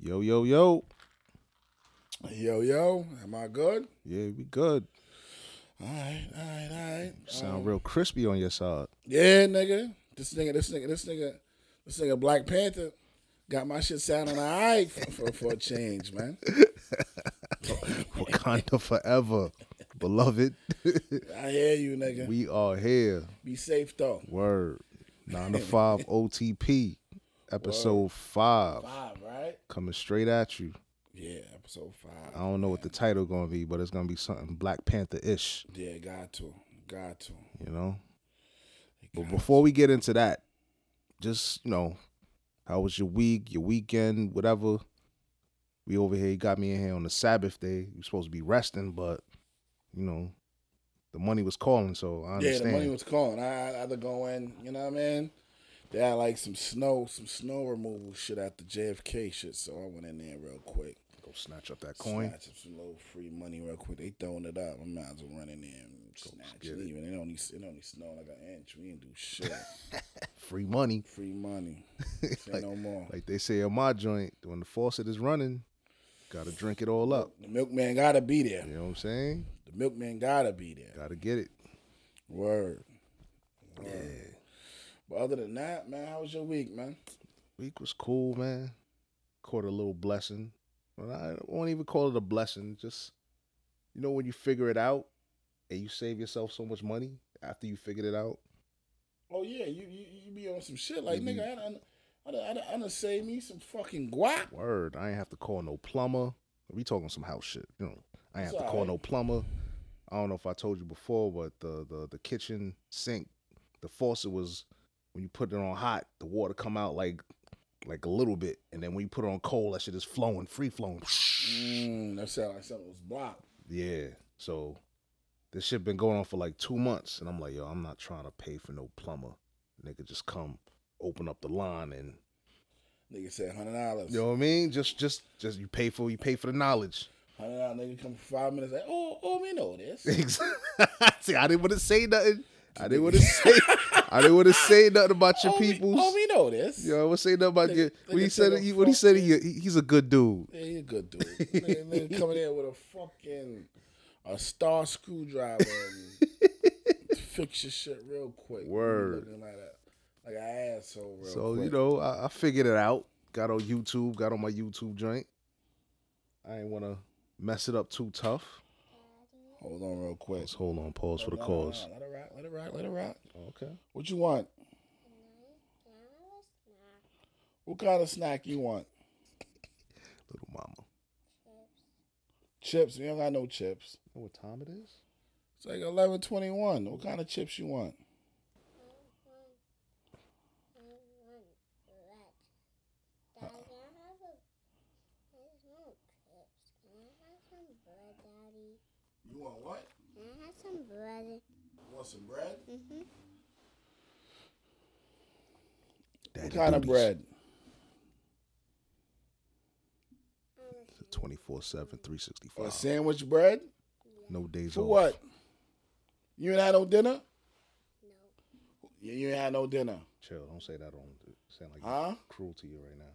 Yo, yo, yo. Yo, yo, am I good? Yeah, we good. All right, all right, all right. Sound real crispy on your side. Yeah, nigga. This nigga, this nigga, this nigga, this nigga Black Panther got my shit sounding all right for, for, for a change, man. Wakanda forever, beloved. I hear you, nigga. we are here. Be safe, though. Word. Nine to five OTP, episode five, Five, right? coming straight at you. Yeah, episode I five. don't know what the title gonna be, but it's gonna be something Black Panther ish. Yeah, got to. Got to. You know. But before we get into that, just you know, how was your week, your weekend, whatever. We over here, you got me in here on the Sabbath day. You're supposed to be resting, but you know, the money was calling, so I Yeah, understand. the money was calling. I I either go in, you know what I mean? They had like some snow, some snow removal shit at the JFK shit, so I went in there real quick. Go snatch up that coin. Snatch up some little free money real quick. They throwing it up. I might as well run in there and snatch it. Even it only it only snow like an inch. We didn't do shit. Free money. free money. Say no more. Like they say in my joint, when the faucet is running, gotta drink it all up. the milkman gotta be there. You know what I'm saying? The milkman gotta be there. Gotta get it. Word. Word. But other than that, man, how was your week, man? Week was cool, man. Caught a little blessing. Well, I won't even call it a blessing. Just you know when you figure it out and you save yourself so much money after you figured it out. Oh yeah, you you, you be on some shit like Maybe- nigga. I done, I done, I done, I done saved me some fucking guap. Word, I ain't have to call no plumber. We talking some house shit. You know, I ain't It's have to call alright. no plumber. I don't know if I told you before, but the the the kitchen sink, the faucet was when you put it on hot, the water come out like like a little bit, and then when you put it on cold, that shit is flowing, free flowing. Mm, that sound like something was blocked. Yeah. So this shit been going on for like two months, and I'm like, yo, I'm not trying to pay for no plumber. Nigga, just come open up the line and Nigga said hundred dollars. you know what I mean. Just, just, just you pay for you pay for the knowledge. Hundred dollars. Nigga come for five minutes. Like oh oh we know this. See, I didn't want to say nothing. I didn't want to say. I didn't want to say nothing about your oh, peoples. We, oh we know this. Yo, I was saying nothing about Nigga- your. When he nigga said said, a he, when he fuck said, he, he- he's a good dude. Yeah, you a good dude. nigga, nigga coming in with a fucking a star screwdriver and fix your shit real quick. You Word. Looking like a like an asshole. Real So quick. you know, I, I figured it out. Got on YouTube. Got on my YouTube joint. I ain't want to mess it up too tough. Hold on real quick. Let's hold on. Pause for the Hold on, cause. hold on. Let it rock. Let it rock. Let it rock. Okay. What you want? What kind of snack you want? Little mama. Chips. We don't got no chips. know what time it is? It's like eleven twenty one. What kind of chips you want? You want what? You want some bread? What Daddy kind of duties. bread? It's a 24/7, 365. A sandwich bread? no days For off. what? You ain't had no dinner? No. You, you ain't had no dinner, Chill. Don't say that on. Sound like huh? cruel to you right now.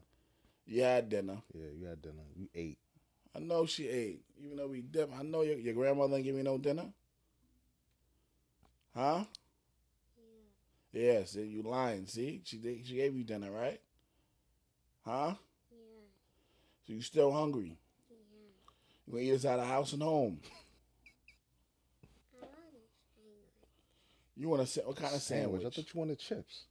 You had dinner. Yeah, you had dinner. You ate. I know she ate, even though we dip. I know your, your grandmother didn't give me no dinner. Huh? Yes, you lying. See, she did, she gave you dinner, right? Huh? So you still hungry? You gonna eat us out of house and home? You want to what kind of sandwich? I thought you wanted chips.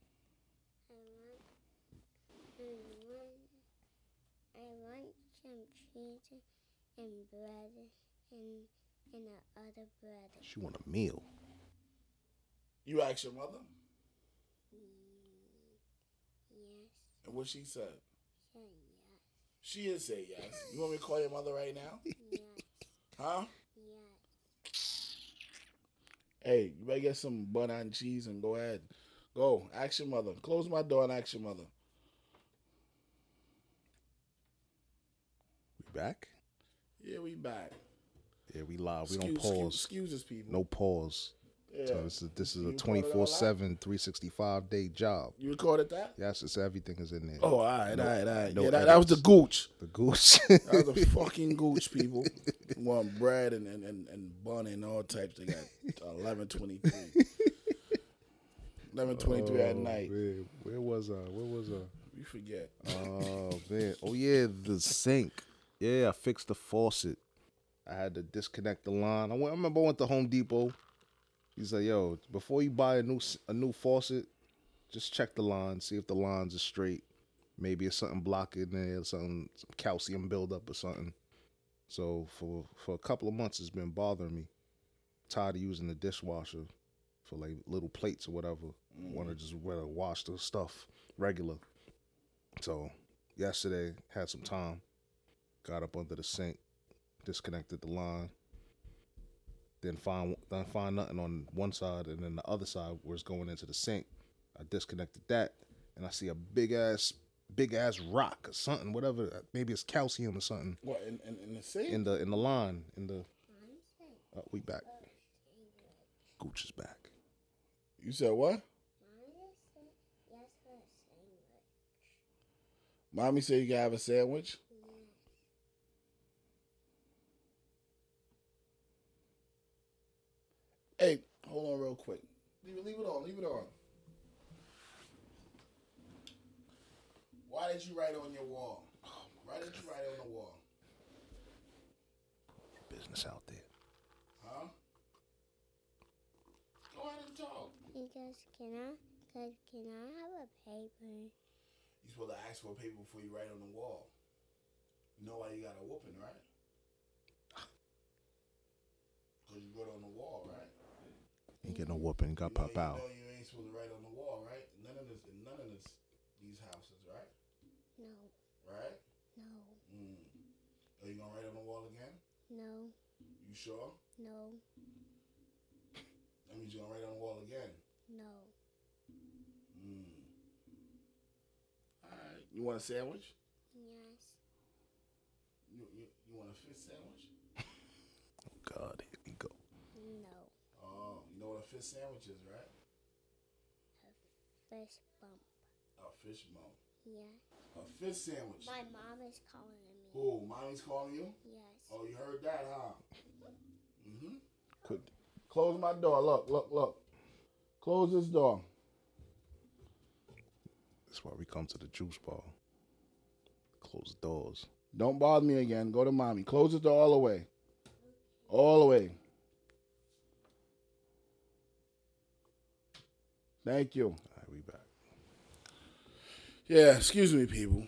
And bread and and the other bread. She want a meal. You asked your mother, Yes, and what she said? say yes, She did say yes. You want me to call your mother right now? yes, Huh? yes. Hey, you better get some bun and cheese and go ahead. Go. Ask your mother. Close my door and ask your mother. We back? Yeah, we back. Yeah, Uh, we live. We don't Excuse- pause. Excuse, excuses, people. No pause. Yeah. So this is this is You a recorded all that? 24 7, 365 day job. You recorded that? Yes, it's everything is in there. Oh, all right, all right, all right. no yeah, that, that was the edits. gooch. The goose. That was the fucking gooch, people. Want bread and, and, and, and bun and all types. They got 1123. 1123 at Oh, night. man. Where was I? Where was I? You forget. Oh man. Oh yeah, the sink. Yeah, I fixed the faucet. I had to disconnect the line. I, went, I remember I went to Home Depot. He's like, "Yo, before you buy a new s- a new faucet, just check the line, see if the lines are straight. Maybe it's something blocking there, something some calcium buildup or something." So for for a couple of months, it's been bothering me. Tired of using the dishwasher for like little plates or whatever. Mm. Want to just rather wash the stuff regular. So yesterday had some time. Got up under the sink, disconnected the line. Didn't find didn't find nothing on one side, and then the other side was going into the sink. I disconnected that, and I see a big ass big ass rock or something, whatever. Maybe it's calcium or something What, in, in, in the sink? in the in the line in the. I'm saying, Uh, we back. Gooch is back. you said what? Mom just said, yes, for a sandwich. Mommy said you can have a sandwich? Yes. Hey, hold on real quick. Leave, it- leave it on. Leave it on. Why did you write on your wall? Why did you write on the wall? Business out there. Huh? Go ahead and talk. Because can I, cause can I have a paper? You supposed to ask for a paper before you write on the wall. You know why you got a whooping, right? Because you wrote on the wall, right? Ain't getting no whooping. Got You know- pop out. You know you ain't supposed to write on the wall, right? None of this, in none of this, these houses, right? No, Right? no, Mm. Are you gonna write on the wall again? no, You sure? no, That means you're gonna write on the wall again. no. Mm. All right. You want a sandwich? Yes. You, you, you want a fish sandwich? God, here we go. No. Oh, you know what a fish sandwich is, right? Fist bump. A fish bone. Yeah. A fish sandwich. My mom is calling me. Oh, mommy's calling you? Yes. Oh, you heard that, huh? Mm-hmm. Quick. Close my door. Look, look, look. Close this door. That's why we come to the juice bar. Close the doors. Don't bother me again. Go to mommy. Close the door all the way. All the way. Thank you. All right, we back. Yeah, excuse me, people.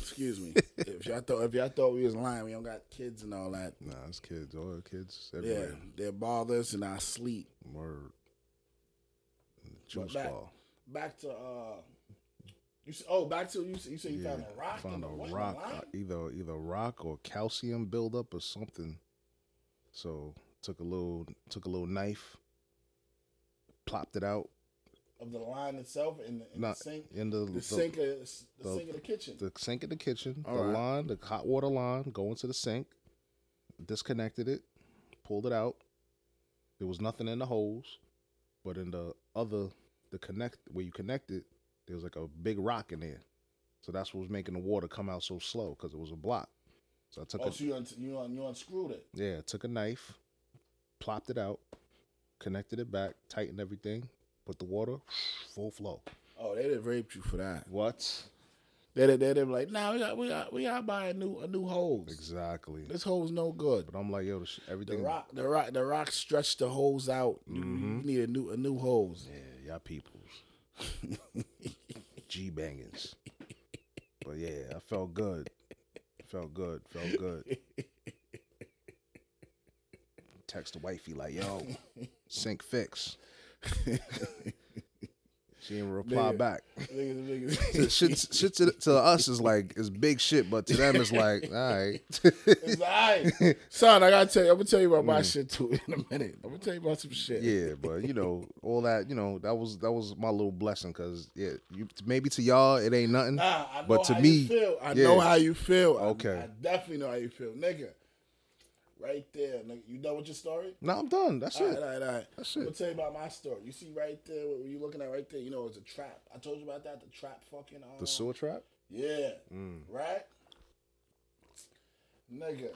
Excuse me. if y'all thought if y'all thought we was lying, we don't got kids and all that. Nah, it's kids. All the kids Yeah, everywhere. they bother us in our sleep. Word. And the juice back- bar. Back to uh, you. s- Oh, back to you. s- You said you found a rock. in found the, a what, in the rock. line? uh, Either either rock or calcium buildup or something. So took a little took a little knife, plopped it out. of the line itself in the, in Not the sink. in the The, the- sink, of, the, the- sink of the kitchen. the sink in the kitchen, All the right. line, the hot water line, go into the sink, disconnected it, pulled it out. There was nothing in the holes, but in the other, the connect where you connect it, there was like a big rock in there. So that's what was making the water come out so slow because it was a block. So I took oh, a so you un- you un- you unscrewed it. yeah, took a knife, plopped it out, connected it back, tightened everything, put the water full flow. Oh, they did raped you for that. What? They did, they did like, nah, we got we got we got to buy a new a new hose. Exactly. This hole's no good. But I'm like, yo, the sh- The everything. rock, the rock, the rock stretched the hose out. You, you Mm-hmm. need a new a new hose. Yeah, y'all peoples. G bangings. But yeah, I felt good. Felt good. Felt good. Text the wifey like, yo, sink fix. she didn't reply Nigga. back. Niggas- niggas- shit shit to, to us is like is big shit, but to them it's like, all right. It's like, "Aight." son, I gotta tell you, I'm gonna tell you about my shit too in a minute. I'm gonna tell you about some shit. Mm. yeah, but you know, all that, you know, that was that was my little blessing because yeah, you, maybe to y'all it ain't nothing. Nah, I know But to how me, you feel. I yeah. know how you feel. I- Okay. I, definitely know how you feel, nigga. Right there, nigga. You done with your story? No, I'm done. That's All it. right, all right, all right. That's I'm gonna it. tell you about my story. You see right there, what were you looking at right there? You know, it's a trap. I told you about that. The trap, fucking. Um, The sewer trap. Yeah. Mm. Right? Nigga.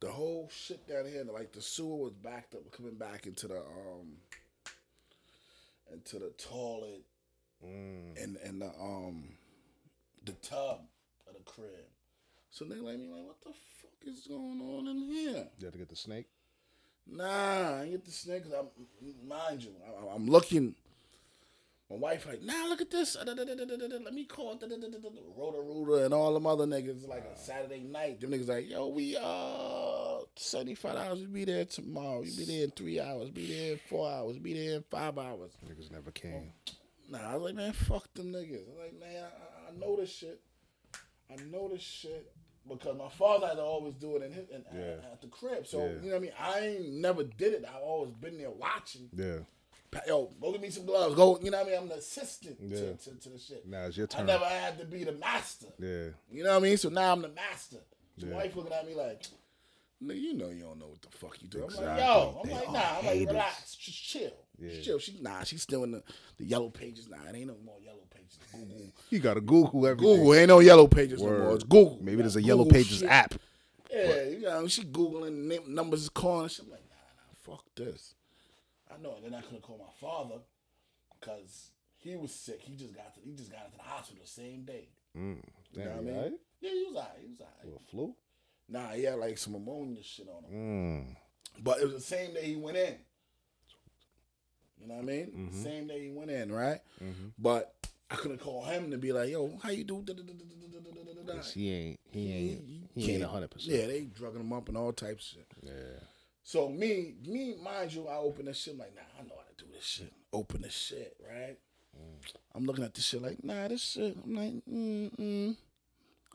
The whole shit down here, like the sewer was backed up, coming back into the um, into the toilet Mm. and and the um, the tub of the crib. So they like me like, what the fuck is going on in here? You had to get the snake. Nah, I ain't get the snake. i I'm, mind you, I, I'm looking. My wife like, nah, look at this. Uh, da, da, da, da, da, da, Let me call da, da, da, da, da, da, Roto Rooter and all them other niggas. Like a Saturday night, them niggas like, yo, we uh seventy five hours. We be there tomorrow. You be there in three hours. Be there in four hours. Be there in five hours. Niggas never came. Nah, I was like, man, fuck them niggas. I was like, man, I- I, I know this shit. I know this shit because my father had to always do it in his, in, Yeah. at, at the crib. So Yeah. you know what I mean. I ain't never did it. I always been there watching. Yeah. Pa- Yo, go get me some gloves. Go, you know what I mean. I'm the assistant Yeah. to, to, to the shit. Now it's your I turn. never had to be the master. Yeah. You know what I mean. So now I'm the master. So Yeah. my wife looking at me like. Nigga, you know you don't know what the fuck you do. I'm like, Exactly. yo, I'm They like, are nah, I'm like, haters. relax, just chill, Yeah. Just chill. She, nah, she's still in the, the yellow pages. Nah, it ain't no more yellow pages. Google, You gotta Google everything. Google ain't no yellow pages no more. Word. It's Google. Maybe there's a Google Yellow Pages shit. app. Yeah, you know, she googling name, numbers is calling. She, I'm like, nah, nah, fuck this. I know, and then I could have called my father because he was sick. He just got to, he just got into the hospital the same day. Mm. You know Damn, what I mean? right? Yeah, he was alright. He was alright. Little flu. Nah, he had like some ammonia shit on him. Mm. But it was the same day he went in. You know what I mean? Mhm. Same day he went in, right? Mm-hmm. But I couldn't call him to be like, yo, how you do? Da- da- da- da- da- da- da- da- da- da." He ain't. He ain't. He ain't can't- hundred percent. Yeah, they drugging him up and all types of shit. Yeah. So me, me, mind you, I open this shit. I'm like, nah, I know how to do this shit. Open this shit, right? Mm. I'm looking at this shit like, nah, this shit. I'm like, mm mm.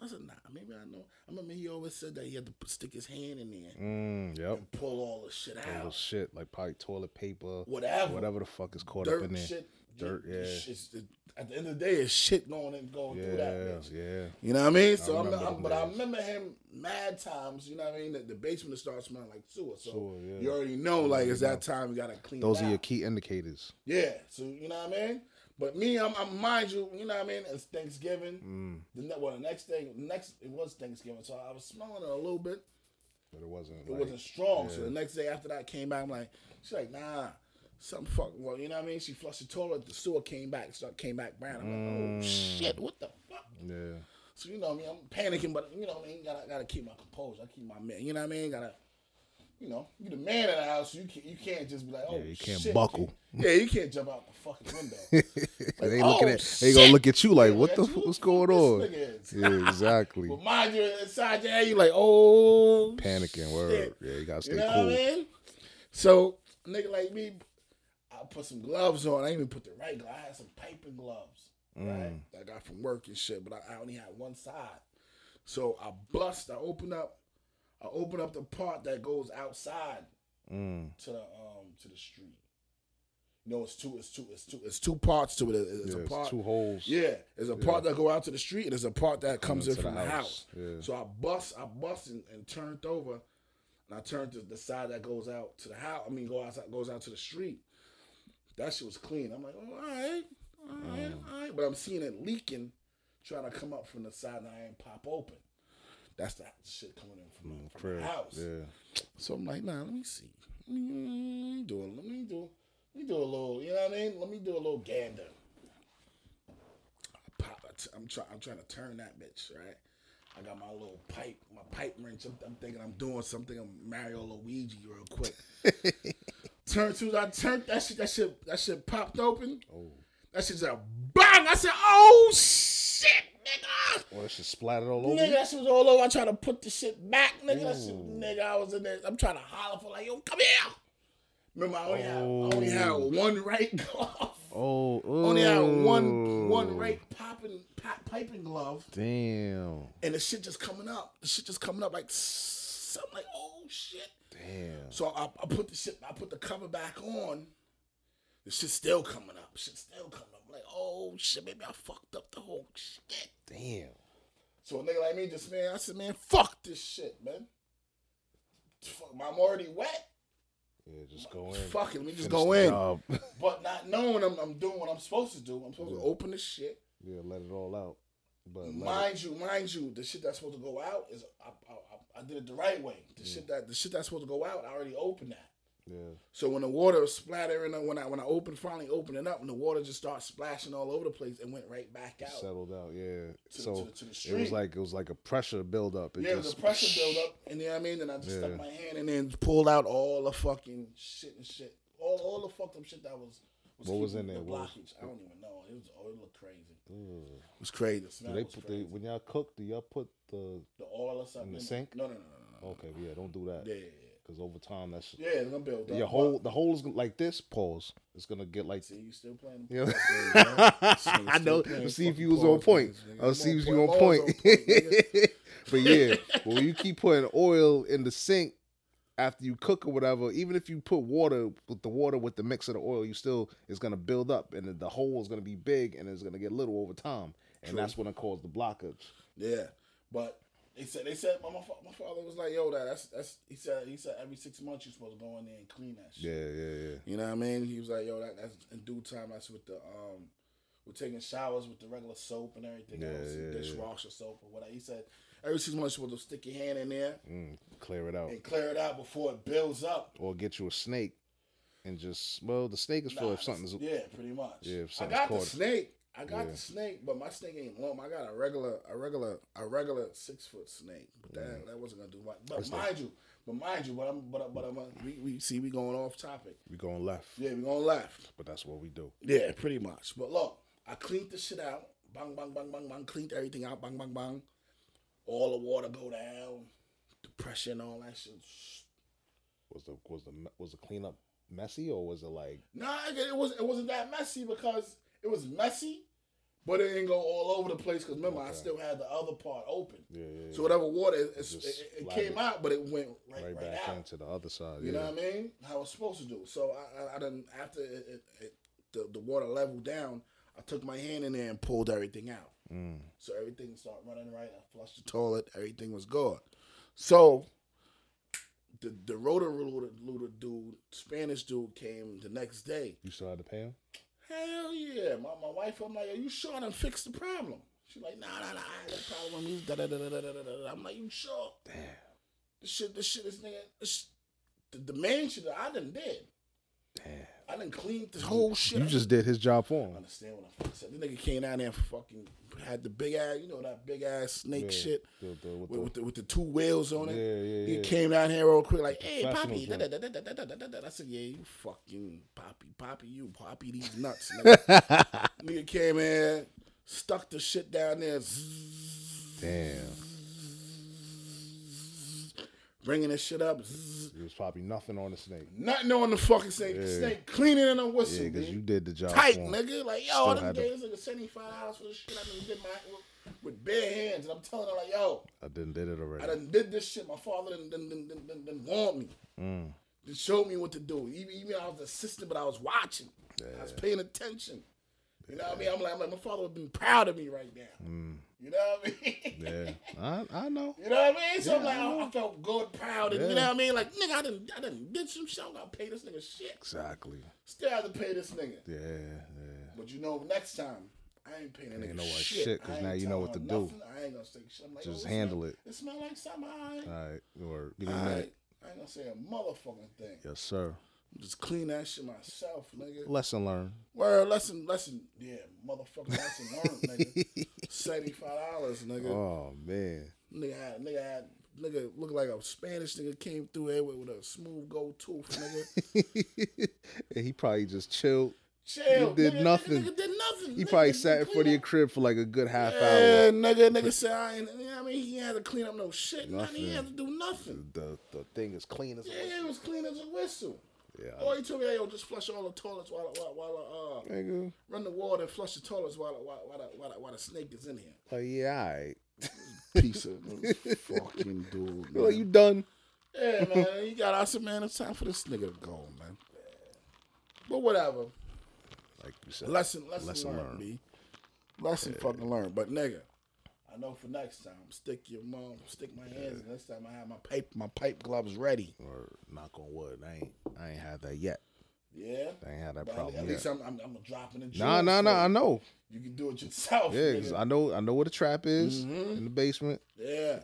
I said, nah, maybe I know. I remember he always said that he had to p- stick his hand in there Mm. Yep. and pull all the shit Little out, shit like probably toilet paper, whatever. whatever the fuck is caught up dirt in there. shit. Dirt, just- yeah. it's just- it- at the end of the day, it's shit going and going through that Yeah. bitch. Yeah. You know what I mean? So I'm, remember I'm, them but I days. remember him mad times. You know what I mean? The, the basement starts smelling like sewer. So Sewer, yeah. you already know, like it's already that time you gotta clean. Those it are your out. key indicators. Yeah. So you know what I mean? But me, I'm, I'm mind you, you know what I mean? It's Thanksgiving. Mm. The ne- well, the next thing, next it was Thanksgiving, so I was smelling it a little bit. But it wasn't. It like- wasn't strong. So yeah. the next day after that I came back, I'm like, she's like, nah, something fuck. Well, you know what I mean? She flushed the toilet. The sewer came back. So it came back brown. I'm like, Mm. oh shit, what the fuck? Yeah. So you know what I mean? I'm panicking, but you know what I mean? Gotta gotta keep my composure. I keep my man. You know what I mean? Gotta. You know, you the man of the house. So you can't you can't just be like, oh, Yeah, you can't shit. buckle. Yeah, you can't jump out the fucking window. they oh, looking at. They gonna shit. look at you like, Yeah, what the look at f- you. what's Who going this on? nigga is? Yeah, exactly. But mind you, inside your head, you like, oh, Panicking. Word. shit. Yeah. You gotta stay You know cool. what I mean? So, nigga like me, I put some gloves on. I didn't even put the right glove. I had some piping gloves, Mm. right? That I got from work and shit, but I, I only had one side. So I bust. I open up. I open up the part that goes outside Mm. to the um to the street. You know, it's two, it's two, it's two, it's two parts to it. It's Yeah, a it's part. two holes. Yeah, there's a part that go out to the street, and there's a part that comes in into from the the house. house. Yeah. So I bust, I bust and, and turned over, and I turned to the side that goes out to the house. I mean, go outside, goes out to the street. That shit was clean. I'm like, oh, all right, all right, Mm. all right. But I'm seeing it leaking, trying to come up from the side, and I ain't pop open. That's that shit coming in from, the- from Prayer. the house. Mm, Yeah. So I'm like, nah, let me see. Let me do a, let me do, let me do a little, you know what I mean? Let me do a little gander. I pop, I t- I'm trying, I'm trying to turn that bitch, right? I got my little pipe, my pipe wrench. I'm, I'm thinking I'm doing something. I'm Mario Luigi real quick. turn to, I turned that shit, that shit, that shit popped open. Oh. That shit's a bang. I said, oh shit, nigga. Well, it's just splattered all over. Nigga, you. that shit was all over. I tried to put the shit back, nigga. That shit, nigga, I was in there. I'm trying to holler for like, yo, come here. Remember, I only, had, I only had one right glove. Oh. Only had one oh. one right popping pop, piping glove, Damn. and the shit just coming up. The shit just coming up like s- I'm like, oh shit. Damn. So I, I put the shit, I put the cover back on. The shit still coming up. Shit still coming up. I'm like, oh shit, maybe I fucked up the whole shit. Damn. So a nigga like me just man, I said, man, fuck this shit, man. Fuck, I'm already wet. Yeah, just go in. Fuck it, let me just finish go the in. job. But not knowing I'm, I'm doing what I'm supposed to do. I'm supposed to Yeah. open this shit. yeah, let it all out. But let it, Mind you, mind you, the shit that's supposed to go out is I, I, I- I did it the right way. The shit that the shit that's supposed to go out, I already opened that. yeah, So when the water was splattering, and when I when I opened finally opened it up, and the water just started splashing all over the place and went right back it out. settled out. Yeah, to- so to- to the it stream. was like it was like a pressure buildup. It yeah, just, the pressure build up, and you know what I mean. And I just Yeah. stuck my hand in there and pulled out all the fucking shit and shit, all, all the fucked up shit that was. was What was keeping in the there? What was- blockage. I don't even know. It was. Oh, it looked crazy. Ugh. It was crazy. The Do smell they was put the crazy. when y'all cook? Do y'all put the the oil or something the sink? No, no, no, no, no. okay? Yeah, don't do that Yeah, yeah, because over time that's yeah. Yeah, it's gonna build up. your whole the hole is gonna- like this. Pause. It's gonna get like See, you still playing? Yeah. Still- I know. still playing See if fucking you was on pause, point. niggas, nigga. I'll I'm see on if point. you on I'm always point. on point, nigga. but yeah, but when you keep putting oil in the sink after you cook or whatever, even if you put water with the water with the mix of the oil, you still it's gonna build up and the hole is gonna be big and it's gonna get little over time, and True. that's when it causes the blockage. Yeah, but they said they said my my, fa- my father was like, "Yo, that that's that's." He said he said every six months you're supposed to go in there and clean that shit. yeah, yeah. You know what I mean? He was like, "Yo, that, that's in due time. That's with the um, we're taking showers with the regular soap and everything Yeah, else, yeah, yeah. dishwasher soap or whatever." He said every six months you're supposed to stick your hand in there Mm, clear it out, and clear it out before it builds up. or get you a snake, and just well, the snake is for Nah, if something's yeah, pretty much. Yeah, if I something's got caught. the snake. I got Yeah. the snake, but my snake ain't long. I got a regular, a regular, a regular six foot snake. But that, that wasn't gonna do much. But Mm. That's mind you, but mind you, but I'm, but I'm, but I'm, we, we see we going off topic. we going left, Yeah, we going left. but that's what we do. Yeah, pretty much. But look, I cleaned the shit out. Bang, bang, bang, bang, bang. Cleaned everything out. Bang, bang, bang. All the water go down. The pressure and all that shit. Was the was the me- was the cleanup messy or was it like Nah, it, it was it wasn't that messy because it was messy, but it didn't go all over the place. Because remember, I Okay. still had the other part open. yeah, yeah, So whatever water, it, it, Just it, it slide came it out, but it went right, right, right, back out. into the other side? You yeah. know what I mean? How it's supposed to do. So I, I, I done after it, it, it, the the water leveled down, I took my hand in there and pulled everything out. Mm. So everything started running right. I flushed the toilet. Everything was gone. So the the rotor looter dude, Spanish dude, came the next day. You still had to pay him? Hell yeah. My, my wife, I'm like, are you sure I done fixed the problem? She's like, nah, nah, nah, I ain't got a problem. He's da da da da da da da. I'm like, you sure? Damn. This shit, this shit, this nigga, this, the, the man shit that I done did. Damn. I done cleaned the whole Oh, shit. You up. just did his job for I him. understand what I fucking said. This nigga came down there and fucking had the big ass, you know, that big ass snake Yeah, shit the- the- with with, the- with, the, with the two wheels on yeah, it. yeah, He yeah. came down here real quick, like, "Hey, Professional Poppy!" Da, da, joint. da, da, da, da, da, da, da. I said, "Yeah, you fucking Poppy, Poppy, you Poppy these nuts." Nigga, nigga came in, stuck the shit down there, zzz, Damn. bringing this shit up, zzz, It was probably nothing on the snake. nothing on the fucking snake, Yeah. snake cleaning and a Yeah, whistle, because dude. you did the job tight, for him. nigga. Like, Still yo, them had to- days like seventy five dollars for this shit. I done did my with, with bare hands, and I'm telling her like, yo, I didn't did it already. I done did this shit. My father done done done done, done, done warned me. Mm. They showed me what to do. Even, even I was assistant, but I was watching. I was paying attention. You know what I mean? I'm like, I'm like, my father would have been proud of me right now. Mm. You know what I mean? Yeah. I, I know. You know what I mean? So I'm Yeah, like, I I, I felt good, proud, and Yeah. you know what I mean? Like, nigga, I didn't, I didn't did some shit. I don't gotta pay this nigga shit. Exactly. Still have to pay this nigga. Yeah, yeah. But you know, next time I ain't paying that Ain't nigga no why shit. shit, 'cause I ain't now you know telling what her to do. nothing. I ain't gonna say shit. I'm like, Just oh, handle smell, it. It smell like something. All right. All right. Or give All me a right. minute. I ain't gonna say a motherfucking thing. Yes, sir. Just clean that shit myself, nigga. Lesson learned. Word, lesson, lesson, yeah, motherfucker, lesson learned, nigga. Seventy-five dollars, nigga. Oh, man. Nigga had, nigga had, nigga look like a Spanish nigga came through here with, with a smooth gold tooth, nigga. And he probably just chilled. Chill, You did nigga, nothing. Nigga, nigga did nothing. He nigga, probably nigga sat in clean front of your up. crib for like a good half Yeah, hour. nigga, nigga said I ain't. You know what I mean, he had to clean up no shit. Nothing. He Nothing. had to do nothing. The, the thing is clean as a Yeah, it was clean as a whistle. Yeah. Oh, he told me, hey, yo, just flush all the toilets while while while uh, Nigga. run the water and flush the toilets while while while the- while, the- while the snake is in here. Like, yeah, all right. piece of fucking dude. Well, you done. yeah, man. You got out some man. It's time for this nigga to go, man. But whatever. Like you said. Lesson, lesson, Lesson learned. learned. B. Lesson fucking learned. But nigga, I I know for next time. Stick your mom. Stick my hands. in. Next time I have my pipe. My pipe gloves ready. Or knock on wood. I ain't I ain't had that yet. Yeah. I ain't had that But problem at yet. least I'm, I'm, I'm dropping the Nah, nah, nah. I know. You can do it yourself. Yeah, Yeah. 'cause I know I know where the trap is Mhm. in the basement. yeah.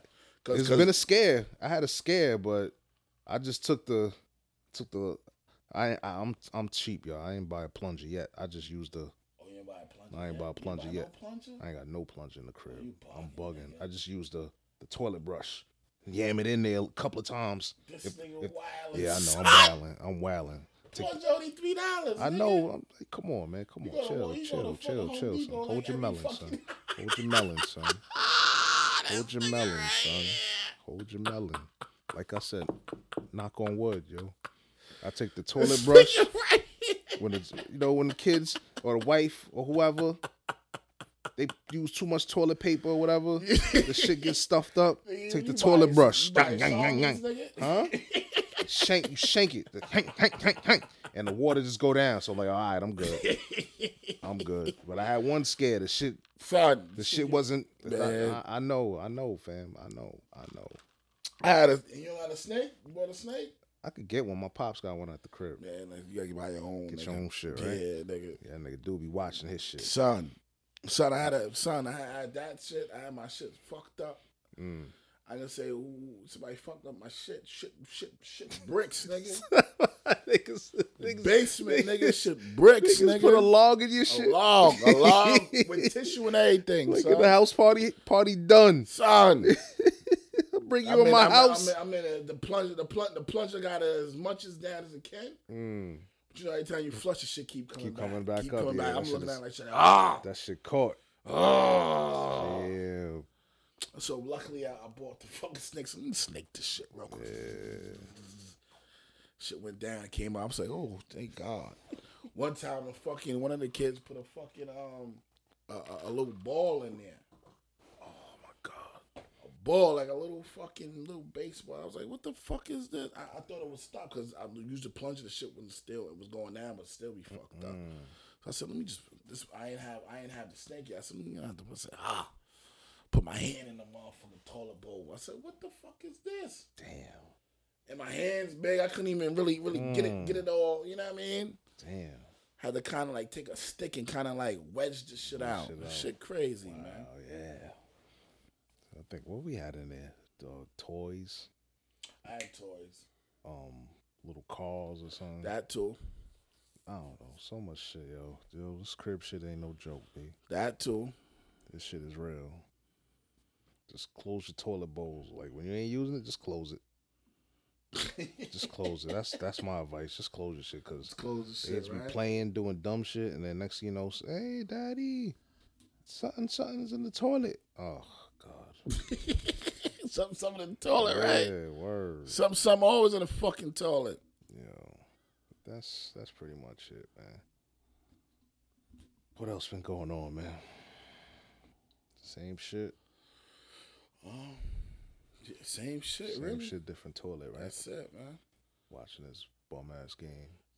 It's cause, been a scare. I had a scare, but I just took the took the. I, I am I'm cheap, y'all. I ain't buy a plunger yet. I just used the. oh, you ain't buy a plunger. I ain't yet? buy a You plunger no yet. plunger? I ain't got no plunger in the crib. you I'm bugging, bugging. nigga. I just used the the toilet brush. Yam it in there a couple of times. This If- nigga if- wild. Yeah, I know. I'm wilding. I'm wilding. Take- Plus only three dollars. I know. I'm like, come on, man. Come You on, go to- chill, you go chill, to chill, fucking Home chill, son. Depot, like, Hold your every melon, son. fucking- Hold your melon, son. Ah, Hold your melon, son. Hold your melon. Like I said, knock on wood, yo. I take the toilet brush right. when it's you know when the kids or the wife or whoever they use too much toilet paper or whatever, the shit gets stuffed up. Nigga, Take you the toilet buy- brush, you buy Yang, yang, yang, yang. solvents, nigga? huh? Shank, you shank it, hang, hang, hang, hang, and the water just go down. So I'm like, all right, I'm good, I'm good. But I had one scare. The shit, Son, the shit wasn't. Man. I, I, I know, I know, fam, I know, I know. I had a. You got a snake? You bought a snake? I could get one. My pops got one at the crib. Man, like, you gotta buy your own. Get nigga. your own shit, right? Yeah, nigga. Yeah, that nigga do be watching his shit. Son, son, I had a son. I had, I had that shit. I had my shit fucked up. Mm. I can say, ooh, somebody fucked up my shit, shit, shit, shit, bricks, nigga. niggas, niggas, Basement, nigga, shit, bricks, niggas nigga. put a log in your a shit. log, a log with tissue and everything, Like son. in the house party, party done. Son, you I'll bring you in my I'm, house. I'm, in, I'm in a, the plunger. The, plun the plunger got as much as down as it can. Mm, But you know, every time you flush, the shit keep coming Keep back. coming back keep up, Coming yeah, back. that I'm shit looking is- at it like, shit, ah, that shit caught. ah. Yeah. So luckily, I, I bought the fucking snakes. Let me snake this shit real quick. Shit went down. Came out. I was like, oh, thank God. One time, the fucking one of the kids put a fucking um a, a, a little ball in there. Oh my God, a ball like a little fucking little baseball. I was like, what the fuck is this? I, I thought it was stopped because I used to plunge the shit when still it was going down, but still be fucked up. So I said, let me just this. I ain't have I ain't have the snake yet. I said, let me have the. I said, ah, put my hand in the motherfucking toilet bowl. I said, what the fuck is this? Damn. And my hands big. I couldn't even really really get it get it all. You know what I mean? Damn. Had to kind of like take a stick and kind of like wedge the shit out. shit Shit, out. crazy, Oh man. yeah. I think what we had in there, uh, toys, I had toys. um, little cars or something. That too. I don't know. So much shit, yo. Yo, this crib shit ain't no joke, b. That too. This shit is real. Just close your toilet bowls. Like when you ain't using it, just close it. Just close it. That's that's my advice. Just close your shit, cause Close the kids shit, be right? playing, doing dumb shit, and then next thing you know, say, hey, daddy, something, something's in the toilet. Oh God. some some in the toilet, right? Yeah, word. Some some always in the fucking toilet. Yeah. That's that's pretty much it, man. What else been going on, man? Same shit. Oh, yeah, same shit, Same really. shit, different toilet, right? That's it, man. Watching this bum ass game.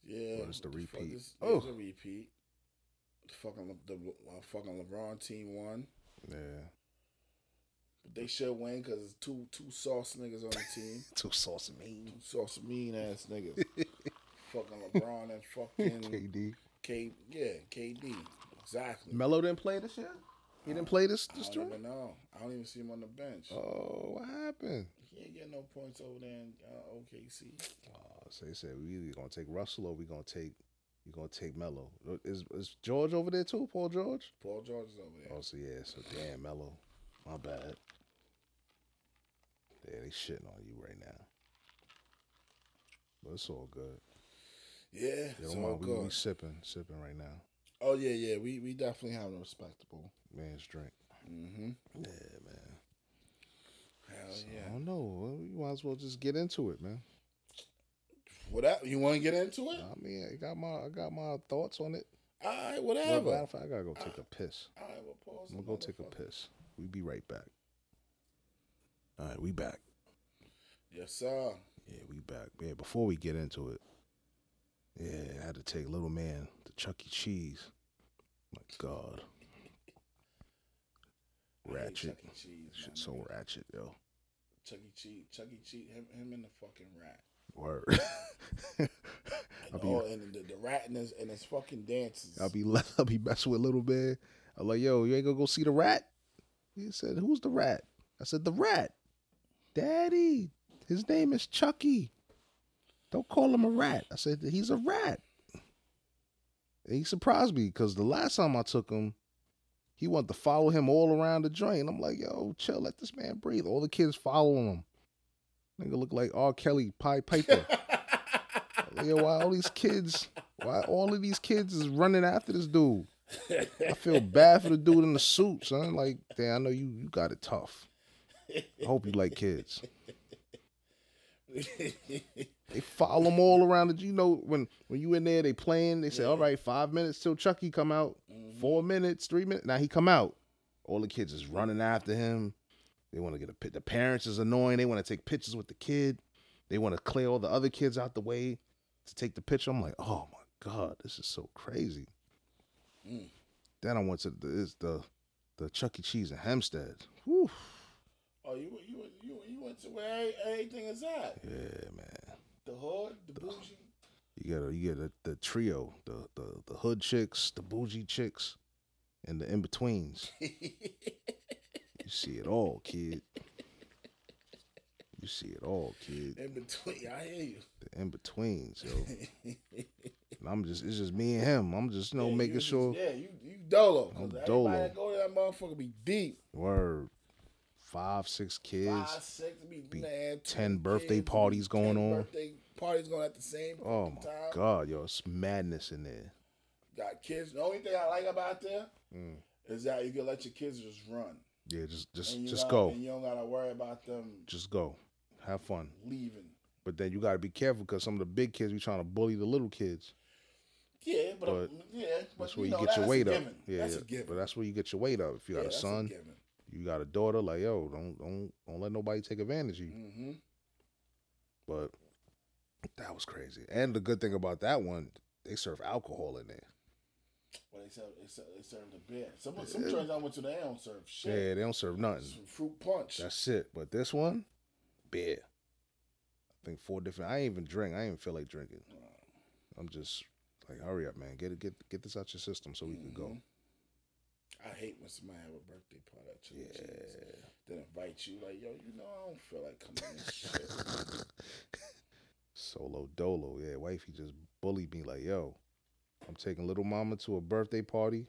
Yeah. Well, it's the fuck repeat. is- Oh. It's a repeat. The fucking Le- the Le- uh, fucking LeBron team won, Yeah. but they should win because it's two two sauce niggas on the team. Too saucy mean. two sauce mean ass niggas. fucking LeBron and fucking KD. K. Yeah, KD. Exactly. Melo didn't play this year? He didn't play this this I don't even joint? know. I don't even see him on the bench. Oh, what happened? He ain't getting no points over there in uh, OKC. Oh, so they said we either gonna take Russell or we gonna take you gonna take Melo. Is is George over there too, Paul George? Paul George is over there. Oh, so yeah, so damn Mello. My bad. Yeah, they shitting on you right now. But it's all good. Yeah, Yo, it's Ma, all we, we good. sipping, sipping right now. Oh yeah, yeah. We we definitely having a respectable. Man's drink. Mm-hmm. Yeah, man. Hell So, I Oh, yeah. don't know. Well, You might as well just get into it, man. Whatever. You want to get into it? I mean, I got my I got my thoughts on it. All right, Well, whatever. matter of fact, I gotta go take a piss. All right, we'll pause. I'm gonna go take a motherfucker. piss. We be right back. All right, we back. Yes, sir. Yeah, we back. Yeah, before we get into it, yeah, I had to take little man to Chuck E. Cheese. My God. I hate Ratchet. Chuck E. Cheese. my Shit, nigga. so ratchet, yo. Chuck E. Cheese. Chuck E. Cheese. Him, him and the fucking rat. Word. I'll And, be- all, and the, the rat and his, and his fucking dances. I'll be le- I'll be messing with little man. I'm like, yo, you ain't gonna go see the rat? He said, Who's the rat? I said, The rat. Daddy, his name is Chucky. Don't call him a rat. I said, He's a rat. And he surprised me because the last time I took him, he wanted to follow him all around the joint. I'm like, yo, chill, let this man breathe. All the kids following him. Nigga look like R. Kelly, Pie Piper. Like, Yo, why all these kids? Why all of these kids is running after this dude? I feel bad for the dude in the suit, son. Like, damn, I know you you got it tough. I Oh, hope you like kids. They follow them all around. The, you know when when you in there, they playing. They say, all right, five minutes till Chucky come out. Four minutes, three minutes. Now he come out. All the kids is running after him. They want to get a pit. The parents is annoying. They want to take pictures with the kid. They want to clear all the other kids out the way to take the picture. I'm like, oh my god, this is so crazy. Mm. Then I went to the is the the Chuck E. Cheese in Hempstead. Whew. oh, you, went- you, went- you, went- you went to where every- everything is at. Yeah, man. The hood, the bougie. You got a, you get a, the trio, the, the the hood chicks, the bougie chicks, and the in betweens. You see it all, kid. You see it all, kid. In between. I hear you. The in betweens, yo. And I'm just it's just me and him. I'm just you know Yeah, making you just- sure Yeah, you, you dolo. 'cause I'm everybody dolo. that go to that motherfucker be deep. word five six kids. Five, six, be, man, 10 20 birthday kids, parties going 10 on. Birthday parties going at the same Oh fucking my time. god, yo, it's madness in there. Got kids. The only thing I like about there Mm. is that you can let your kids just run. Yeah, just just And you just not- go, And you don't gotta worry about them just go, have fun. leaving. But then you got to be careful because some of the big kids be trying to bully the little kids. Yeah, but, But yeah, but That's where you, you, know, get that's your a weight up. given. Yeah, that's yeah. a given. but that's where you get your weight up. If you yeah, got a that's son, given. you got a daughter, like yo, don't don't don't let nobody take advantage of you. Mm-hmm. But that was crazy. And the good thing about that one, they serve alcohol in there. Well, they serve, they serve, they serve the beer. Some some joints I went to, they don't serve Yeah, shit. they don't serve nothing. Some fruit punch. That's it. But this one, beer. I think four different. I ain't even drink. I ain't even feel like drinking. I'm just like, hurry up, man. Get it. Get get this out your system so we can go. Mhm. Mm-hmm. I hate when somebody have a birthday party at Chuck E. Cheese. Yeah. Then invite you like, yo, you know, I don't feel like coming. to this shit. Solo dolo. Yeah, wifey just bullied me like, yo, I'm taking little mama to a birthday party,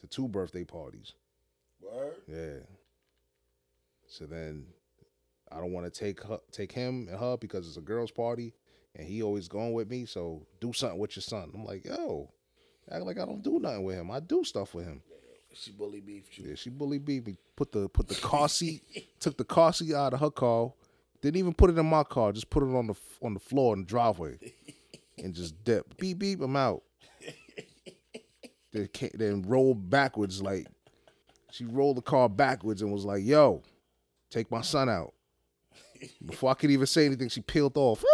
to two birthday parties. Word. Yeah. So then I don't want to take her, take him and her because it's a girls' party and he always going with me. So do something with your son. I'm like, yo, act like I don't do nothing with him. I do stuff with him. She bully beefed you. Yeah, she bully beat me. Put the put the car seat, took the car seat out of her car. Didn't even put it in my car. Just put it on the f- on the floor in the driveway, and just dip. Beep beep. I'm out. Then ca- then rolled backwards like she rolled the car backwards and was like, "Yo, take my son out." Before I could even say anything, she peeled off.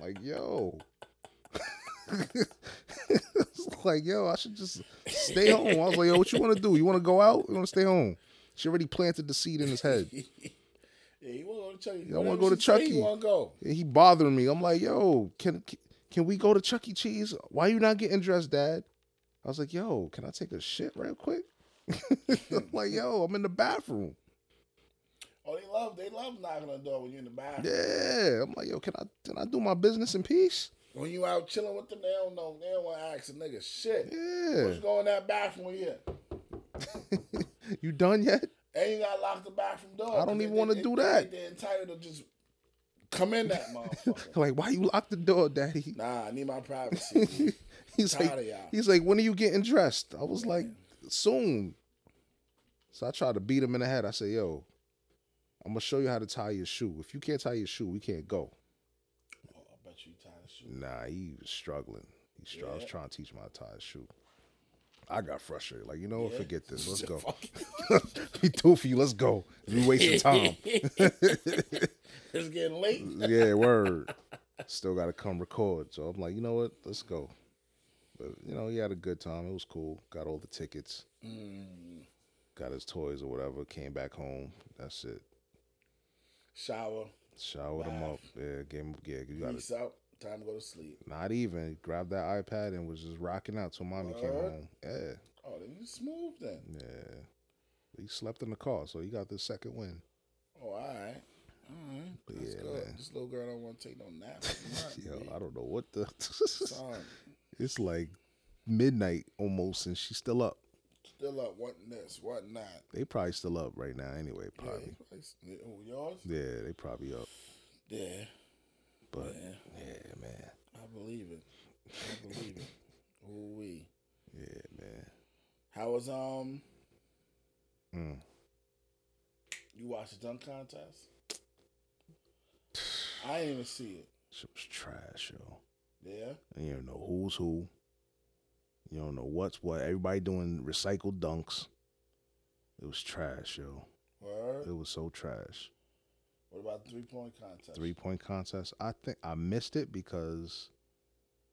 like, yo. It's like, yo, I should just stay home. I was like, yo, what you want to do? You want to go out? You want to stay home? She already planted the seed in his head. Yeah, you want to go to Chuck E. Yeah, I wanna Whatever go to she say, Chuck E. You want to go? And he bothering me. I'm like, yo, can can we go to Chuck E. Cheese? Why you not getting dressed, Dad? I was like, yo, can I take a shit real quick? I'm like, yo, I'm in the bathroom. Oh, they love they love knocking on the door when you're in the bathroom. Yeah. I'm like, yo, can I can I do my business in peace? When you out chilling with them, they don't know. They don't want to ask a nigga shit. Yeah. What's going in that bathroom here? You done yet? And you got to lock the bathroom door. I don't 'cause even they- wanna they- do they- that. They're entitled to just come in that motherfucker. Like, why you lock the door, Daddy? nah, I need my privacy. He's Tired like, of y'all. he's like, when are you getting dressed? I was like, soon. So I tried to beat him in the head. I said, yo, I'm gonna show you how to tie your shoe. If you can't tie your shoe, we can't go. Oh, I bet you tired of shit. Nah, he was struggling. He str- I was Yeah. trying to teach him how to tie his shoe. I got frustrated. Like, you know what? Forget this. Let's go. Fuck. we toofy. Let's go. We wasting time. it's getting late. yeah, word. Still got to come record. So I'm like, you know what? Let's go. Mm. But you know, he had a good time. It was cool. Got all the tickets. got his toys or whatever, came back home. That's it. Shower, Showered him Wow. up. Yeah, gave him yeah, you gotta peace out. Time to go to sleep. not even grab that iPad and was just rocking out till mommy came Word. home. Yeah. Oh, then you smooth then. Yeah. He slept in the car, so he got the second win. Oh, all right. All right. That's Yeah, good. man. This little girl don't want to take no nap. Yo, Yo, I don't know what the Son, It's like midnight almost and she's still up. still up. What this? What not? They probably still up right now anyway, Yeah, probably. it's- Oh, yours? Yeah, they probably up. Yeah. But Yeah. yeah, man. I believe it. I believe it. Ooh wee. Yeah, man. How was um? Mm. You watched the dunk contest? I didn't even see it. Shit was trash, yo. Yeah. And you don't know who's who. You don't know what's what. Everybody doing recycled dunks. It was trash, yo. Word. It was so trash. What about the three point contest? Three point contest. I think I missed it because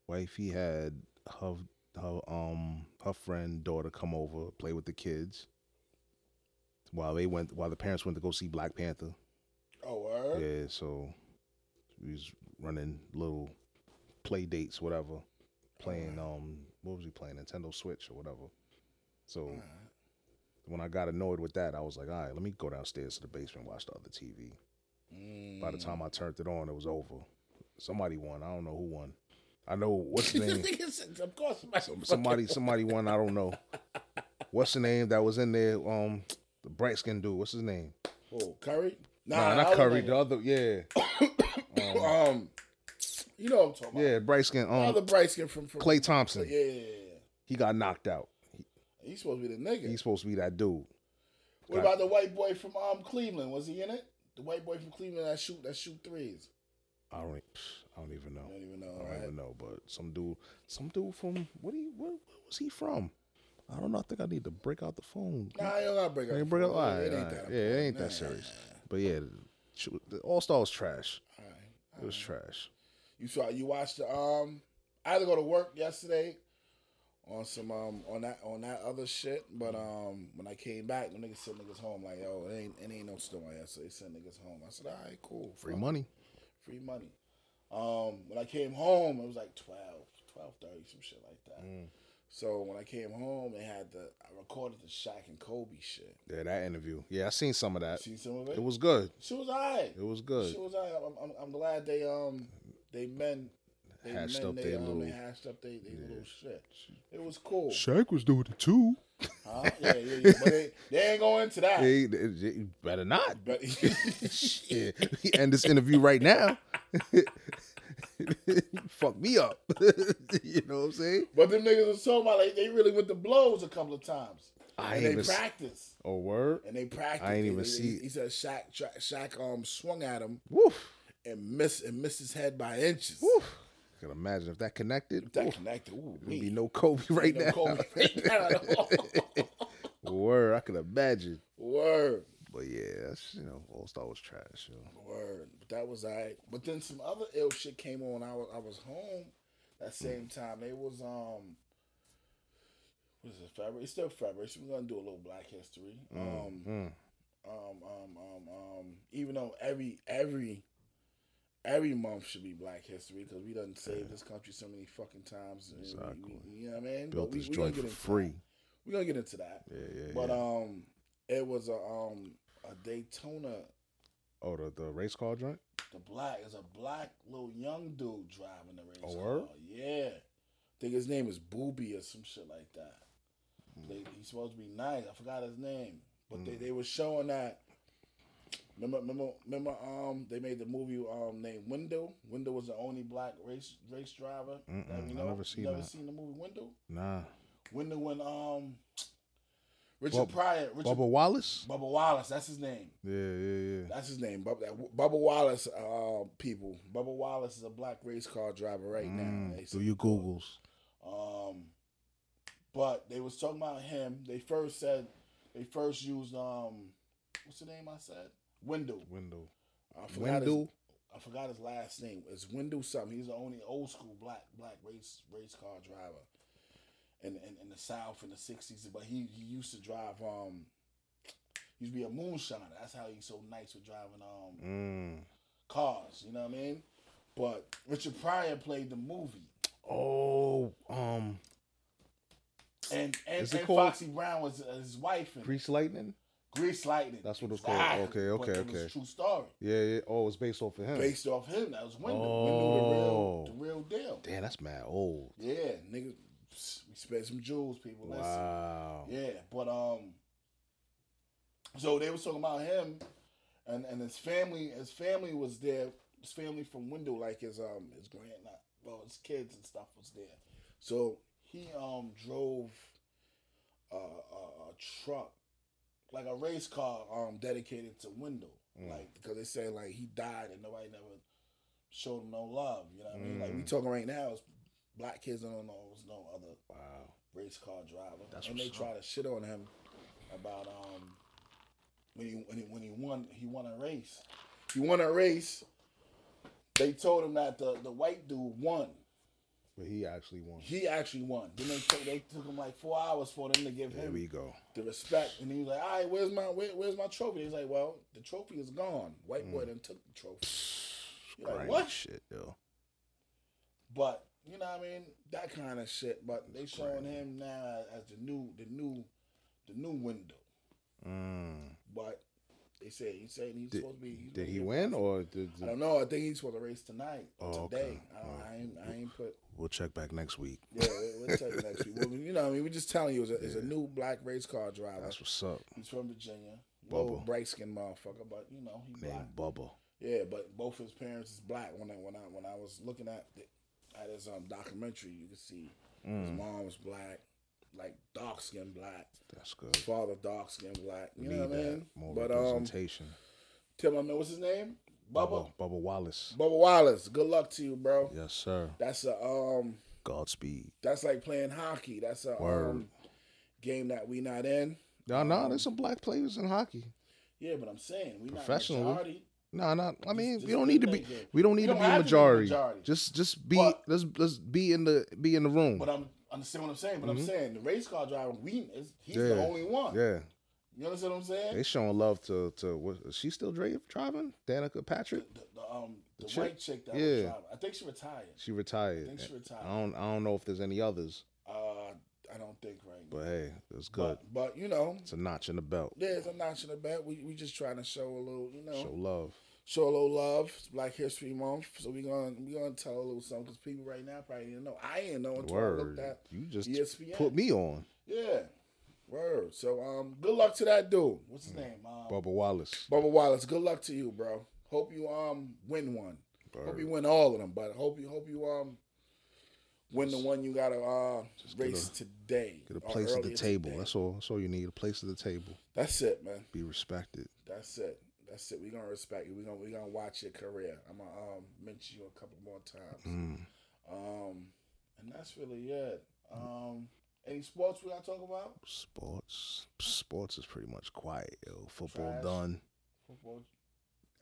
wifey had her her um her friend daughter come over play with the kids while they went while the parents went to go see Black Panther. Oh, word. Yeah, so we was running little play dates, whatever. Playing um, what was he playing? Nintendo Switch or whatever. So Alright. when I got annoyed with that, I was like, all right, let me go downstairs to the basement and watch the other TV. By the Mm. time I turned it on, it was over. Somebody won. I don't know who won. I know what's the name. of course, somebody. Some- somebody, somebody won. I don't know. What's the name that was in there? Um, the bright skin dude. What's his name? Oh, Curry? Nah, I not was Curry. thinking- The other, yeah, um, you know what I'm talking about. yeah, bright skin. Yeah. Um, Other bright skin from, from Clay Thompson. Yeah, yeah, yeah. He got knocked out. He's supposed to be the nigga. He's supposed to be that dude. what about the white boy from um Cleveland? Was he in it? The white boy from Cleveland that shoot that shoot threes. I don't. e- I don't even know. I don't even know. I don't right? even know. But some dude, some dude from what? He where, where was he from? I don't know. I think I need to break out the phone. Nah, you don't gotta break I up. ain't break up. It All right, ain't all right. that Yeah, it ain't important. that serious. But yeah, the- she was- the All Star was trash. Nah, all right, all It was right. trash. You saw you watched the um. I had to go to work yesterday on some um on that on that other shit, but Mm. um when I came back, the niggas sent niggas home like yo, it ain't it ain't no store here, so they sent niggas home. I said, all right, cool, Free fuck money. free money. Um, when I came home, it was like 12, 12.30, some shit like that. Mm. So when I came home, they had the I recorded the Shaq and Kobe shit. Yeah, that interview. Yeah, I seen some of that. Seen some of it. Uh, It was good. she was alright. It was She good. was alright. I'm, I'm, I'm glad they um they men they Hashed men up they, their um, they little- hashed up they, they little shit. It was cool. Shaq was doing it too. Huh? Yeah, yeah, yeah. But they, they ain't going into that. Hey, th- th- you better not. But Shit. We end this interview right now. Fuck me up. you know what I'm saying? but them niggas was talking about like they really went to blows a couple of times. I and ain't they even s- practiced. Oh word. and they practiced. I ain't They- even they- see- He said Shaq, Shaq, Shaq um swung at him Woof. and missed and missed his head by inches. Woof. I can imagine if that connected. That woof, connected. Ooh, there'd be wee. no Kobe right Ain't no now. Kobe right now at all. Word. I could imagine. Word, But yeah, that's, you know, All Star was trash. Yo. word. But that was alright. But then some other ill shit came on. I was I was home that same time. They was um. What is it? February. It's still February. So we're gonna do a little Black History. Um, Mm. um, um, um, um, even though every every every month should be Black History because we done saved this country so many fucking times. and we- Exactly. we- you know what I mean? Built we, this we joint for into free. That. We're gonna get into that. Yeah, yeah. But yeah. um, it was a um a Daytona. oh, the, the race car joint? The black is a black little young dude driving the race Oh, car. word? Yeah, think his name is Booby or some shit like that. Hmm. They, he's supposed to be nice. I forgot his name, but they, they were showing that. Remember, remember, remember. Um, they made the movie um named Window. Window was the only black race race driver that Mm-mm, we I know. never seen never that. seen the movie Window. Nah. Window when um Richard Bub- Pryor, Richard Bubba Wallace? Bubba Wallace. That's his name. Yeah, yeah, yeah. That's his name, Bubba, that- Bubba Wallace. Uh, people, Bubba Wallace is a black race car driver right now. They Mm, do said- your Googles. Um, but they was talking about him. They first said they first used um, what's the name I said? Window. Window. I forgot his, Window. I forgot his last name. It's Window something. He's the only old school black black race race car driver in in, in the South in the sixties. But he, he used to drive um used to be a moonshiner. That's how he's so nice with driving um Mm. cars. You know what I mean? But Richard Pryor played the movie, Oh, um, and and, Is it and called- Foxy Brown was uh, his wife in Grease Lightning. Grease Lightning. That's what it's called. Exactly. Okay, But okay, it was okay. a true story Yeah, yeah. Oh, it's based off of him. based off him. That was Wyndham. Oh. Wyndham the real, the real deal. Damn, that's mad old. Yeah, nigga, psst, we spent some jewels, people. Listen. Wow. Yeah, but um, so they was talking about him, and and his family. His family was there. His family from Window, like his um his grand, not- well his kids and stuff was there. So he um drove a, a, a truck, like a race car, um dedicated to Window, Mm. like because they say like he died and nobody never showed him no love. You know what I mean? Like we Mm. talking right now, it's black kids don't know there's no other Wow. race car driver, That's and they what's up. try to shit on him about um when he when he when he won he won a race. He won a race. They told him that the the white dude won. But he actually won. He actually won. Then they took they took him like four hours for them to give There him we go. the respect. And he was like, "All right, where's my where, where's my trophy?" He's like, "Well, the trophy is gone. White Mm. boy done took the trophy." You're like, Grimy what? shit, yo. But you know what I mean? That kind of shit. But they It's showing crazy. him now as the new the new the new window. Mm. But they said he said he's Did, supposed to be. he's did supposed he to be- win or did, I don't know. I think he's supposed to race tonight or Oh, today. okay. I, don't, I ain't. I ain't put. we'll check back next week? Yeah, we- we'll tell you next week. Well, you know, I mean, we're just telling you, it's a, it's a new black race car driver. That's what's up. He's from Virginia. Bubba. Little bright skinned motherfucker, but you know he black. Named Bubba. Yeah, but both his parents is black. When I when I when I was looking at the, at his um documentary, you can see his Mm. mom was black, like dark skinned black. That's good. His father dark skinned black. We You know need what I mean? that more But um, representation. tell my man what's his name? Bubba. Bubba Wallace. Bubba Wallace, good luck to you, bro. Yes, sir. That's a um Godspeed. that's like playing hockey. That's a um Word. game that we not in. No, no, there's some black players in hockey. Yeah, but I'm saying we not Professionally, majority. No, no. I mean, just we don't need to play be. that game. We don't need to We don't be a have to be majority. majority. Just, just be. But- let's, let's be in the, be in the room. But I'm understand what I'm saying. But I'm saying the race car driver, we is he's Mm-hmm. Yeah. the only one. yeah, You understand what I'm saying? they showing love to, to. What, is she still dri- driving? Danica Patrick. the, the, um the, chick? white chick that Yeah. was driving. I think she retired. She retired. I think she I retired. don't, I don't know if there's any others. Uh, I don't think right. now. But hey, it's good. But, but you know, It's a notch in the belt. there's a notch in the back. We we just trying to show a little, you know, Show love. show a little love. It's Black History Month, so we gonna we gonna tell a little something because people right now probably didn't know. I didn't know until I looked Word. at E You just ESPN. put me on, yeah, word. So um, good luck to that dude. What's his name? Um, Mm. Bubba Wallace. Bubba Wallace. Good luck to you, bro. Hope you um win one. Hope you Word. win all of them, but hope you hope you um win the one you gotta uh get race a- today. Get a or place at the earlier table. today. That's all. That's all you need. A place at the table. That's it, man. Be respected. That's it. That's it. We gonna respect you. We gonna we gonna watch your career. I'm gonna um, mention you a couple more times. Mm. Um, and that's really it. Um, any sports we gotta talk about? Sports. Sports is pretty much quiet. Yo. Football Trash. done. Football,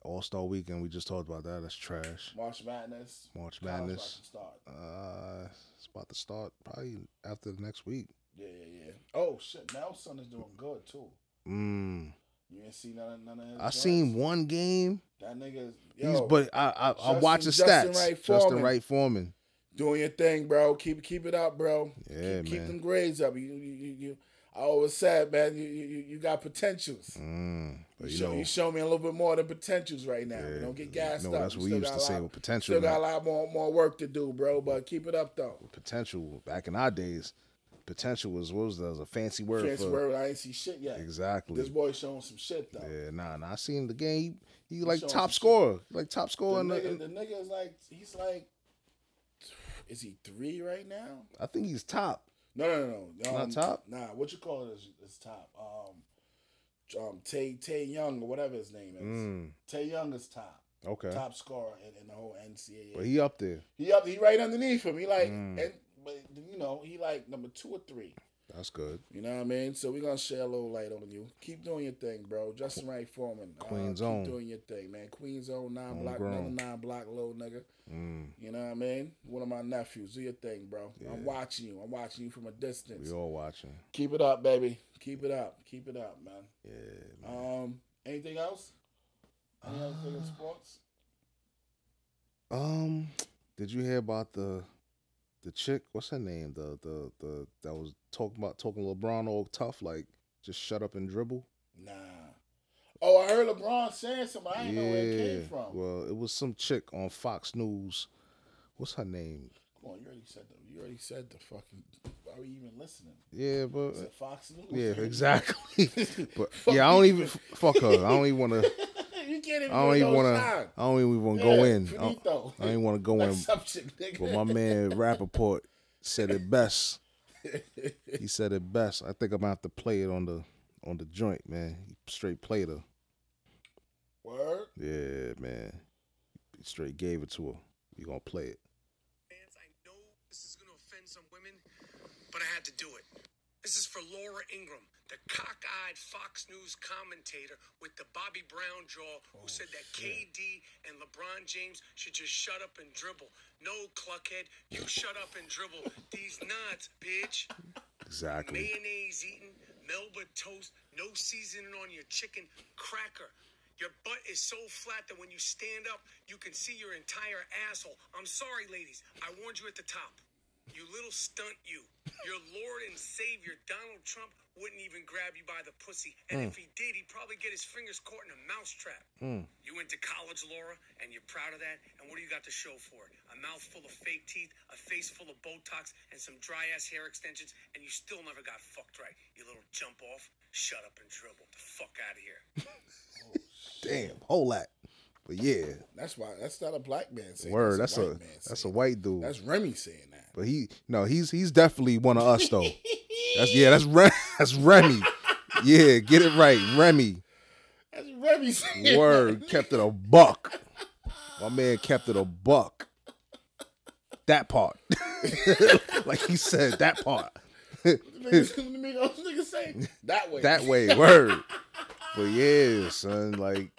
All Star Weekend. We just talked about that. That's trash. March Madness. March College Madness. about to Start. Uh, it's about to start probably after the next week. Yeah, yeah, yeah. Oh shit, Nelson is doing good too. Mm. You ain't seen none of none of his. I joints? seen one game. that nigga. is- He's, Yo, but I I, I watch the Justin- Justin stats. Wright Justin Foreman. Wright Foreman. doing your thing, bro. Keep keep it up, bro. Yeah, keep, keep man. them grades up. You you you. you I always said, man, you you, you- you got potentials. Mm. But You, you show, know, you show me a little bit more than potentials right now. Yeah, Don't get gassed no, up. that's You what we still used to got a say lot- with potential. Still got a man. lot more more work to do, bro. But keep it up though. Potential back in our days, potential was what was that? It was a fancy word Chance for word, I ain't see shit yet. exactly. This boy's showing some shit though. Yeah, nah, nah. I seen the game. He, he like showing some top shit. scorer, like top scorer. The, In the, nigga, in- the nigga is like, he's like, is he three right now? I think he's top. No, no, no, no. Um, Not top? Nah, what you call it is, is top. Um, um, Tay Tay Young or whatever his name is. Mm, Tay Young is top, okay, top scorer in, in the whole NCAA. but he up there. He up, he right underneath him. He like, Mm. and but you know, he like number two or three. That's good. You know what I mean? So we're gonna share a little light on you. Keep doing your thing, bro. Justin Wright Foreman. uh, Queen's keep own. doing your thing, man. Queen's own nine block, Homegrown. another nine block low nigga. Mm, You know what I mean? One of my nephews. Do your thing, bro. Yeah. I'm watching you. I'm watching you from a distance. we all watching. Keep it up, baby. Keep it up. Keep it up, man. Yeah. Man. Um, anything else? Any other Uh, thing in sports? Um, did you hear about the the chick? What's her name? The the the that was talking about talking LeBron all tough, like just shut up and dribble. Nah. Oh, I heard LeBron saying something. I didn't know where it Yeah, came from. Well, it was some chick on Fox News. What's her name? Come on, you already said the you already said the fucking. Why are we even listening? Yeah, but Is it Fox News? yeah, exactly. but Fuck yeah, I don't you. even f- fuck her. I don't even want to. you can't even. I don't even want want to. I don't even want to go in. I don't, Finito. I don't want to go Like in. subject, nigga. But my man Rappaport said it best. he said it best. I think I'm gonna have to play it on the on the joint, man. He straight played her. Word. Yeah, man. He straight gave it to her. You gonna play it. fans, I know this is going to offend some women, but I had to do it. This is for Laura Ingram, the cockeyed Fox News commentator with the Bobby Brown jaw who said that KD and LeBron James should just shut up and dribble. No, Cluckhead, you shut up and dribble. These nuts, bitch. Exactly. Mayonnaise eating, Melba toast, no seasoning on your chicken, cracker. Your butt is so flat that when you stand up, you can see your entire asshole. I'm sorry, ladies. I warned you at the top. You little stunt, you. Your Lord and Savior, Donald Trump, wouldn't even grab you by the pussy. And if he did, he'd probably get his fingers caught in a mousetrap. You went to college, Laura, and you're proud of that. And what do you got to show for it? A mouth full of fake teeth, a face full of Botox, and some dry ass hair extensions, and you still never got fucked right. You little jump off. Shut up and dribble. The fuck out of here. Damn, whole lot. But yeah, That's why. That's not a black man saying. word. That's That's a white a man that's a saying. white dude. That's Remy saying that. but he no, he's he's definitely one of us though. That's yeah, that's Re- that's Remy. Yeah, get it right, Remy. That's Remy saying. that. Word kept it a buck. My man kept it a buck. That part, like he said, that part. Niggas- niggas- niggas say that way. that way. Word. But yeah, son, like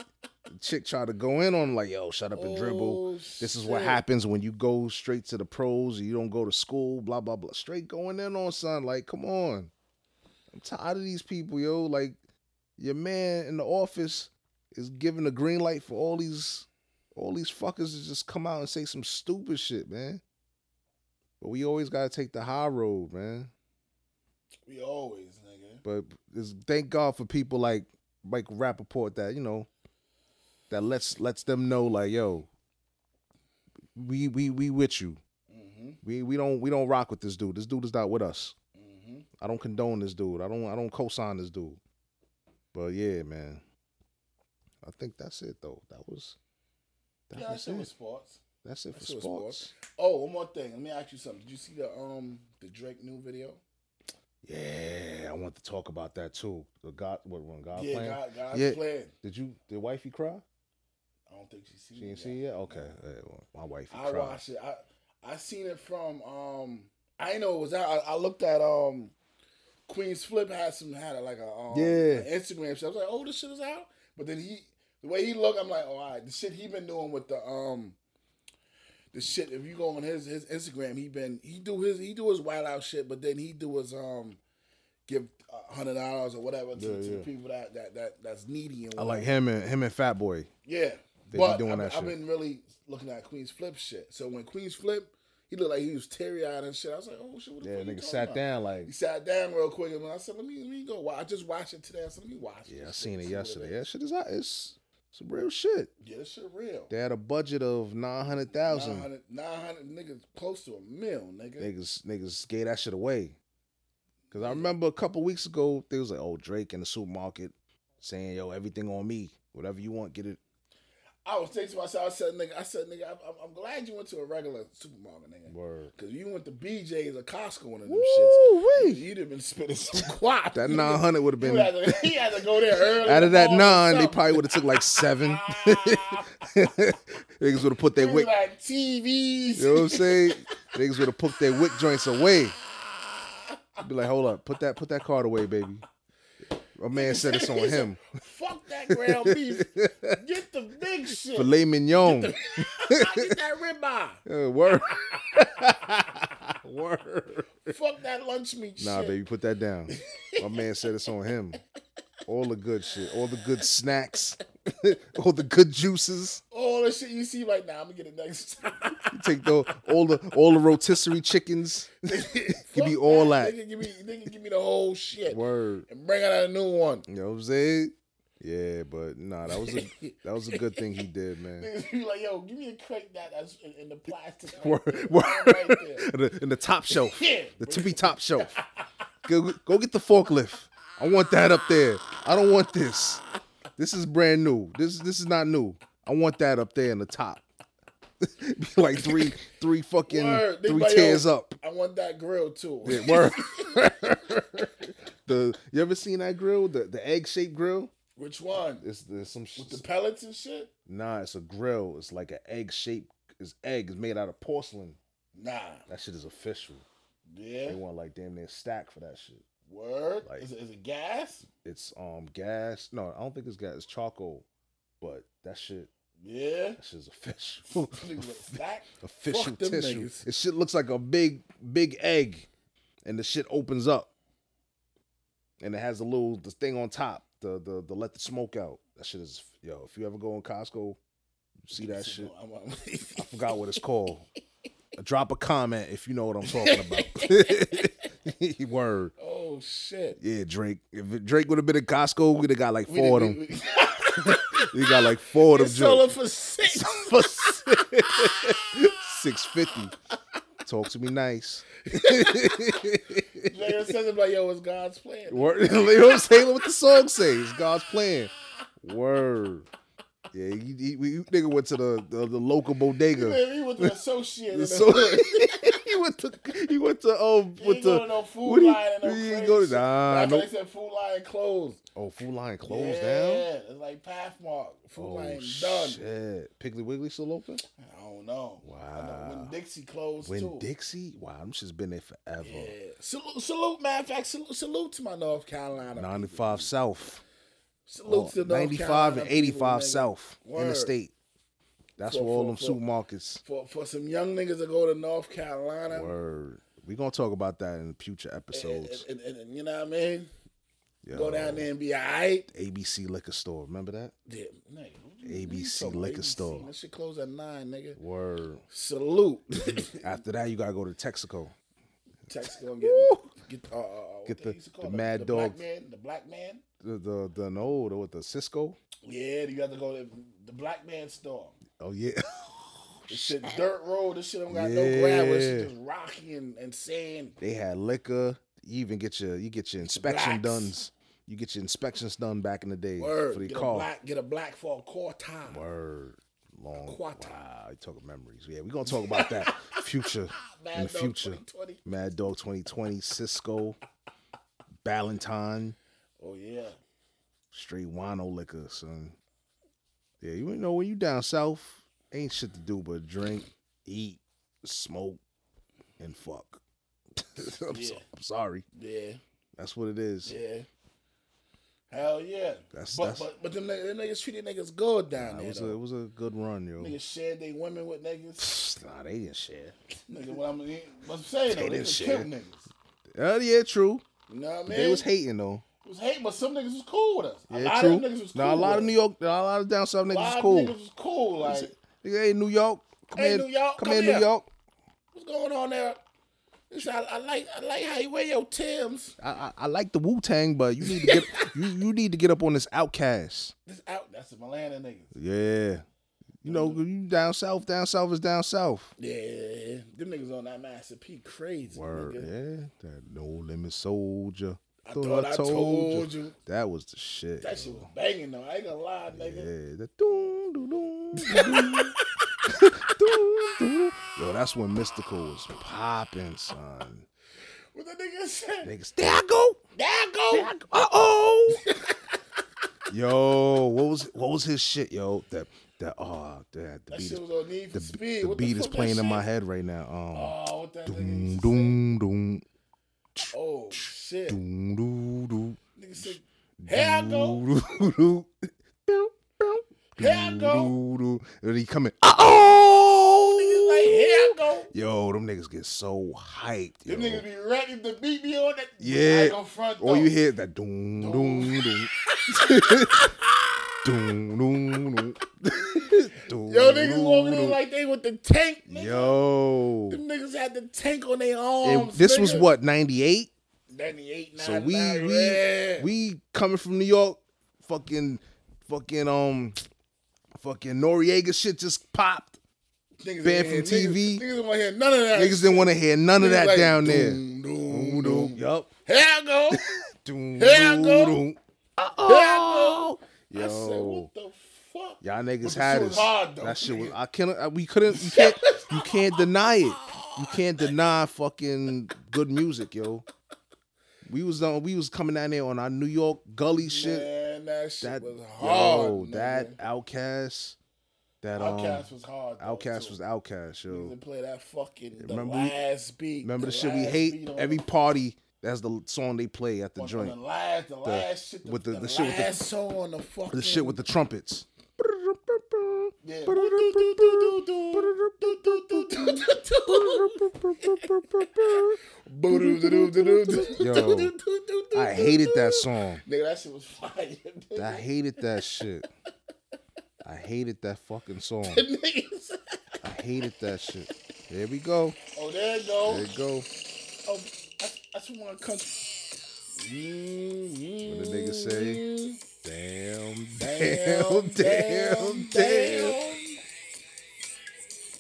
the chick tried to go in on him, like, yo, shut up and dribble. Oh, This is what shit. happens when you go straight to the pros and you don't go to school, blah, blah, blah. Straight going in on son. Like, come on. I'm tired of these people, yo. Like, your man in the office is giving the green light for all these all these fuckers to just come out and say some stupid shit, man. But we always gotta take the high road, man. We always, nigga. But it's, thank God for people like Mike Rappaport that you know that lets lets them know like yo, we we we with you. Mm-hmm. We we don't we don't rock with this dude. This dude is not with us. Mm-hmm. I don't condone this dude. I don't I don't co-sign this dude. But yeah, man. I think that's it though. That was that Yeah, I was said it. with sports. that's it I for said it was sports. sports. Oh, one more thing. Let me ask you something. Did you see the um the Drake new video? Yeah, I want to talk about that too. The God what when God yeah, plan. God, God's Yeah. plan. Did you did wifey cry? I don't think she seen She it. ain't yet. seen it yet? Okay. Hey, well, my wife I cried. watched it. I I seen it from um I didn't know it was out. I, I looked at um Queen's Flip had some had like a um Yeah. an Instagram shit. I was like, oh, this shit is out. But then he the way he looked, I'm like, oh, all right, the shit he been doing with the um the shit. If you go on his his Instagram, he been he do his he do his wild out shit, but then he do his um give a hundred dollars or whatever to, Yeah, to the yeah. people that that that that's needy and I like whatever. him and him and Fat Boy. Yeah. They be but doing I've, that I've shit. been really looking at Queen's Flip shit. So when Queen's Flip, he looked like he was teary eyed and shit. I was like, oh shit, what the Yeah, fuck you nigga talking sat about? down He like. sat down real quick and I said, let me let me go. wa- I just watched it today. I said, let me watch Yeah, I this seen shit, it see what yesterday. is. That shit is hot. It's some real shit. Yeah, this shit real. They had a budget of nine hundred thousand. 900, 900 niggas close to a mil, nigga. Niggas, niggas gave that shit away. Cause I remember a couple weeks ago, they was like, "Oh, Drake in the supermarket, saying, yo, everything on me. Whatever you want, get it." I was thinking to myself, I said, nigga, I said, nigga, I'm, I'm- I'm glad you went to a regular supermarket, nigga. Word. Cause you went to BJ's or Costco, one of them shits. Woo-wee. You'd have been spitting some quad. That nine hundred would have You been. had to, he had to go there early. Out of that nine, in the morning they or Ah, something. probably would have took like seven. niggas would have put their We wick. like TVs. You know what I'm saying? Niggas would have put their wick joints away. Be like, hold up, put that put that card away, baby. A man said it's on He said, him. Fuck that ground beef. Get the big shit. Filet mignon. Get that ribeye. Uh, word. word. Fuck that lunch meat Nah, shit. baby, put that down. My man said it's on him. All the good shit, all the good snacks, all the good juices. All the shit you see right now, I'm gonna get it next time. Take the all the all the rotisserie chickens. Give me Fuck all that. Nigga, give me, nigga, give me the whole shit. Word. And bring out a new one. You know what I'm saying? Yeah, but nah, that was a that was a good thing he did, man. Niggas be like, yo, give me a crate that that's in, in the plastic. right there. Word, word. Right there. In, the, in the top shelf, Yeah. the tippy top shelf. Go, go get the forklift. I want that up there. I don't want this. This is brand new. This this is not new. I want that up there in the top. Be like three three fucking Word. They three like, yo, tears up. I want that grill too. Yeah, word. the you ever seen that grill? The the egg shaped grill? Which one? It's there's some With the pellets and shit? Nah, it's a grill. It's like an egg shaped. It's egg. It's made out of porcelain. Nah. That shit is official. Yeah. They want like damn near stack for that shit. Word. Like- is, it, is it gas? It's um gas. No, I don't think it's gas. It's charcoal. But that shit, Yeah. that shit's official. Niggas with Stack. official Fuck them tissue. niggas. It shit looks like a big, big egg, and the shit opens up, and it has a little the thing on top. The the the let the smoke out. That shit is yo. If you ever go in Costco, see that shit. I'm- I'm- I forgot what it's called. Drop a comment if you know what I'm talking about. Word. oh shit. Yeah, Drake. If it- Drake would have been at Costco, we'd have got like four of them. We- we- we- We got like four of They them. joints. sold it for six. For six fifty. Talk to me nice. Nigga says it like, yo, it's God's plan. Word. you know what I'm saying? What the song says? God's plan. Word. Yeah, you, you, you nigga went to the, the, the local bodega. Man, he was the associate. in the So, hood. he went to he went to um He with ain't go to the no food what do you- line and no he ain't crazy go to- shit. nah, That's why no- they said food line closed. oh food line closed down. yeah, it's like Pathmark. Food Oh line done. shit! Piggly Wiggly still open? I don't know. Wow. When Dixie closed When too. Dixie? Wow, them shit's been there forever. yeah. Salute, salute, matter of fact, salute, salute to my North Carolina. 95 South. Salute Oh, to North 95 Carolina and people, 85 nigga. South Word. interstate. That's For- where all for- them for- supermarkets. For for some young niggas that go to North Carolina. Word. We're going to talk about that in future And, episodes. and, and- and you know what I mean? Yo, Go down there and be alright. ABC Liquor Store. Remember that? Yeah, nigga, what you- ABC what you talking about? liquor store. That shit close at nine, nigga. Word. Salute. After that, you got to go to Texaco. Texas gonna get get uh, uh, what Get they the- used to the call it? mad the dog. Black man, the black man. The, the, the, no, the, what, the Cisco? Yeah, you got to go to the black man store. Oh, yeah. This shit dirt road. This shit don't got no gravel. This Yeah. shit just rocky and, and sand. They had liquor. You even get your you get your inspection blacks. done. You get your inspections done back in the day Word. for the get a car. black. Get a black for a core time. Word. Long. Quattro. Wow. You talk of memories. Yeah, we're gonna talk about that future Mad in the Dog future. 2020. Mad Dog 2020, Cisco, Ballantine, Oh yeah. straight wino liquor, son. Yeah, you know when you down south, ain't shit to do but drink, eat, smoke, and fuck. I'm, so- Yeah. I'm sorry. Yeah. That's what it is. Yeah. Hell yeah. That's- but that's- but but them, niggas- them niggas treated niggas good down Nah, it there. was a though. it was a good run, yo. Niggas shared they women with niggas. Nah, they didn't share. Nigga, what I'm, what I'm saying They though, they, didn't was share. killed niggas. Oh yeah, true. You know what I mean? They was hating though. It was hate, but some niggas was cool with us. a Yeah, lot true. of them niggas was cool. Nah, a lot of with us. New York, a lot of down south niggas A lot was of cool. niggas was cool. Like, Nigga, hey New York, come Hey, in, New York, come, come in, here. New York. what's going on there? This- I, I like, I like how you wear your Tims. I, I, I like the Wu Tang, but you need to get you, you need to get up on this Outcast. This out, that's the Atlanta niggas. Yeah, you know you down south, down south is down south. Yeah, them niggas on that Master P crazy. Word, nigga. yeah, that no limit soldier. I thought I told you. That was the shit. That yo. shit was banging though. I ain't gonna lie, Yeah, nigga. the doom, doo, doom, doo, doom. Doom, doo. Yo, that's when Mystical was popping, son. What the nigga said? Niggas, there I go. There I go. Uh oh. yo, what was what was his shit, yo? That that oh that the That beat shit is, was on Need for the, Speed. the what beat is fuck that playing in shit? my head right now. Um, Oh, what that doom nigga used to say? doom doom. Oh shit. Doo, doo, doo. Nigga said, Here I go. Doo, doo, doo. Bow, bow. Here I Doo, go. doo, doo. And he coming. Oh, Niggas like, here I go. yo, them niggas get so hyped. Them yo. niggas be ready to beat me on that. Yeah. I go front Or door. you hear that doom doom doom. doom doom doom. Doom, Yo, niggas walking doom. in like they with the tank. Nigga. Yo. Them niggas had the tank on their And arms. this nigga. was what 98? 98, So we 99, we yeah. we coming from New York, fucking fucking um fucking Noriega shit just popped. Niggas banned ain't from hear- TV. Niggas, niggas don't want to hear none Niggas didn't want to hear none of of that. Niggas that like, down doom, there. Doom, doom, doom. Yup. Here I go. Doom, Here I doom, go. doom. Here I go. I said, Oh. Yo. what the fuck? Y'all niggas shit had was us. hard, though, that shit was. nigga. I can't. I- We couldn't. You can't. You can't deny it. You can't deny fucking good music, yo. We was on. We was coming down there on our New York gully shit. Man, that shit that was hard. yo. That nigga. outcast. That um. Outcast Outcast, was hard. though, too. was outcast, Niggas yo. didn't play that fucking the Remember we- last beat. Remember the, the shit we last hate? beat on Every the- party. That's the song they play at the on joint. The last, the, last shit. The, with the- the, the shit with the- last song on the fucking. The shit with the trumpets. Yeah. Yo, I hated that song. Nigga, that shit was fire. nigga. I hated that shit. I hated that fucking song. Niggas. I hated that shit. There we go. oh, there it go. There it go. Oh, that's, that's what I come. What What the nigga say? Damn, Mm-hmm. Damn, damn, damn, damn.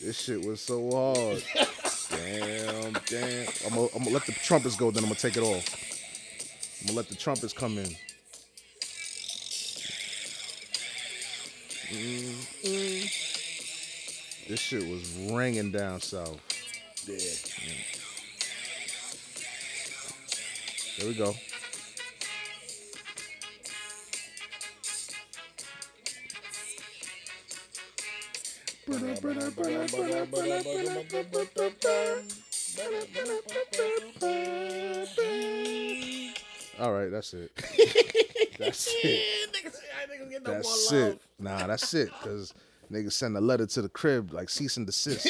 This shit was so hard. Damn, damn. I'm gonna, I'm gonna let the trumpets go, then I'm gonna take it off. I'm gonna let the trumpets come in. Mm-mm. This shit was ringing down south. Yeah. There we go. All right, that's it. that's it. That's it. Nah, that's it. Cause niggas send a letter to the crib like cease and desist.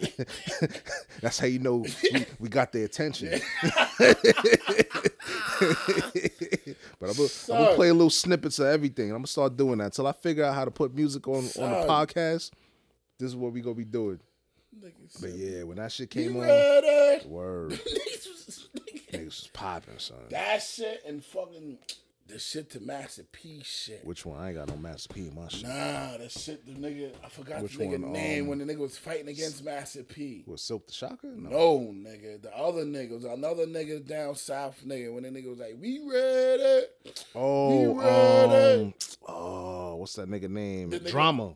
that's how you know we, we got their attention. but I'm gonna, I'm gonna Son. play a little snippets of everything. I'm gonna start doing that until I figure out how to put music on on the Son. podcast. This is what we gonna be doing. But yeah, when that shit came on, ready? word, niggas was popping, son. That shit and fucking the shit to Master P shit. Which one? I ain't got no Master P in my shit. Nah, the shit the nigga I forgot Which the nigga one, name um, when the nigga was fighting against Master P. Was Silk the Shocker? No, um, nigga. The other nigga was another nigga down south nigga when the nigga was like, We ready. Oh, We ready. um, oh, what's that nigga name? The nigga- Drama.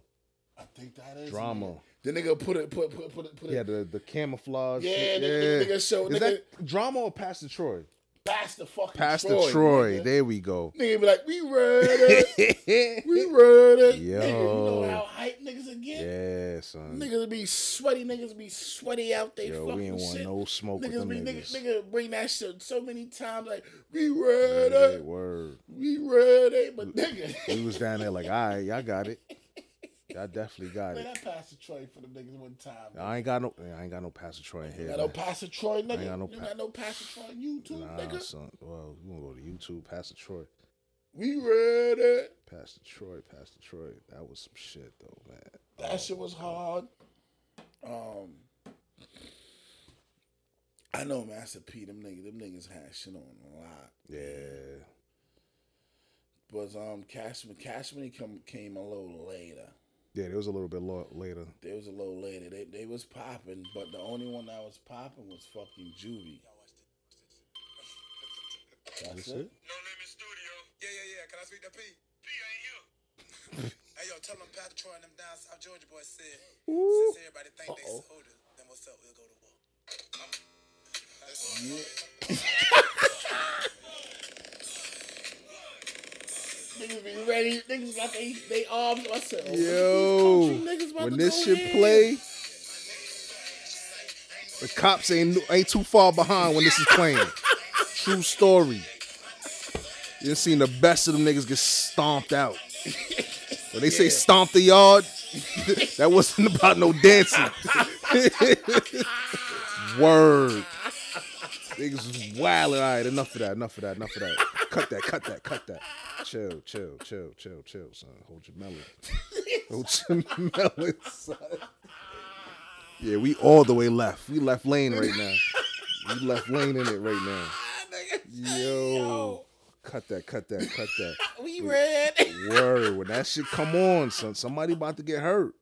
I think that is Drama. nigga. The nigga put it put put put it put it Yeah, the, the camouflage. Yeah, shit. the- the yeah. nigga showed- Is nigga- that drama or Pastor Troy? past the fucking Pastor Troy. Troy. Nigga. There we go. nigga be like, we ready, we yeah, Yo. ready. Nigga, you know how hype niggas would get? son. Niggas be sweaty, niggas be sweaty out they Yo, fucking we ain't want shit. no smoke with niggas them be niggas. nigga, nigga bring that shit so many times like, we ready, Yeah, word. we ready, but nigga. We was down there like, all right, y'all got it. Y'all definitely got Man, it. that Pastor Troy for the niggas one time. man. I ain't got no, I ain't got no Pastor Troy in here. You got no man. Pastor Troy, nigga. got no you pa- got no Pastor Troy on YouTube, Nah, nigga. son. Well, we gonna go to YouTube, Pastor Troy. We ready. Pastor Troy, Pastor Troy. That was some shit though, man. That shit was hard. Um, I know Master P. Them niggas, them niggas had shit on a lot. Yeah. But um, Cashman, Cashman he come came a little later. Yeah, it was a little bit lo- later. They was a little later. They they was popping, but the only one that was popping was fucking Juvie. That's it. No name in studio. Yeah, yeah, yeah. Can I speak to P? P ain't you. hey, yo, tell them Pat Troy and them down South Georgia boys said, since everybody think they Uh-oh. older, then what's up? We'll go to war. Niggas be ready. Niggas got they they arms. I said, oh, Yo, these country niggas about when to this go shit in. play, The cops ain't ain't too far behind when this is playing. True story. You done seen the best of them niggas get stomped out. When they say stomp the yard, that wasn't about no dancing. Word. Niggas was wilding. All right, enough of that. Enough of that. Enough of that. Cut that. Cut that. Cut that. Chill. Chill. Chill. Chill. Chill, son. Hold your melon. Hold your melon, son. Yeah, we all the way left. We left lane right now. We left lane in it right now. Ah, Yo. Cut that, cut that, cut that. We read. Word. When that shit come on, son, somebody about to get hurt.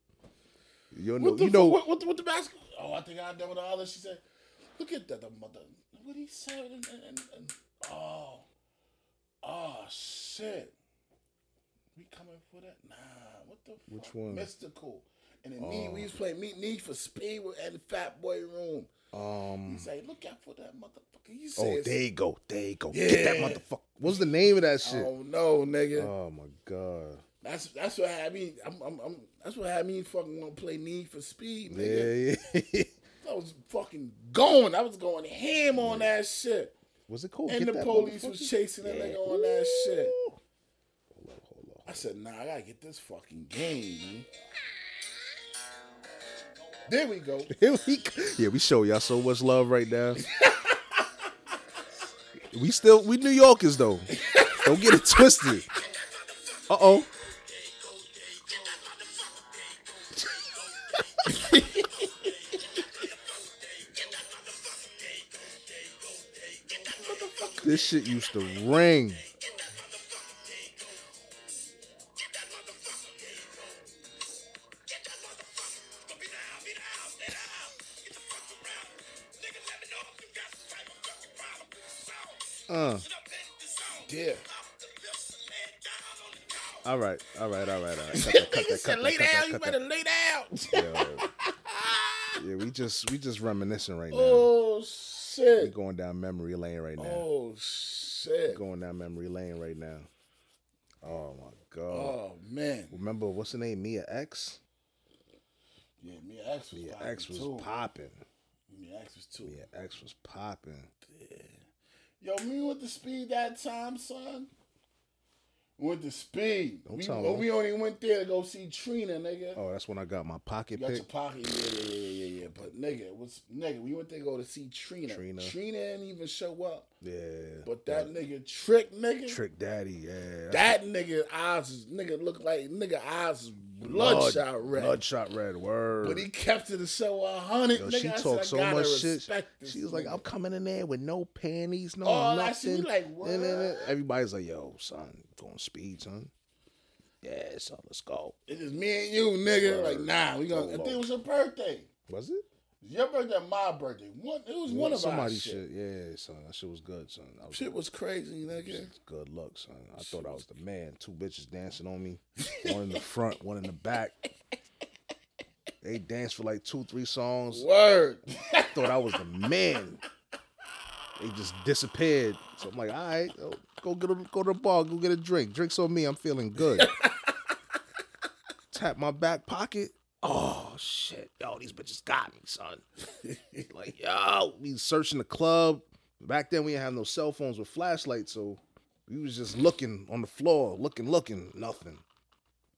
You know, What the, you know, what, what, the- what the basketball? Oh, I think I know what the other. She said, "Look at that, the mother. What he said, and, and, and, and oh, oh shit. We coming for that? Nah. What the? Which fuck? one? Oh. Mystical. And then me, we was playing Meet Need for Speed with- and Fat Boy Room. um, He say, "Look out for that motherfucker." He oh, says, there you go, there you go. Get that Yeah. motherfucker. What's the name of that I shit? don't know, nigga. Oh my god. that's that's what had me. I'm, I'm, I'm, that's what had me fucking want to play Need for Speed, nigga. Yeah, yeah. I was fucking going. I was going ham on that shit. Was it called? And Get the That police Motherfucker? was chasing that nigga on that shit. I said, nah, I gotta get this fucking game, man. There we go. Here we go. Yeah, we show y'all so much love right now. we still we New Yorkers though. Don't get it twisted. Uh oh. this shit used to ring. Uh. Yeah. All right. All right. All right. All right. Cut that, cut Nigga that, cut said, lay that, cut down. that, You cut better lay down. that. Yeah, yeah, we just we just reminiscing right now. Oh, We shit. going down memory lane right now. Oh, shit. Going down memory lane right now. Oh my god. Oh, man. Remember what's the name? Mia X? Yeah, me and X was Mia popping, X was too. popping. Me and X was too. Mia X was popping. Yo, we went to speed that time, son. We went to speed. Don't we, tell well, me. we only went there to go see Trina, nigga. Oh, that's when I got my you pocket got your pick. pocket, yeah, yeah, yeah, yeah, yeah. But nigga, it was nigga? We went there to go to see Trina. Trina. didn't even show up. Yeah. But that nigga trick, nigga. Trick Daddy, yeah. that's That nigga eyes, is- nigga look like nigga eyes is blood- bloodshot red. Bloodshot red word. But he kept it to show a hundred. Yo, nigga, she I said, I talked so gotta much shit. respect this She was like, nigga. "I'm coming in there with no panties, no Oh, that shit, we nothing." like, Nah, nah, nah. what? Everybody's like, "Yo, son, going speed, son." Yeah, son, let's go. It is me and you, nigga. Word. Like, nah, we gonna. I think it was your birthday. Was it? Your birthday, and my birthday. One, it was one of somebody's our shit. shit. Yeah, son, that shit was good, son. I was, Shit was crazy, nigga. It's Good luck, son. I thought I was the man. Two bitches dancing on me, one in the front, one in the back. They danced for like two, three songs. Word. Thought I was the man. They just disappeared. So I'm like, all right, oh, go get a, go to the bar, go get a drink. Drinks on me. I'm feeling good. Tap my back pocket. Oh shit, yo, these bitches got me, son. like, yo, we searching the club. Back then we didn't have no cell phones with flashlights, so we was just looking on the floor, looking, looking, nothing.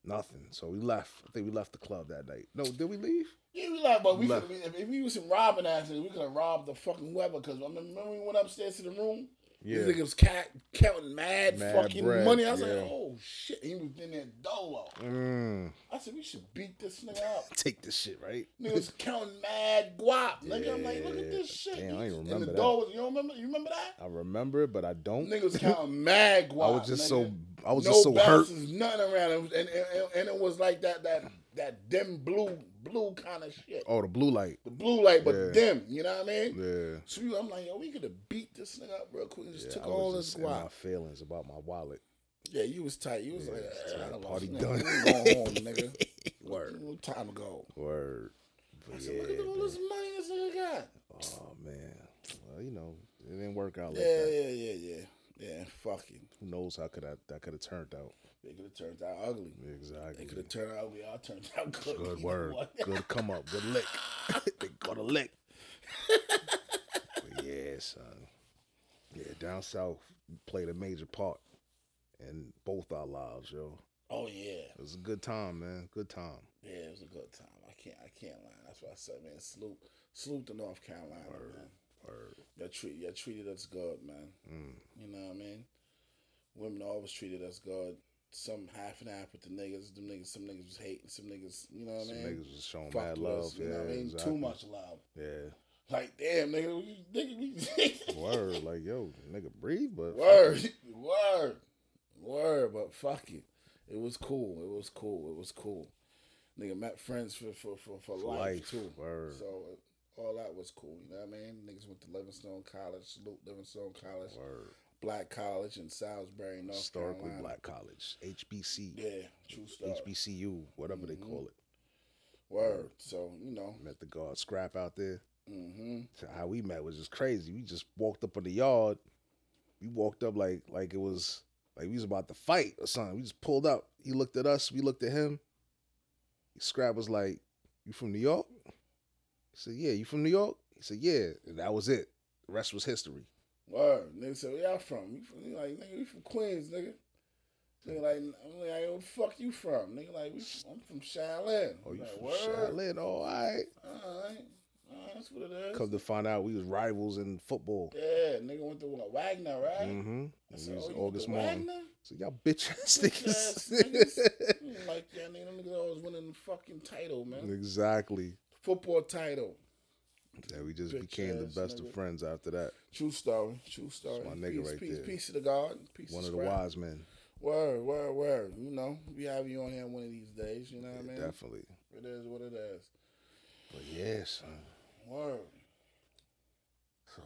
Nothing. So we left. I think we left the club that night. No, did we leave? Yeah, we like, but we Left. could, if, if we was some robbing asses, we could have robbed the fucking whoever. Cause I remember when we went upstairs to the room. Yeah. These niggas cat, counting mad, Mad fucking bread, money. I was yeah. like, oh shit. He was in there dolo. Mm, I said, we should beat this nigga up. take this shit, right? Niggas counting mad guap. Nigga, I'm like, look Yeah. at this shit. Damn, I ain't And remember the that. door was, you don't remember? You remember that? I remember it, but I don't. Niggas counting mad I guap. was just so nigga. I was no just so hurt. bounces, nothing around it, was- and, and, and- and it was like that that that dim blue blue kind of shit. Oh, the blue light. The blue light, but Yeah. dim. You know what I mean? Yeah. So we- I'm like, yo, we could have beat this nigga up real quick and just Yeah, took I was all just this in my guap. feelings about my wallet. Yeah, you was tight. You was like, it's "Eh, tight. I lost Party nigga. done." We going home, nigga. Word. time ago. Word. But I said, yeah, look at all man. this money this nigga got. Oh man. Well, you know, it didn't work out like Yeah, that. yeah, yeah, yeah. Yeah, fucking. Who knows how could I that could have turned out. It could have turned out ugly. It could Exactly. have turned out ugly. I turned out good. Good Either word. one. Good come up. Good lick. they got a lick. But yeah, son. Yeah, down south played a major part in both our lives, yo. Oh yeah, It was a good time, man. Good time. yeah, it was a good time. I can't, I can't lie. That's why I said, man, salute, salute to North Carolina, man. Word. Y'all treat, y'all treated us good, man. Mm. You know what I mean? Women always treated us good. Some half and half with the niggas. Them niggas, some niggas was hating. Some niggas, you know what I Some mean? niggas was showing Fucked mad with love. us, yeah, you know what I mean? exactly. Too much love. Yeah. Like damn, nigga, we, nigga, we Word. like, yo, nigga, breathe, but word, word, word. But fuck it, it was cool. It was cool. It was cool. Nigga met friends for for for, for For life, life, too. word. So it- all that was cool. You know what I mean? Niggas went to Livingstone College, salute Livingstone College, Word. Black College in Salisbury, North Historically Carolina. black college. HBC. Yeah, mm-hmm. true story. HBCU, whatever they call it. Word. So you know, Met the guard scrap out there. hmm So how we met was just crazy. We just walked up in the yard. We walked up like like it was like we was about to fight or something. We just pulled up. He looked at us. We looked at him. Scrap was like, "You from New York?" He said, "Yeah." You from New York? He said, "Yeah." And that was it. The rest was history. Word. Nigga said, where y'all from? You from he like nigga, we from Queens, nigga. Nigga like I'm like, where the fuck you from? Nigga like we from, I'm from Shaolin. Oh, I'm you like, from Charlotte? Oh, all right. Alright. Alright, that's what it is. Come to find out, we was rivals in football. yeah, nigga went to what, Wagner, right? Mm-hmm. I It said, was oh, you went August to morning. Wagner? So y'all bitch ass Bitch ass niggas. niggas. like yeah, nigga, them niggas always winning the fucking title, man. exactly. Football title. Yeah, we just Bitch became the ass best nigga. of friends after that. True story. True story. my nigga peace, right peace, there. Peace to the God. Peace One to of the Scrap. wise men. Word, word, word. You know, we have you on here one of these days. You know what I Yeah, mean? definitely. It is what it is. But yeah, son. Word. So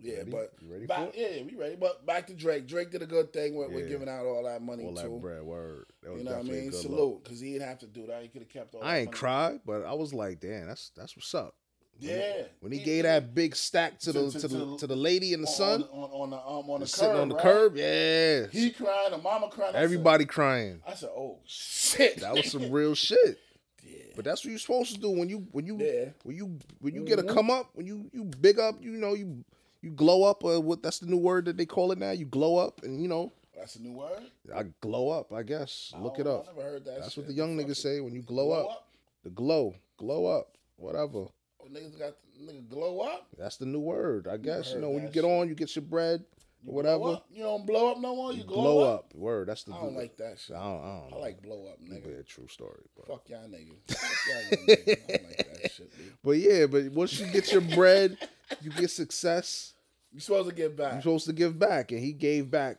Yeah, Ready? but You ready back, for yeah, we ready. But back to Drake. Drake did a good thing with, with Yeah. giving out all that money all too. that bread word. That was you know what I definitely a mean? good Salute, because he didn't have to do that. He could have kept all. look. I that ain't money. cried, but I was like, damn, that's that's what's up. When he- Yeah. When he gave that big stack to, the To- to- to, to the the- to the lady and on, the son, on, on, on the um, on the and sitting curb, on the right? curb, yeah, he cried. The mama cried. I everybody crying. Said, I said, "Oh shit!" That was some real shit. yeah. But that's what you're supposed to do when you when you Yeah. when you when you get a Mhm. come up when you you big up you know you you glow up or what that's the new word that they call it now you glow up and you know That's a new word. I glow up I guess look I it don't- up I never heard that. that's what shit. the young Fuck niggas it. say when you glow up the glow glow up whatever Oh, niggas got nigga glow up. that's the new word I guess you heard know when you that get shit. on you get your bread You or whatever Glow up. You don't blow up no more. You, you glow, up. word that's the I don't new- like that I shit. don't, I don't I know. like blow up, nigga. Yeah, true story but. Fuck y'all niggas. Fuck y'all young niggas. I don't like that shit, dude. but yeah but once you get your bread you get success You supposed to get You're back. supposed to give back, and he gave back.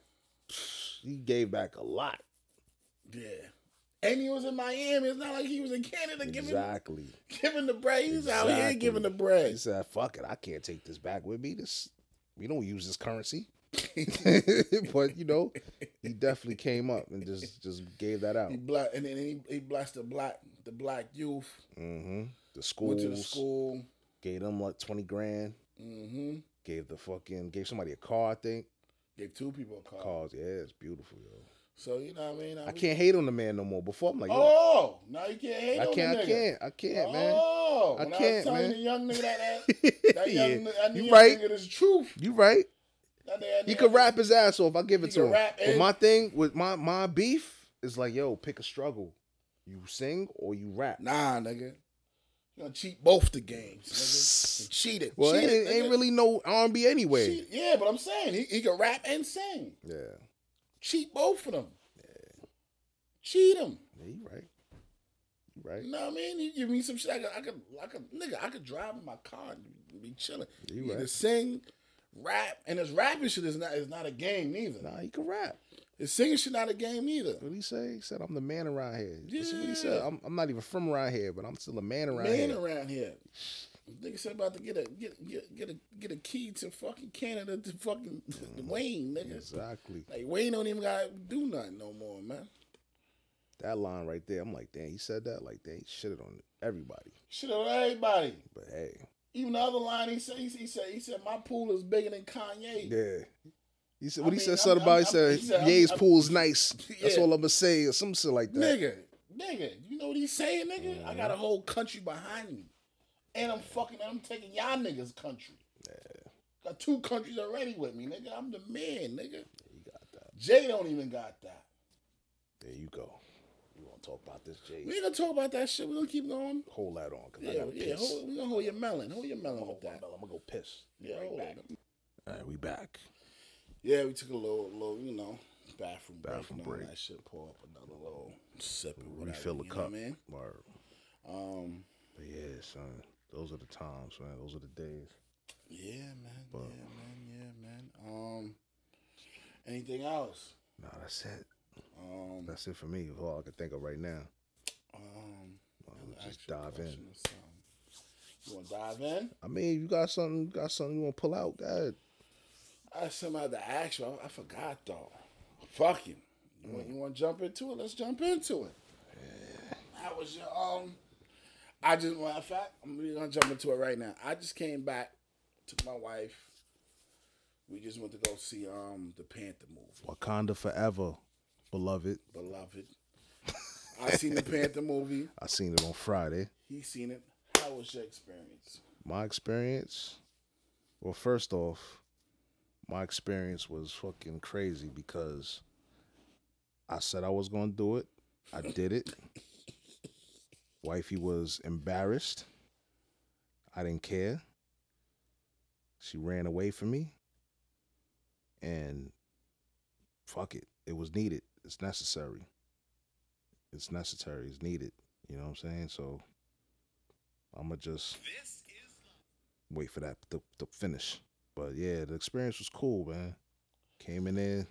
He gave back a lot. Yeah. And he was in Miami. It's not like he was in Canada giving Exactly. giving the bread. He's out here Exactly. giving the bread. He said, "Fuck it, I can't take this back with me. This we don't use this currency." but you know, he definitely came up and just just gave that out. He black and then he, he blessed the black the black youth. hmm The schools Went to the school. gave them like twenty grand. Mm-hmm. Gave the fucking gave somebody a car. I think Gave two people a call. cars. Yeah, it's beautiful, yo. So you know what I mean? I can't hate on the man no more. Before I'm like, yo, Oh, now you can't hate I on the can't, I nigga. can't, I can't, man. Oh, I when I was can't, telling man. the young nigga that that, that young, yeah. yeah. that You young right. nigga is truth. You right. That nigga- He could rap his ass off. I give He it could to him. rap But and- my thing with my my beef is like, yo, pick a struggle. You sing or you rap. Nah, nigga. You gonna cheat both the games, nigga. You cheated. well, it cheated, ain't, nigga. ain't really no R and B anyway. Cheat- Yeah, but I'm saying he, he can rap and sing. Yeah, Cheat both of them. Cheat him. yeah, you right. You right. You know what I mean? You give me some shit. I could, I could, I could, nigga, I could drive in my car and be chilling. You You right. can sing, rap, and this rapping shit is not is not a game neither. Nah, he can rap. This singing shit not a game either. What he say? He said, "I'm the man around here." This is what he said. Yeah. I'm, I'm not even from around here, but I'm still a man around man here. around here. Nigga said about to get a get get get a get a key to fucking Canada to fucking Mm-hmm. Wayne, nigga. Exactly. Like Wayne don't even gotta do nothing no more, man. That line right there. I'm like, damn. He said that. Like, damn. He shitted on everybody. Shit on everybody. But hey, Even the other line he said he, he said he said my pool is bigger than Kanye. Yeah. He said I what he mean, said I'm- something about I'm- he said, he said, I'm- Ye's I'm- pool is nice. That's Yeah. all I'm gonna say or some shit like that. Mm-hmm. Nigga, nigga, you know what he's saying, nigga? I got a whole country behind me. and I'm fucking, and I'm taking y'all niggas' country. Got two countries already with me, nigga. I'm the man, nigga. You got that. Jay don't even got that. There you go. You want to talk about this, Jay? We ain't gonna talk about that shit. We gonna keep going. Hold that on, cause I Yeah, gotta yeah. piss. Hold, we gonna hold your melon. Hold your melon with Hold on, that. Mel, I'm gonna go piss. Yeah, hold it. All right, we back. Yeah, we took a little, little, you know, bathroom, Bathroom bathroom break. and all break. That shit. Pour up another little sip. or whatever, Refill the you know what cup. I mean? Word. Um, But yeah, son. Those are the times, man. Those are the days. yeah, man. But- yeah, man. Yeah, man. Um, anything else? Nah, that's it. Um, That's it for me. That's all I can think of right now. um, Well, another just actual dive in. question or something. You want to dive in? I mean, you got something, you got something you want to pull out, God. I had something I had to ask you. I, I forgot though. Fucking. You, Mm. want, you want to jump into it? Let's jump into it. That was your um. I just matter of fact, I'm really gonna jump into it right now. I just came back, took my wife. We just went to go see um the Panther movie, Wakanda forever, beloved. beloved. I seen the Panther movie. I seen it on Friday. He seen it. How was your experience? My experience, well, first off, my experience was fucking crazy because I said I was gonna do it. I did it. Wifey was embarrassed. I didn't care. She ran away from me. And fuck it. It was needed. It's necessary. It's necessary. It's needed. You know what I'm saying? So I'ma just wait for that to, to finish. But yeah, the experience was cool, man. Came in there. It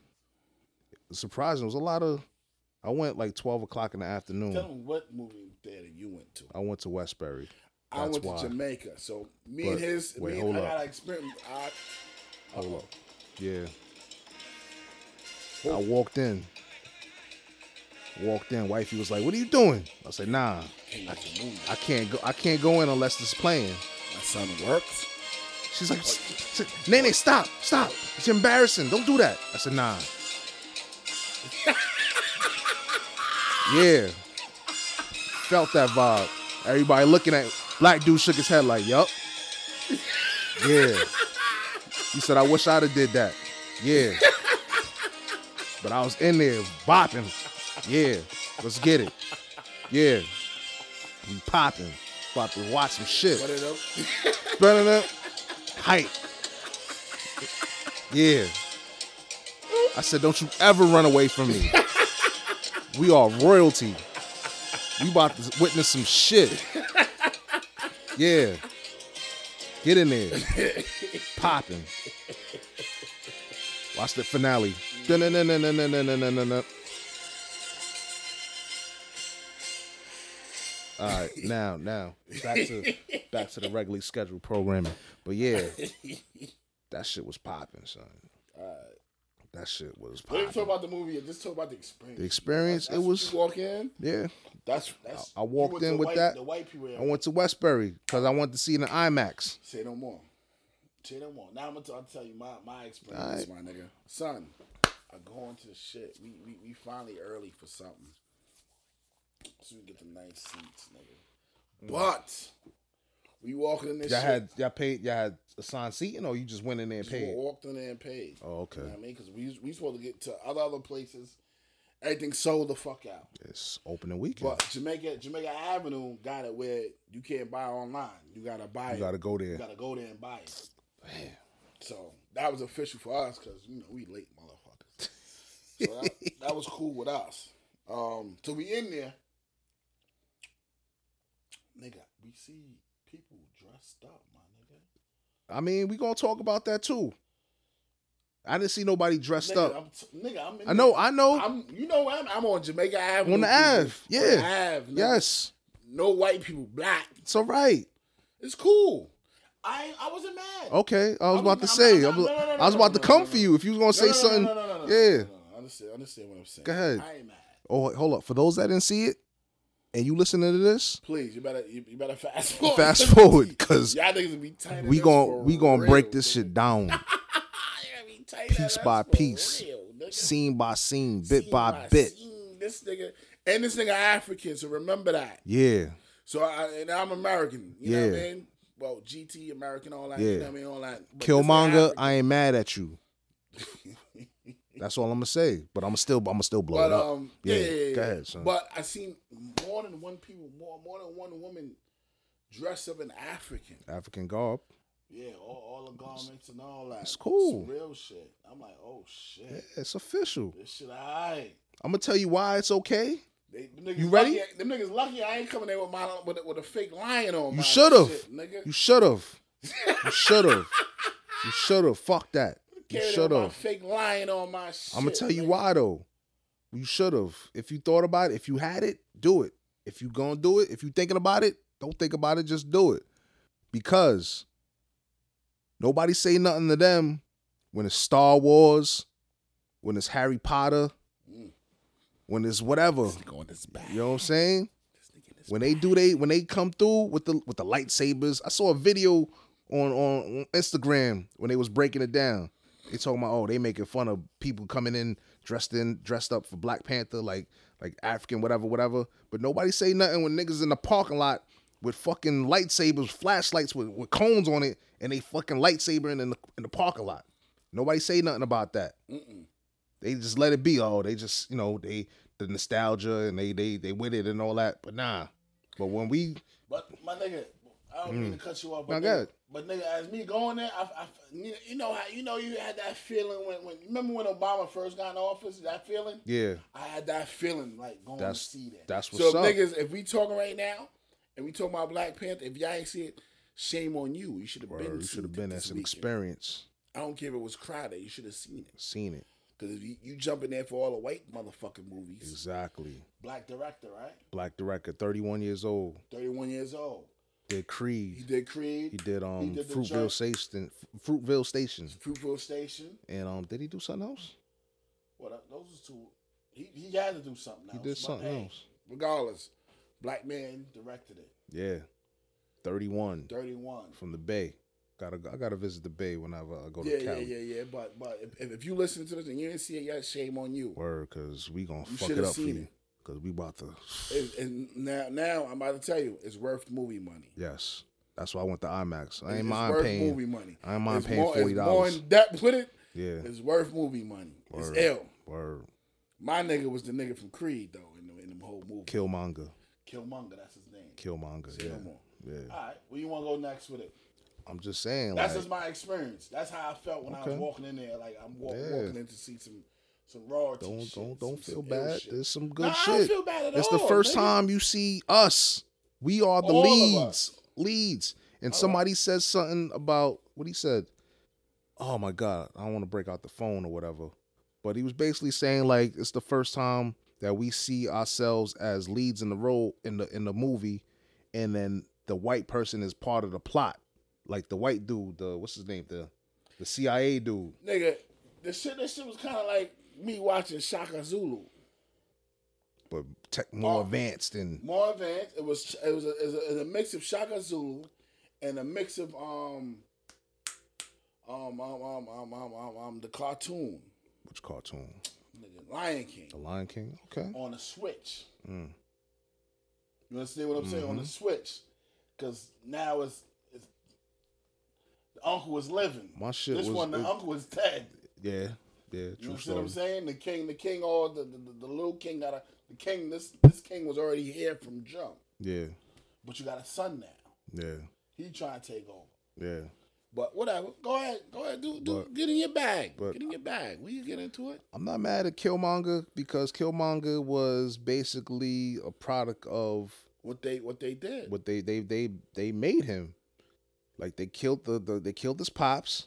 was surprising. It was a lot of. I went like twelve o'clock in the Tell afternoon. him what movie theater you went to. I went to Westbury. I That's went why. to Jamaica, so me and But- his, wait, me hold and, up. I got experience. I, oh, Hold up. Yeah. I walked in. Walked in. Wifey was like, "What are you doing?" I said, "Nah, Hey, it's a movie. I can't go. I can't go in unless it's playing." My son works. She's like, "S- s- "Nene, stop, stop! It's embarrassing. Don't do that." I said, "Nah." yeah. Felt that vibe. Everybody looking at black dude shook his head like, "Yup." Yeah. He said, "I wish I'd have did that." Yeah. But I was in there bopping. Yeah. Let's get it. Yeah. We popping. About to watch some shit. What it up? Burning up. Hype. Yeah. I said, don't you ever run away from me. We are royalty. We about to witness some shit. Yeah. Get in there. Popping. Watch the finale. Dun-dun-dun-dun-dun-dun-dun-dun-dun. All right, now, now, back to back to the regularly scheduled programming. But yeah, that shit was popping, son. That shit was Let me talk popping. about the movie and just talk about the experience. The experience, That's it what was, you walk in. yeah. That's that's. I- I walked you went to in the with white, that. The white people. I went to Westbury because I wanted to see it in IMAX. Say no more. Say no more. Now I'm gonna t- I'll tell you my my experience, my nigga. Son, I go into the shit. We, we we finally early for something, so we get the nice seats, nigga. But we walking in this. Mm. Y'all shit, had y'all paid y'all had assigned seating, or you just went in there and just wa- paid? walked in there and paid. Oh, okay. You know what I mean, because we we supposed to get to other other places. Everything sold the fuck out. It's opening weekend. But Jamaica Jamaica Avenue got it where you can't buy online. You gotta buy you it. gotta go You there. gotta go there and buy it. So that was official for us because you know we late motherfuckers. So that, that was cool with us. Um, so we in there, nigga. We see people dressed up, my nigga. I mean, we gonna talk about that too. I didn't see nobody dressed nigga, up. I'm t- nigga, I'm in i know, there. I know. I'm, you know, I'm, I'm on Jamaica Avenue. On the people. Ave, yeah. On the Ave, nigga. yes, No white people, black. it's all right. It's cool. I I wasn't mad. Okay, I was I'm- about to I'm- say, I'm- I was, no, no, no, I was no, about no, to no, come no, for no. you if you was gonna say No, no, no, something. No, no, no, no, no, yeah. No, no, no. Understand, understand what I'm saying. Go ahead. I ain't mad. Oh, wait, hold up. For those that didn't see it, and you listening to this, Please, you better you, you better fast forward. Fast forward, 'cause y'all niggas be tight. we gonna we gonna break this shit down, piece by piece, scene by scene, bit by bit. This nigga and this nigga African, so remember that. Yeah, So I and I'm American. You know what I Yeah. mean? well, GT American, all that. Yeah. You know what I mean? All that. But Killmonger, this I ain't mad at you. That's all I'm gonna say. But I'm still, I'm gonna still blow But it up. um, yeah, yeah, yeah, go yeah. ahead, son. But I seen more than one people, more more than one woman dressed up in African. African garb. Yeah, all, all the garments and all that. It's cool. Some real shit. I'm like, oh shit, Yeah, it's official. this shit alright. I'm gonna tell you why it's okay. They, them niggas You ready? Lucky, them niggas lucky I ain't coming in with my with, a- with a fake lion on. You my should've. shit, nigga. You should have. You should have. You should have. Fuck that. You Carried should my have. Fake lion on my. shit. I'm gonna tell you nigga. why though. You should have. If you thought about it, if you had it, do it. If you gonna do it, if you thinking about it, don't think about it. Just do it because nobody say nothing to them when it's Star Wars, when it's Harry Potter, when it's whatever. This nigga on this back. You know what I'm saying? This nigga in this When they do they when they come through with the with the lightsabers, I saw a video on on Instagram when they was breaking it down. They talking about oh they making fun of people coming in dressed in dressed up for Black Panther like like African whatever whatever, but nobody say nothing when niggas in the parking lot with fucking lightsabers, flashlights with, with cones on it, and they fucking lightsabering in the in the parking lot. Nobody say nothing about that they just let it be. Oh, they just you know they the nostalgia and they they they with it and all that. But nah. But when we But my nigga, I don't mean to cut you off. Mm. My But God. nigga, but nigga, as me going there, I, I you know how you know you had that feeling when when remember when Obama first got in office, that feeling. yeah I had that feeling like going That's- to see that. that's so what's up. niggas. If we talking right now, and we talking about Black Panther, if y'all ain't see it, shame on you. You should have been. you seen should have it been this as an weekend. experience, I don't care if it was crowded. You should have seen it. seen it Cause if you, you jump in there for all the white motherfucking movies, exactly. black director, right? Black director, thirty one years old, Thirty one years old. did He Creed, did Creed. he did um did the Fruitville joint- Station, Fruitville Station, Fruitville Station. and um did he do something else? Well, that, those are two. He, he had to do something He else. did but something hey, else. Regardless, black man directed it. Yeah, thirty one Thirty one. from the Bay. Gotta I gotta visit the Bay whenever I go Yeah, to yeah, Cali. yeah, yeah. But but if- if, if you listen to this and you didn't see it yet, shame on you. Word, cause we gonna You fuck it shoulda up for seen you, it. cause we about to. It- and now now I'm about to tell you, it's worth movie money. Yes. That's why I went to IMAX. I It's- ain't it's mind worth paying. movie money. I ain't mind It's paying more- it's More $40. in depth with it. Yeah. It's worth movie money. Word. It's L. Word. My nigga was the nigga from Creed though in the, in the whole movie. Killmonger. Killmonger, that's his name. Killmonger. Yeah. Killmonger. Yeah. All right, where you want to go next with it? I'm just saying. That's like, just my experience. That's how I felt when I Okay. was walking in there. Like I'm walk, Yeah. walking in to see some some raw. don't shit, don't some- don't feel some ill bad. shit. There's some Nah, good I shit. don't feel bad at it's the all, first nigga. time you see us. We are the All of leads. us. Leads. And somebody says something about what he said. Oh my God. I don't want to break out the phone or whatever. But he was basically saying like it's the first time that we see ourselves as leads in the role in the in the movie, and then the white person is part of the plot. Like the white dude, the what's his name? The the CIA dude. nigga. The shit, this shit was kind of like me watching Shaka Zulu. But tech more Oh. advanced and More advanced. It was it was a, it was a, it was a mix of Shaka Zulu and a mix of um um um um um um, um, um the cartoon which cartoon? nigga, Lion King The Lion King. Okay. on the Switch. Mm. Mm-hmm. You understand what I'm saying on the Switch? Because now it's, it's the uncle is living. My shit This was- one, the it- uncle is dead. Yeah. Yeah. You True understand what story. I'm saying? The king, the king, all the the, the, the little king got a the king. This this king was already here from jump, Yeah. but you got a son now. Yeah. He trying to take over. Yeah. But whatever. Go ahead. Go ahead. Do do. But- get in your bag. but- get in your bag. When you get into it, I'm not mad at Killmonger because Killmonger was basically a product of what they what they did. what they they they they made him. Like they killed the, the they killed his pops,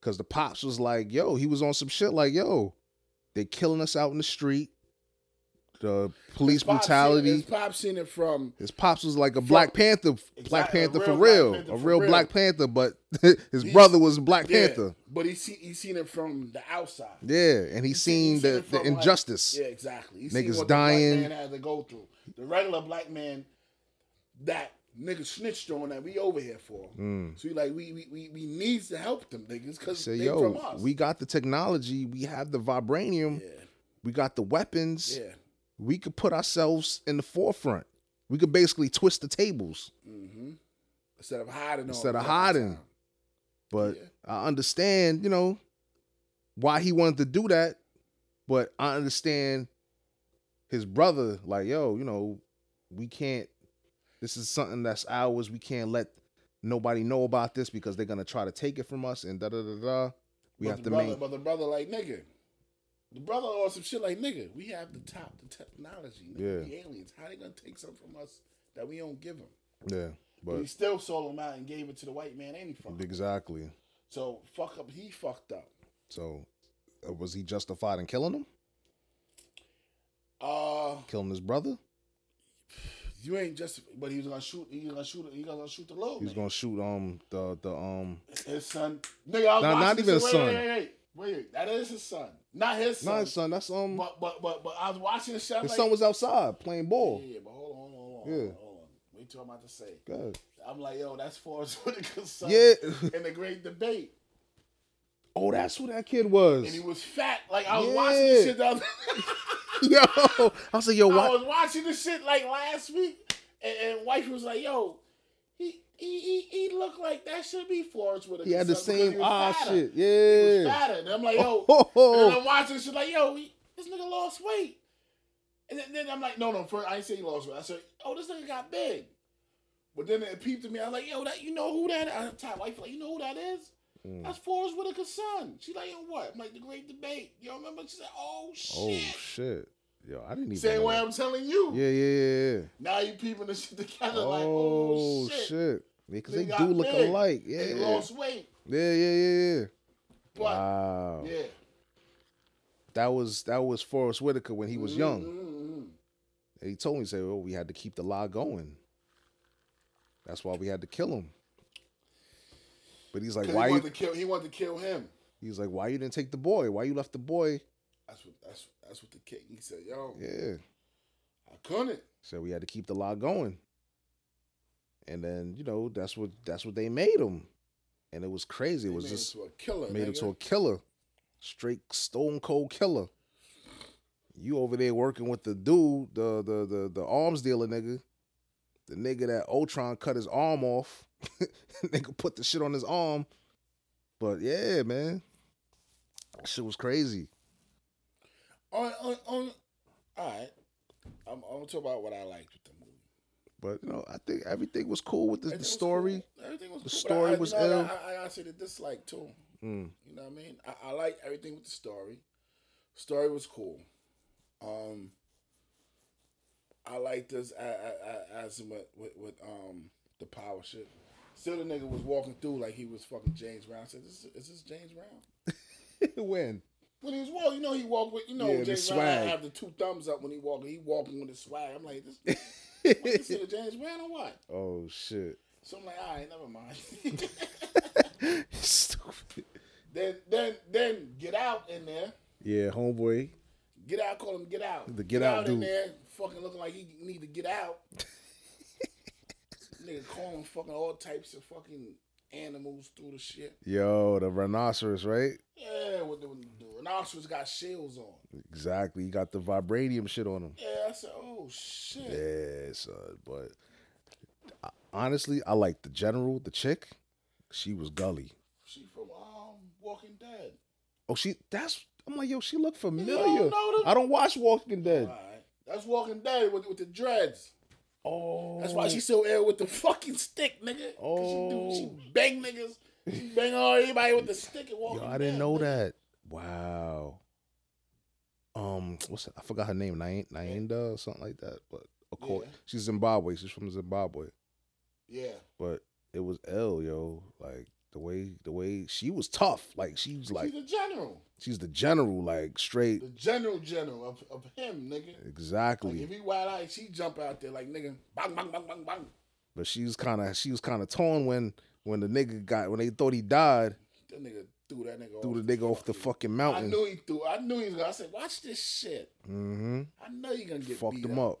cause the pops was like, yo, he was on some shit like, yo, they killing us out in the street. The police His pops seen- brutality. His pop seen it from His pops was like a Black Panther, Black Exactly, a Panther for real Black real, Panther a for real real. Black Panther, but his brother was Black yeah, Panther. but he seen he seen it from the outside. Yeah, and he seen seen- seen the, it the from, like- injustice. yeah, exactly. He Niggas seen what dying. The black man had to go through the regular black man that niggas snitched on that we over here for. Mm. So he like we we we, we needs to help them niggas because Say, they from yo, us. we got the technology, we have the vibranium, yeah we got the weapons, yeah we could put ourselves in the forefront. We could basically twist the tables. mm-hmm. Instead of hiding. all Instead the of fucking hiding. time. But Yeah. I understand, you know, why he wanted to do that. But I understand his brother, like, yo, you know, we can't, this is something that's ours. We can't let nobody know about this because they're going to try to take it from us and da da da da. We But have the to brother, make. But the brother, like nigga, the brother or some shit like nigga. We have the top, the technology. nigga. Yeah. The aliens. How they gonna take something from us that we don't give them? Yeah. But, he But still sold them out and gave it to the white man. Any fuck. exactly. So fuck up. He fucked up. So uh, was he justified in killing him? Uh, Killing his brother? you ain't just. But he was gonna shoot. He was gonna shoot. He was gonna shoot the low. He was going to shoot um the, the, um, His son. Nigga, I was Nah, watching not this even shit. his wait, son. Wait, wait, wait, wait. That is his son. Not his son. not his son. That's um, But but but but I was watching the shit. I'm his like, son was outside playing ball. Yeah, yeah, but hold on, hold on, hold on. hold Yeah. on, Hold on. Wait till I'm about to say. God. I'm like, yo, that's Forrest Whitaker's son. Yeah. In the great debate. Oh, that's who that kid was. And he was fat. Like I was Yeah. watching this shit the other yo, I was like, yo, I why? was watching this shit like last week. And, and wife was like, yo, he he he, he looked like that should be Forrest Whitaker. He had the same eye shit. He was Yeah. fatter. And I'm like, yo, Oh, And then I'm watching this shit like, yo, he, this nigga lost weight. And then, then I'm like, no, no, first, I ain't say he lost weight. I said, oh, this nigga got big. But then it peeped at me. I'm like, yo, that you know who that is? I'm tired. Wife like, you know who that is? Mm. That's Forrest Whitaker's son. She like, yo, what? I'm like, the great debate. You remember? She said, oh, shit. Oh, shit. Yo, I didn't even. Same know way that. I'm telling you. Yeah, yeah, yeah. yeah. Now you peeping this shit together like, Oh, oh, shit. shit. Because they, They do got look big. alike. Yeah. And he lost weight. Yeah, yeah, yeah, yeah. But, Wow. yeah. That was that was Forrest Whitaker when he was young. Mm-hmm. And he told me, he said, well, we had to keep the lie going. That's why we had to kill him. But he's like, Because why he, you? wanted to kill- he wanted to kill him. He's like, why you didn't take the boy? Why you left the boy? That's what that's that's what the kid he said, yo, Yeah. I couldn't. So we had to keep the law going. And then, you know, that's what that's what they made him. And it was crazy. It They was made just him to a killer. made him nigga. to a killer. Straight stone cold killer. You over there working with the dude, the the the, the arms dealer nigga. The nigga that Ultron cut his arm off. nigga put the shit on his arm. But yeah, man. That shit was crazy. on, on, on, all right. I'm, I'm gonna talk about what I liked with the movie. But you know, I think everything was cool with the, Everything the was story. cool. Everything was the cool, but story I, I- was you know, ill. I, I, I said the dislike too. Mm. You know what I mean? I, I like everything with the story. Story was cool. Um, I like this I, I, I, as with, with with um the power shit. Still, the nigga was walking through like he was fucking James Brown. I said, "Is this, is this James Brown?" when? When he was walking, you know he walked with you know Yeah, the James Brown had swag. have the two thumbs up when he walking. He walking with his swag. I'm like, this, what, this nigga James Brown or what? oh shit. So I'm like, all right, never mind. Stupid. then then then get out in there. Yeah, homeboy. Get out, call him get out. The get out in dude. there, fucking looking like he need to get out. nigga calling fucking all types of fucking animals through the shit. Yo, the rhinoceros, right? Yeah, with the, the rhinoceros got shells on. Exactly. You got the vibranium shit on him. Yeah, I said, oh shit. Yeah, son. But I- honestly, I like the general, the chick. She was gully. She from um Walking Dead. Oh, she. That's. I'm like, yo, she looked familiar. know them? I don't watch Walking Dead. Alright. That's Walking Dead with, with the dreads. Oh, That's why she's so ill with the fucking stick, nigga. 'Cause She, do, she bang niggas. She bang all everybody with the stick and Walking Oh. Yo, I Dead, didn't know nigga. that. Wow. Um, what's that? I forgot her name, Nyan- Nyanda or something like that. But of course, Yeah. she's Zimbabwe. She's from Zimbabwe. Yeah. But it was L, yo. Like the way the way she was tough. Like she was like She's the general. she's the general, like straight. The general general of, of him, nigga. Like, if Exactly. he wild eyed, she jump out there like nigga, bang, bang, bang, bang, bang. But she was kind of she was kind of torn when when the nigga got when they thought he died That nigga threw that nigga threw off the nigga off the fucking Oh, I mountain. knew he threw. I knew he was gonna. I said, watch this shit. Mm-hmm. I know you gonna get Fucked beat him up.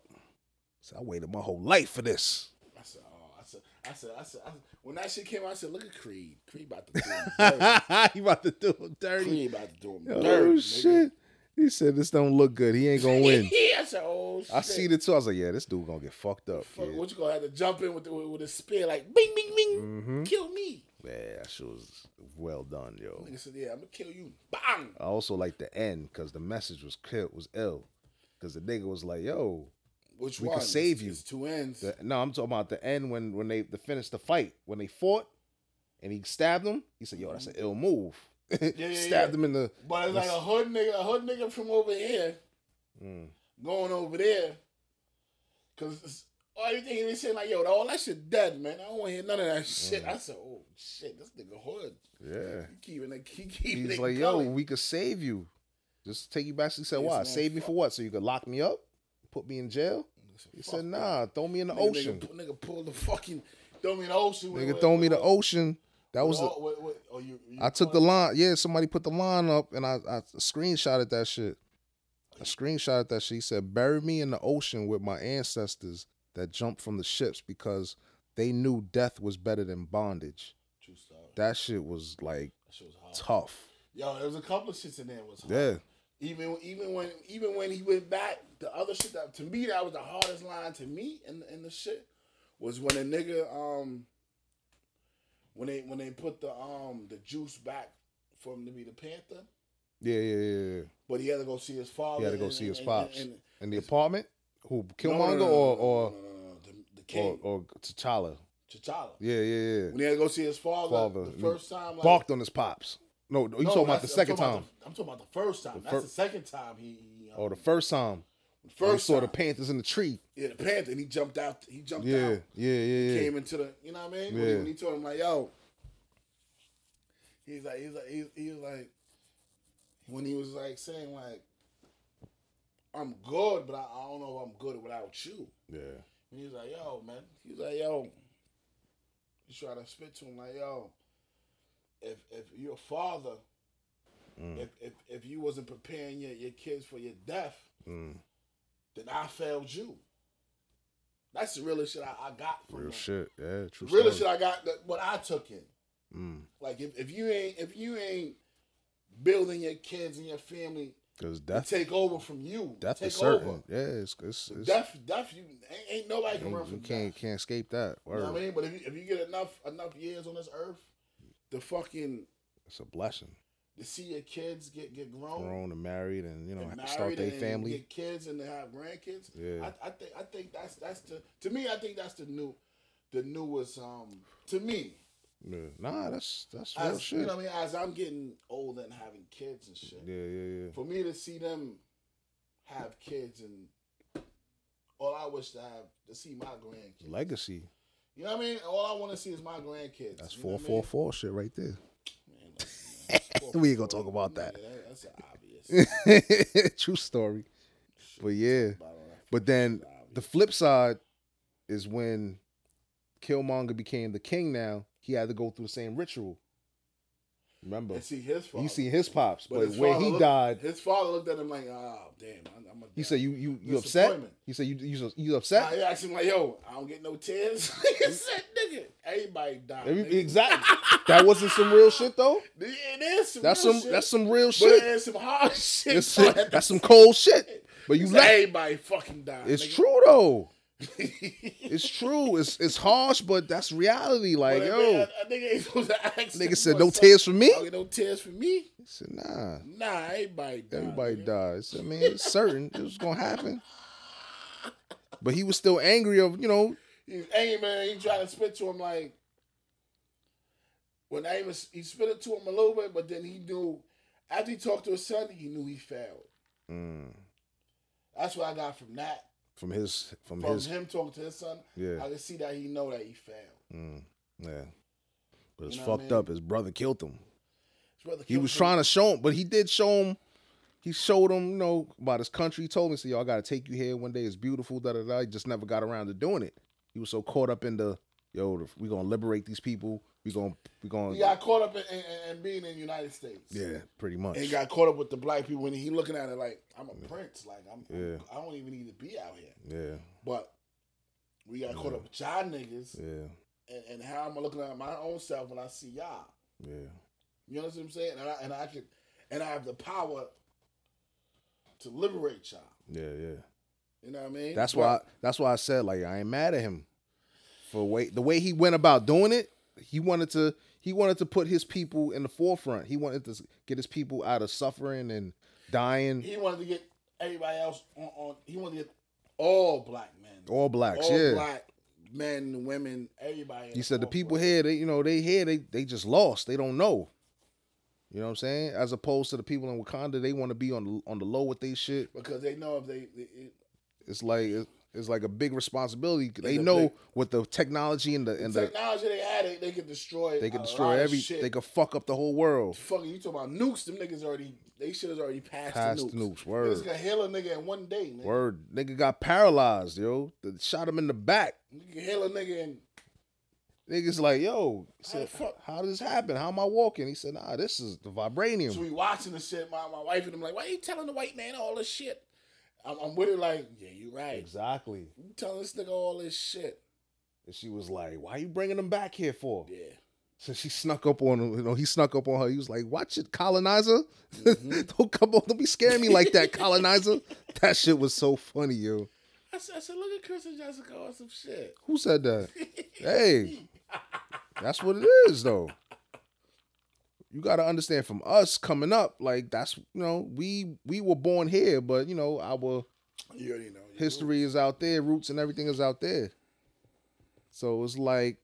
So I waited my whole life for this. I said, oh, I said, I said, I said, I said, when that shit came out, I said, look at Creed. Creed about to do him dirty. you about to do him dirty. Creed about to do him Oh dirty. nigga. shit! He said this don't look good. He ain't gonna win. yeah, I said, oh shit. I see the two. I was like, yeah, this dude gonna get fucked up. Fuck, kid. What you gonna have to jump in with the, with a spear like bing bing bing, Mhm. kill me. Yeah, that shit was well done, yo. Nigga said, yeah, I'm gonna kill you. Bang. I also like the end because the message was kill was ill. Cause the nigga was like, yo, Which We one? could save you. It's two ends. the, no, I'm talking about the end when when they, they finished the fight when they fought and he stabbed him. He said, yo, that's an ill move. yeah, stabbed yeah. him in the. but it's like a hood nigga, a hood nigga from over here Mm, going over there, cause it's, all you thinking they saying like, yo, all that shit dead, man. I don't want to hear none of that shit. I said, oh shit, this nigga hood. Mm. yeah. He keeping it, he keeping He's it like, yo, going. we could save you. Just take you back. He said, Yes, why? man, Save me for fuck. what? So you could lock me up, put me in jail. He Fuck said, nah, throw me in the Nigga- ocean. Nigga, pu- nigga pulled the fucking, throw me in the ocean. with- Nigga, with- throw me the with- ocean. That was the. with all- with- with- oh, you- you I took pulling- the line. Yeah, somebody put the line up, and I, I screenshotted that shit. I screenshotted that shit. He said, "Bury me in the ocean with my ancestors that jumped from the ships because they knew death was better than bondage." True story. That That shit was like shit was hard. tough. Yo, there was a couple of shits in there that was hard. Yeah, Even even when even when he went back, the other shit that to me that was the hardest line to me in in the shit was when a nigga um when they when they put the um the juice back for him to be the Panther, yeah, yeah, yeah. yeah. but he had to go see his father. He had to go and- see his and- pops and- and- In the apartment, who No, no, no, Killmonger no, or no, or, no, no, no, no, the, the or king or T'Challa? T'Challa. Yeah, yeah, yeah. When he had to go see his father, Father, the first time, like, Barked on his pops. No, you No, talking about the that's- second I'm talking time? about the- I'm talking about the first time. The that's fir- the second time he. he um, or the first time? First, first saw time. the Panthers in the tree. Yeah, the Panther. And he jumped out. He jumped Yeah, out. yeah, yeah, yeah. Came into the. You know what I mean? When, he, Yeah. when he told him like, yo. He's like, he's like, he's, he was like, when he was like saying like, I'm good, but I, I don't know if I'm good without you. yeah. And he was like, yo, man. He was like, yo. He tried to spit to him like, yo, if if your father, Mm. if, if if you wasn't preparing your, your kids for your death, Mm. then I failed you. That's the real shit I, I got from Real that. shit. Yeah, true. The story. real shit I got that what I took in. Mm. Like if, if you ain't if you ain't building your kids and your family Cause to death, take over from you, death take is certain. over. Yeah, it's, it's, it's Death, death, you ain't, ain't nobody you- can run you from can't death. can't escape that. You know Word. what I mean? But if you, if you get enough enough years on this earth to fucking It's a blessing. to see your kids get get grown, Grown and married, and you know, and start married their and family. get kids, and they have grandkids. Yeah. I, I think I think that's that's the to me I think that's the new, the newest um to me yeah. Nah, that's that's real as Oh, shit. you know what I mean as I'm getting older and having kids and shit. yeah, yeah, yeah. For me to see them have kids and all I wish to have to see my grandkids. Legacy. You know what I mean? All I want to see is my grandkids. That's you four know what I four mean? four shit right there. Man, listen, man, four, We ain't gonna four, talk about yeah, that. That's obvious. true story. But yeah. About all that But then shit, obvious. the flip side is when Killmonger became the king. Now he had to go through the same ritual. Remember, and see his father. you see his pops, but, his when father he looked- died, his father looked at him like, "Oh, damn, I'm, I'm a." he said, "You you you upset?" Disappointment. He said, "You you you Nah, upset?" he asked him like, "Yo, I don't get no tears." he said, "Nigga, everybody died." Every- nigga. exactly. that wasn't some real shit though. It is some. That's real some shit, that's some real But it shit. is some hard shit. That's, son. that's some cold shit. But He you said, let everybody fucking died. it's nigga. true though. But It's true. It's it's harsh, but that's reality. Like that yo, nigga, that nigga ain't supposed to ask. nigga him, said, "Yo, "No son, tears for me." I don't get no tears for me. He said, "Nah." Nah, everybody died. Everybody nigga. dies. I mean, it's certain it was gonna happen. But he was still angry of you know He's aiming and he tried to spit to him like when Amos he spit it to him a little bit, but then he knew after he talked to his son, he knew he failed. mm, That's what I got from that. from his from, From his him talking to his son, I yeah can see that he know that he failed. mm, yeah. But it's You know what I fucked mean? up. His brother killed him. His brother He killed was him. trying to show him, but he did show him. He showed him, you know, about his country. He told me, "So y'all got to take you here one day. It's beautiful." Da da da. He just never got around to doing it. He was so caught up in the yo, we gonna liberate these people. We gonna we gonna He got caught up in, in, in- in being in the United States. yeah, pretty much. And he got caught up with the black people, and he looking at it like I'm a prince. Like I'm, Yeah. I don't even need to be out here. yeah, But we got caught Yeah. up with y'all niggas, yeah, and, and how I'm looking at my own self when I see y'all. yeah. You know what I'm saying? And I and I can and I have the power to liberate y'all. Yeah, yeah. You know what I mean? That's why. that's why I said like I ain't mad at him for way the way he went about doing it. He wanted to. He wanted to put his people in the forefront. He wanted to s- get his people out of suffering and dying. he wanted to get everybody else on, on he wanted to get all black men. All blacks, all yeah. black men, women, everybody. in He said the people forefront. here, they you know, they here, they they just lost. They don't know. You know what I'm saying? As opposed to the people in Wakanda, they want to be on the, on the low with they shit. because they know if they, they it, It's like it- it's like a big responsibility. They a know big- with the technology and the and the technology they had, they, they could destroy. they a could lot destroy of every. Shit. They could fuck up the whole world. fucking. You talking about nukes? Them niggas already. They shit is already past, Past the the nukes. nukes, word. Niggas gonna heal a nigga in one day. Nigga. Word, nigga got paralyzed, yo. They shot him in the back. You can heal a nigga in Niggas like, yo, he How the said, fuck- how did this happen? How am I walking? He said, nah, this is the vibranium. So we watching the shit. My, my wife and I'm like, why you telling the white man all this shit? I'm, I'm with it like, yeah, you right. Exactly. You telling this nigga all this shit. And she was like, why you bringing him back here for? Yeah. So she snuck up on him. You know, he snuck up on her. He was like, watch it, colonizer. don't come on, don't be scaring me like that, colonizer. that shit was so funny, yo. I said, I said look at Chris and Jessica on some shit. Who said that? hey, that's what it is, though. You got to understand from us coming up, like that's you know we we were born here, but you know our You already know. history is out there, roots and everything is out there. So it's like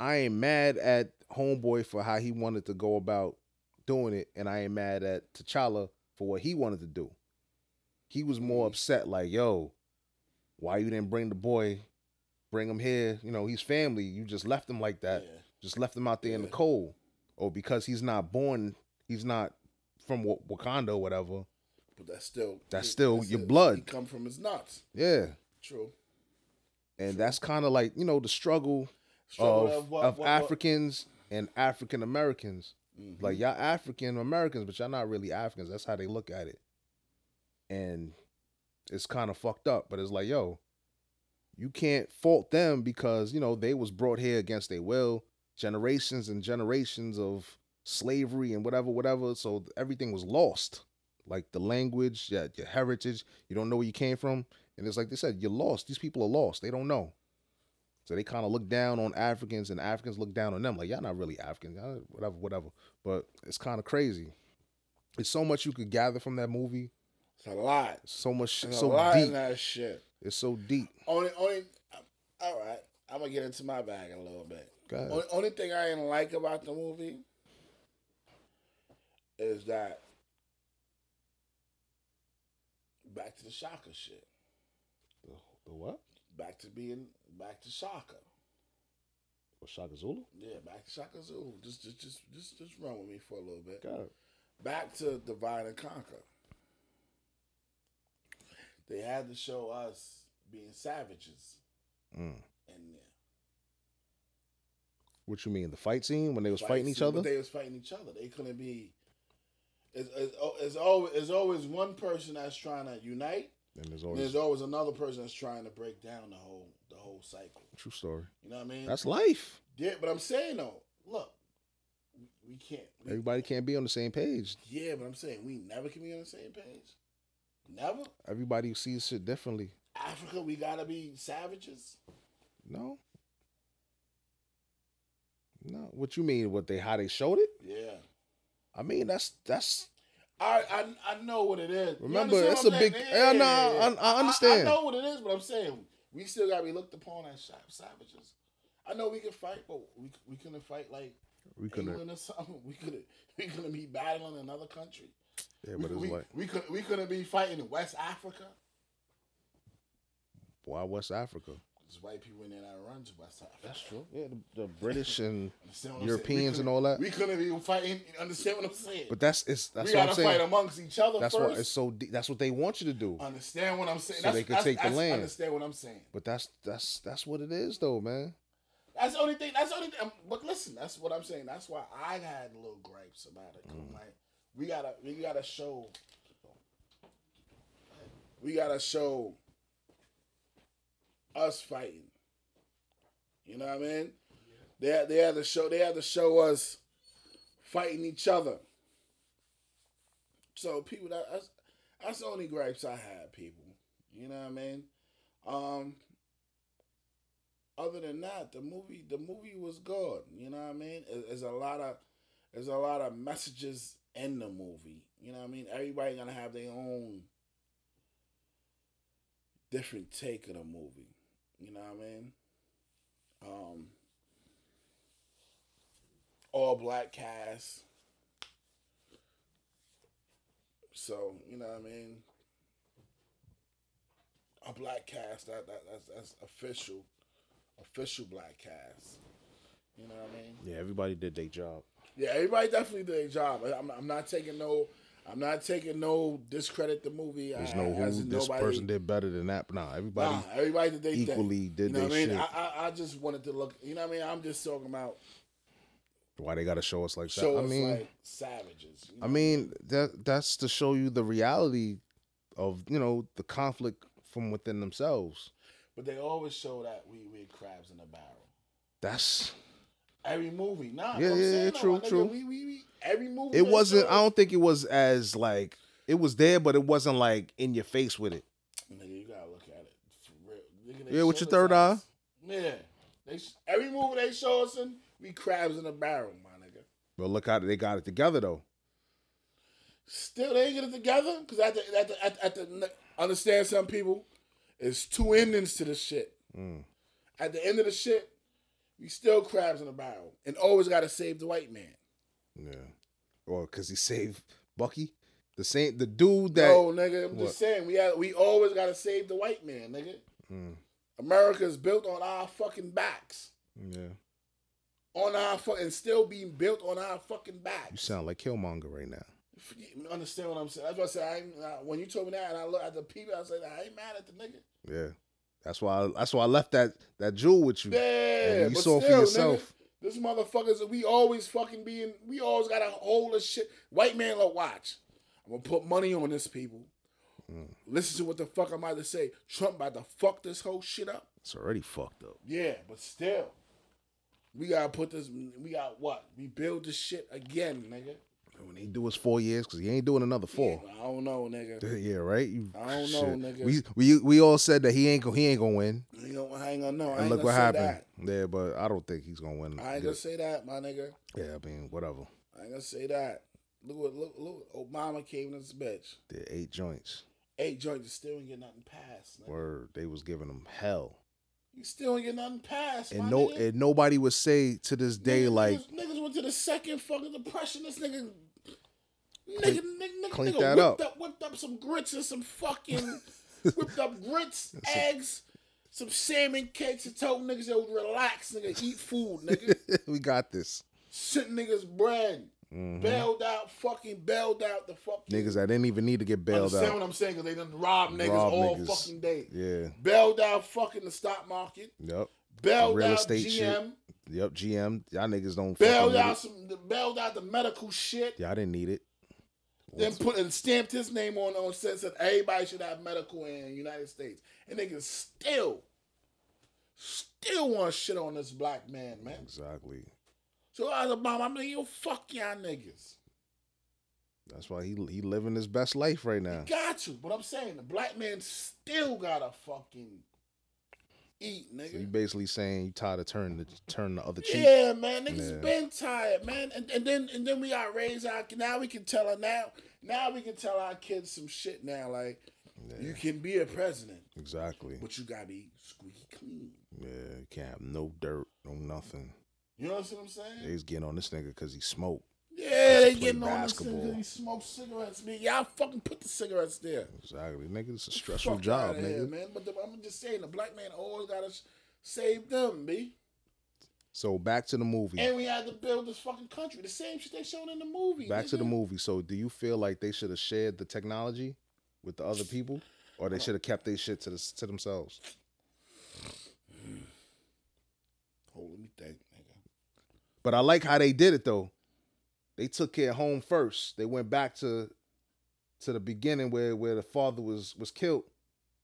I ain't mad at Homeboy for how he wanted to go about doing it, and I ain't mad at T'Challa for what he wanted to do. He was more upset, like, yo, why you didn't bring the boy, bring him here? You know, he's family. You just left him like that. Yeah. Just left him out there in the cold. Or because he's not born, he's not from Wa- Wakanda or whatever. But that's still. That's still your it. blood. He come from his nuts. Yeah. True. and that's kind of like you know the struggle, Struggle of, of uh, what- of what- Mm-hmm. what- Africans and African Americans. Like y'all African Americans, but y'all not really Africans. That's how they look at it, and it's kind of fucked up. But it's like, yo, you can't fault them because you know they was brought here against their will, generations and generations of slavery and whatever, whatever. So everything was lost, like the language, your, your heritage. You don't know where you came from, and it's like they said, you're lost. These people are lost. They don't know. So they kind of look down on Africans, and Africans look down on them. Like y'all not really Africans, y'all whatever, whatever. But it's kind of crazy. It's so much you could gather from that movie. It's a lot. It's so much, It's a so lot in deep. that shit. It's so deep. Only, only. All right. I'm gonna get into my bag a little bit. Go ahead. Only, only thing I didn't like about the movie is that back to the Shaka shit. The, the what? Back to being back to Shaka. Oh, Shaka Zulu? Yeah, back to Shaka Zulu. Just, just, just, just, just run with me for a little bit. God. Back to Divide and Conquer. They had to show us being savages Mm. in there. What you mean? The fight scene when they was fighting each Fights, other? but They was fighting each other. They couldn't be. It's, it's, al- it's always it's always one person that's trying to unite. and there's and always there's always another person that's trying to break down the whole the whole cycle. true story. You know what I mean? That's life. yeah. But I'm saying though, look, we, we can't. we- Everybody can't be on the same page. yeah, but I'm saying we never can be on the same page. Never. Everybody sees shit differently. Africa, we gotta be savages. No. No. What you mean? What they how they showed it? Yeah. I mean that's that's I, I I know what it is. You Remember, understand it's what a I'm big- saying? yeah, no, I- I understand. I, know what it is, but I'm saying we still gotta be looked upon as sa- savages. I know we can fight, but we we couldn't fight like we couldn't. England or something. We couldn't we couldn't be battling another country. Yeah, we, but it's we, like we could we couldn't be fighting in West Africa. why West Africa? There's white people in there that run to West Africa. That's true. Yeah, the, the British and Understand what I'm saying? We Europeans and couldn't- all that. We couldn't be fighting. Understand what I'm saying? But that's it's that's we what gotta I'm saying. fight amongst each other that's first. Uh, what it's so deep. That's what they want you to do. Understand what I'm saying? So that's, they could that's, take the that's- land. Understand what I'm saying? But that's that's that's what it is though, man. That's the only thing. That's the only thing. um, But listen, that's what I'm saying. That's why I had little gripes about it. 'Cause I'm like, we gotta, we gotta show, we gotta show us fighting. You know what I mean? They had, they had to show, they had to show us fighting each other. So people, that, that's, That's the only gripes I have, people. You know what I mean? Um, other than that, the movie the movie was good. You know what I mean? There- There's a lot of there's a lot of messages in the movie. You know what I mean? Everybody gonna have their own different take of the movie. You know what I mean? Um, all black cast. So you know what I mean. A black cast that, that that's that's official, official black cast. You know what I mean. Yeah, everybody did their job. Yeah, everybody definitely did their job. I- I'm, I'm not taking no, I'm not taking no discredit the movie. There's I- no I- who as this in person did better than that. Nah, everybody. Nah, everybody did they equally did you know they what I mean? shit. I, I I just wanted to look. You know what I mean? I'm just talking about Why they gotta show us like that? show I us mean, like savages. You know? I mean that that's to show you the reality of you know the conflict from within themselves. but they always show that we we crabs in a barrel. That's Every movie, nah. Yeah, yeah, I'm saying, yeah, though, true, my nigga, true. We, we, we, every movie. it. they Wasn't show I don't think it was as like it was there, but it wasn't like in your face with it. Nigga, you gotta look at it for real. Nigga, Yeah, with your third eye. Yeah, they sh- every movie they show us in, we crabs in a barrel, my nigga. But look how they got it together though. Still, they ain't get it together because at the at the at, the- at the ne- understand some people, it's two endings to the shit. Mm. At the end of the shit, we still crabs in a barrel and always gotta save the white man. Yeah, or because he saved Bucky, the same the dude that no, nigga, I'm what? just saying we had, we always gotta save the white man, nigga. Mm, America's built on our fucking backs. yeah. on our fu- and still being built on our fucking You backs. sound like Killmonger right now. F- you Understand what I'm saying? That's what I said. I ain't, uh, when you told me that, and I look at the people, I said, I ain't mad at the nigga. Yeah, that's why I, that's why I left that that jewel with you. Yeah, And you but saw for still, nigga, yourself. this motherfuckers, we always fucking being, we always got a hold of shit. White man, look, watch. I'm gonna put money on this people. Mm. Listen to what the fuck I'm about to say. Trump about to fuck this whole shit up. It's already fucked up. Yeah, but still, we gotta put this. We got what? We build this shit again, nigga. And When he do his four years, because he ain't doing another four. I don't know, nigga. Yeah, right. You, I don't know, nigga. We we we all said that he ain't go, he ain't gonna win, You know, I ain't gonna know. I and ain't look gonna what say happened. Yeah, but I don't think he's gonna win. That. I ain't gonna say that, my nigga. yeah, I mean whatever. I ain't gonna say that. Look what look look. what Obama came to this bitch. The eight joints. Eight joints still ain't get nothing passed. Nigga. Word, they was giving him hell, You still ain't get nothing passed. and my no, nigga. and nobody would say to this day Niggas- like niggas, niggas went to the second fucking depression. This nigga. Nigga, nigga, nigga, clean nigga that up. whipped up. whipped up some grits and some fucking whipped up grits, eggs, some salmon cakes, and told niggas yo relax, nigga, eat food, nigga, we got this. sent niggas bread, Mhm. bailed out, fucking bailed out the fucking Niggas that didn't even need to get bailed Understand out. what I'm saying? Because they done rob niggas Rob all niggas. fucking day. Yeah. Bailed out fucking the stock market. Yep. Bailed Real out estate GM. Yep. GM. Y'all niggas don't. fucking Bailed need out it. some. the- Bailed out the medical shit. Y'all didn't need it. Then put and stamped his name on on sense that everybody should have medical in the United States. And niggas still, still want shit on this black man, man. Exactly. So I was a bomb. I'm like, yo, fuck y'all niggas. That's why he he living his best life right now. Got you. But I'm saying the black man still gotta fucking eat, nigga. So you basically saying you tired of turning the turn the other cheek. Yeah, man, niggas Yeah. been tired, man, and, and then and then we got raised our. Now we can tell her now. Now we can tell our kids some shit. Now, like you can be a president, Exactly. but you gotta be squeaky clean. Yeah, you can't have no dirt, no nothing. You know what I'm saying? They was getting on this nigga because he smoked. yeah, to they play getting on this basketball. because he smokes cigarettes. Man, y'all fucking put the cigarettes there. Exactly, nigga. It's a stressful Fuck job, outta here, nigga. man. But the, I'm just saying, the black man always gotta s- save them, b. so back to the movie. And we had to build this fucking country. The same shit they shown in the movie. back to the nigga. movie. So do you feel like they should have shared the technology with the other people, or they should have kept their shit to the, to themselves? Hold, let me think, nigga. But I like how they did it though. They took care of home first. They went back to to the beginning where where the father was was killed.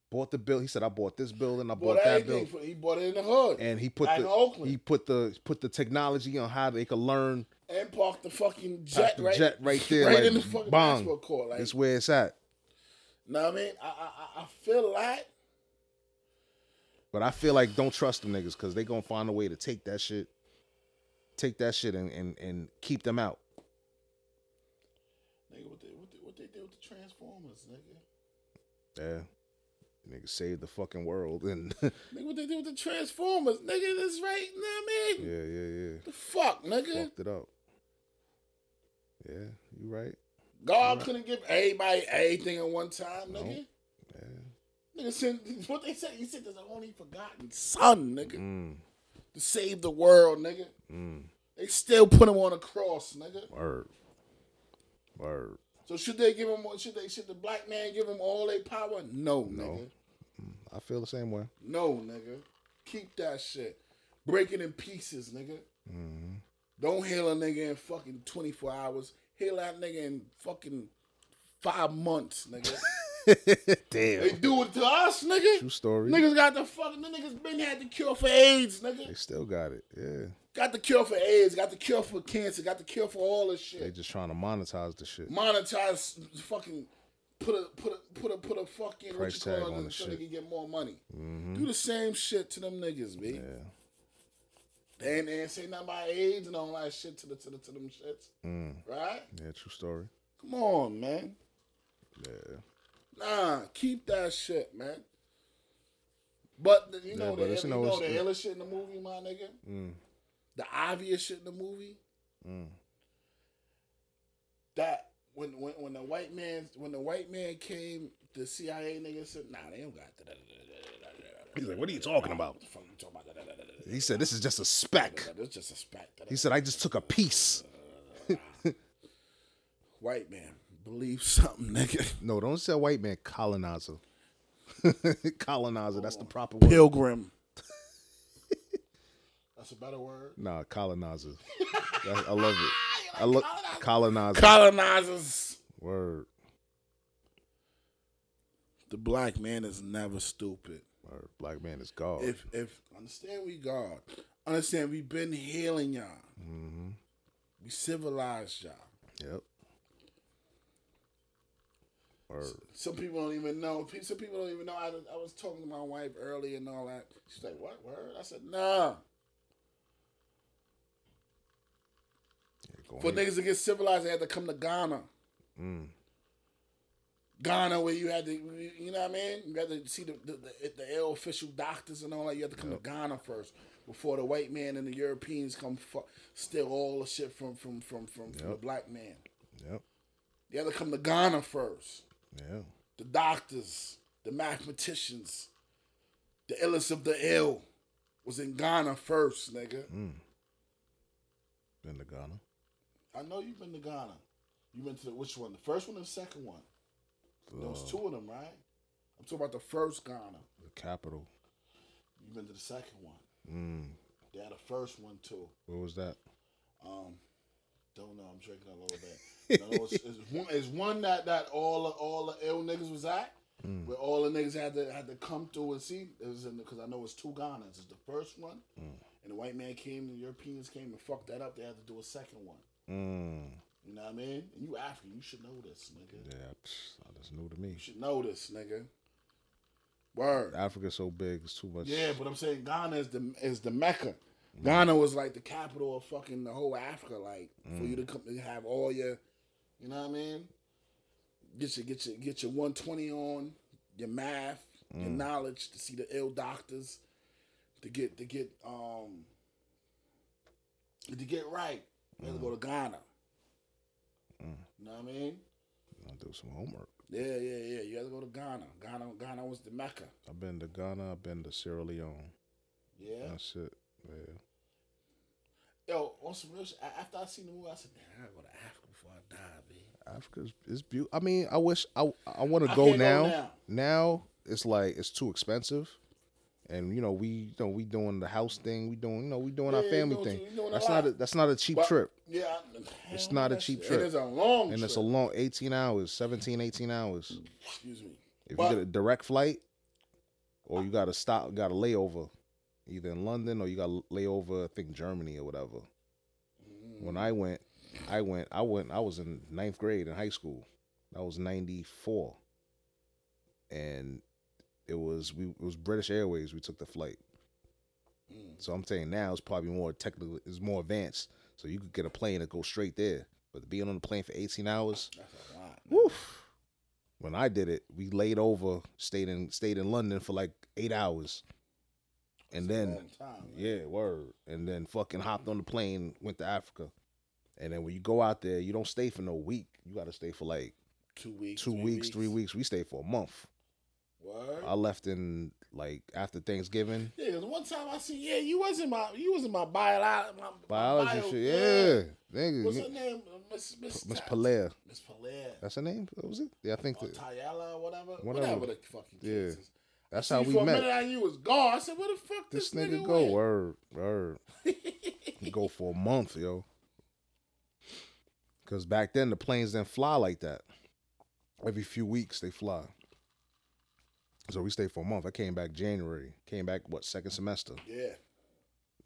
Bought the bill. He said, "I bought this building. I Bought bought that everything building." for- he bought it in the hood. And he put Out in the Oakland. he put the put the technology on how they could learn. and park the fucking jet the right, jet right there, right like, in the fucking bang. basketball court. Like That's where it's at. Know what I mean? I I, I- I feel like But I feel like don't trust them niggas because they gonna find a way to take that shit, take that shit and and, and keep them out. nigga what they what they, what they did with the Transformers, nigga. Yeah. Niggas saved the fucking world and Nigga what they did with the Transformers, nigga. That's right. Know what I mean? yeah, yeah, The fuck, yeah. nigga. Fucked it up. Yeah, you right. God couldn't give everybody everything at one time, No. nigga. Yeah. Nigga said what they said. He said there's an only forgotten son, nigga, Mm, to save the world, nigga. mm. They still put him on a cross, nigga. Word. Word. So should they give him? Should they? Should the black man give him all their power? No, nigga. I feel the same way. No, nigga. Keep that shit. Break it in pieces, nigga. Don't heal a nigga in fucking 24 hours. Heal that nigga in fucking five months, nigga. Damn. they do it to us, nigga. True story. Niggas got the fucking the niggas been had the cure for AIDS, They nigga. still got it. Yeah. Got the cure for AIDS, got the cure for cancer, got the cure for all this They shit. just trying to monetize the shit. Monetize fucking put a put a put a put a fucking Price what you tag call on it the so shit. Mm-hmm. they can get more money. Do the same shit to them niggas, b. Yeah. They ain't, they ain't say nothing about AIDS and all that shit to the to the to them shits, Mm. right? Yeah, true story. Come on, man. Yeah. Nah, keep that shit, man. But the, you know, Yeah, the, but it's- you you know, know the it's- illest shit in the movie, my nigga. Mm. the obvious shit in the movie Mm. that when when when the white man when the white man came, the CIA nigga said, "Nah, they don't got." da- da- da- da- da- da- da- da- He's like, what are you talking about? the fuck you talking about? Da- da- da- da- da- da- He said, this is just a speck. da- da- That's just a spat. Da- da- He said, I just took a piece. White man, believe something, nigga. No, don't say white man, colonizer. colonizer, that's the proper word. Pilgrim. That's a better word. Nah, colonizer. That- I love it. I look colonizer. Colonizers. word, The black man is never stupid. word. Black man is God. if if understand we God, understand we've been healing y'all. We civilized y'all. yep. Word. Some people don't even know. Pe- Some people don't even know. I, I was talking to my wife earlier and all that. She's like, "What word?" I said, "Nah." Yeah, go For ahead. niggas to get civilized, they had to come to Ghana. Mm. Ghana, where you had to, you- you know what I mean? You had to see the the, the, the ill official doctors and all that. You had to come to Ghana first before the white man and the Europeans come fu- steal all the shit from from from from, from the Yep. black man. Yep. You had to come to Ghana first. Yeah. the doctors, the mathematicians, the illest of the ill was in Ghana first, nigga. Been to Ghana. I know you've been to Ghana. You been to the, which one? The first one or the second one? There was two of them, right? I'm talking about the first Ghana. The capital. You've been to the second one. Mm. They had the first one too. What was that? Um, don't know. I'm drinking a little bit. No, it's, it's one, it's one that that all the, all the ill niggas was at, where all the niggas had to had to come through and see. It was in because I know it's two Ghanas. It's the first one, and the white man came, the Europeans came and fucked that up. They had to do a second one. Mm. You know what I mean? And you African, you should know this, nigga. Yeah. psh, That's new to me. You should know this, nigga. Word. Africa's so big. It's too much. Yeah, but I'm saying Ghana is the is the Mecca. Ghana was like the capital of fucking the whole Africa. Like for you to come and have all your, you know what I mean? Get your get your get your 120 on your math, your knowledge to see the ill doctors, to get to get um to get right. You had to go to Ghana. You know what I mean? I'll do some homework. Yeah, yeah, yeah. You had to go to Ghana. Ghana, Ghana was the Mecca. I've been to Ghana. I've been to Sierra Leone. Yeah. That's it. Yeah. Yo, on some real shit. a- After I seen the movie, I said, "Damn, I gotta go to Africa before I die, man." Africa's it's beautiful. I mean, I wish I I want I to go can't go now. now. now. it's like it's too expensive, and you know we you know we doing the house thing. We doing you know we doing Yeah, our you family doing- thing. you doing a that's not a, lot. that's not a cheap But- trip, Yeah, I- It's hell, not a that cheap shit- trip. It is a long and trip. it's a long eighteen hours, 17, 18 hours. Excuse me. If But- you get a direct flight, or you got to stop, got a layover, either in London or you got a layover, I think Germany or whatever. Mm, When I went, I went, I went, I was in ninth grade in high school. That was ninety four. and it was we it was British Airways. We took the flight, mm. so I'm saying now it's probably more technical. It's more advanced, so you could get a plane that goes straight there. But being on the plane for 18 hours, That's a lot. woof. When I did it, we laid over, stayed in stayed in London for like eight hours, and That's a then long time, man. yeah, word. And then fucking hopped on the plane, went to Africa. And then when you go out there, you don't stay for no week. You got to stay for like two weeks, two weeks, three weeks. We stayed for a month. Word. I left in like after Thanksgiving. Yeah, 'cause one time I seen, yeah, you wasn't my, you wasn't my biology, my, my Biology bio- shit. Yeah. Nigga. What's you- her name? Uh, Miss Miss Miss Ta- Palea. Miss Palea. That's her name? That was it? Yeah, I think or that, Tayala, or whatever, Whatever. whatever, the fucking Yeah. kids is. that's See, how we for a met. minute, I knew it was gone. I said, "Where the fuck this this, nigga go went? word word go for a month yo because back then the planes didn't fly like that every few weeks they fly so we stayed for a month i came back january came back what second semester Yeah,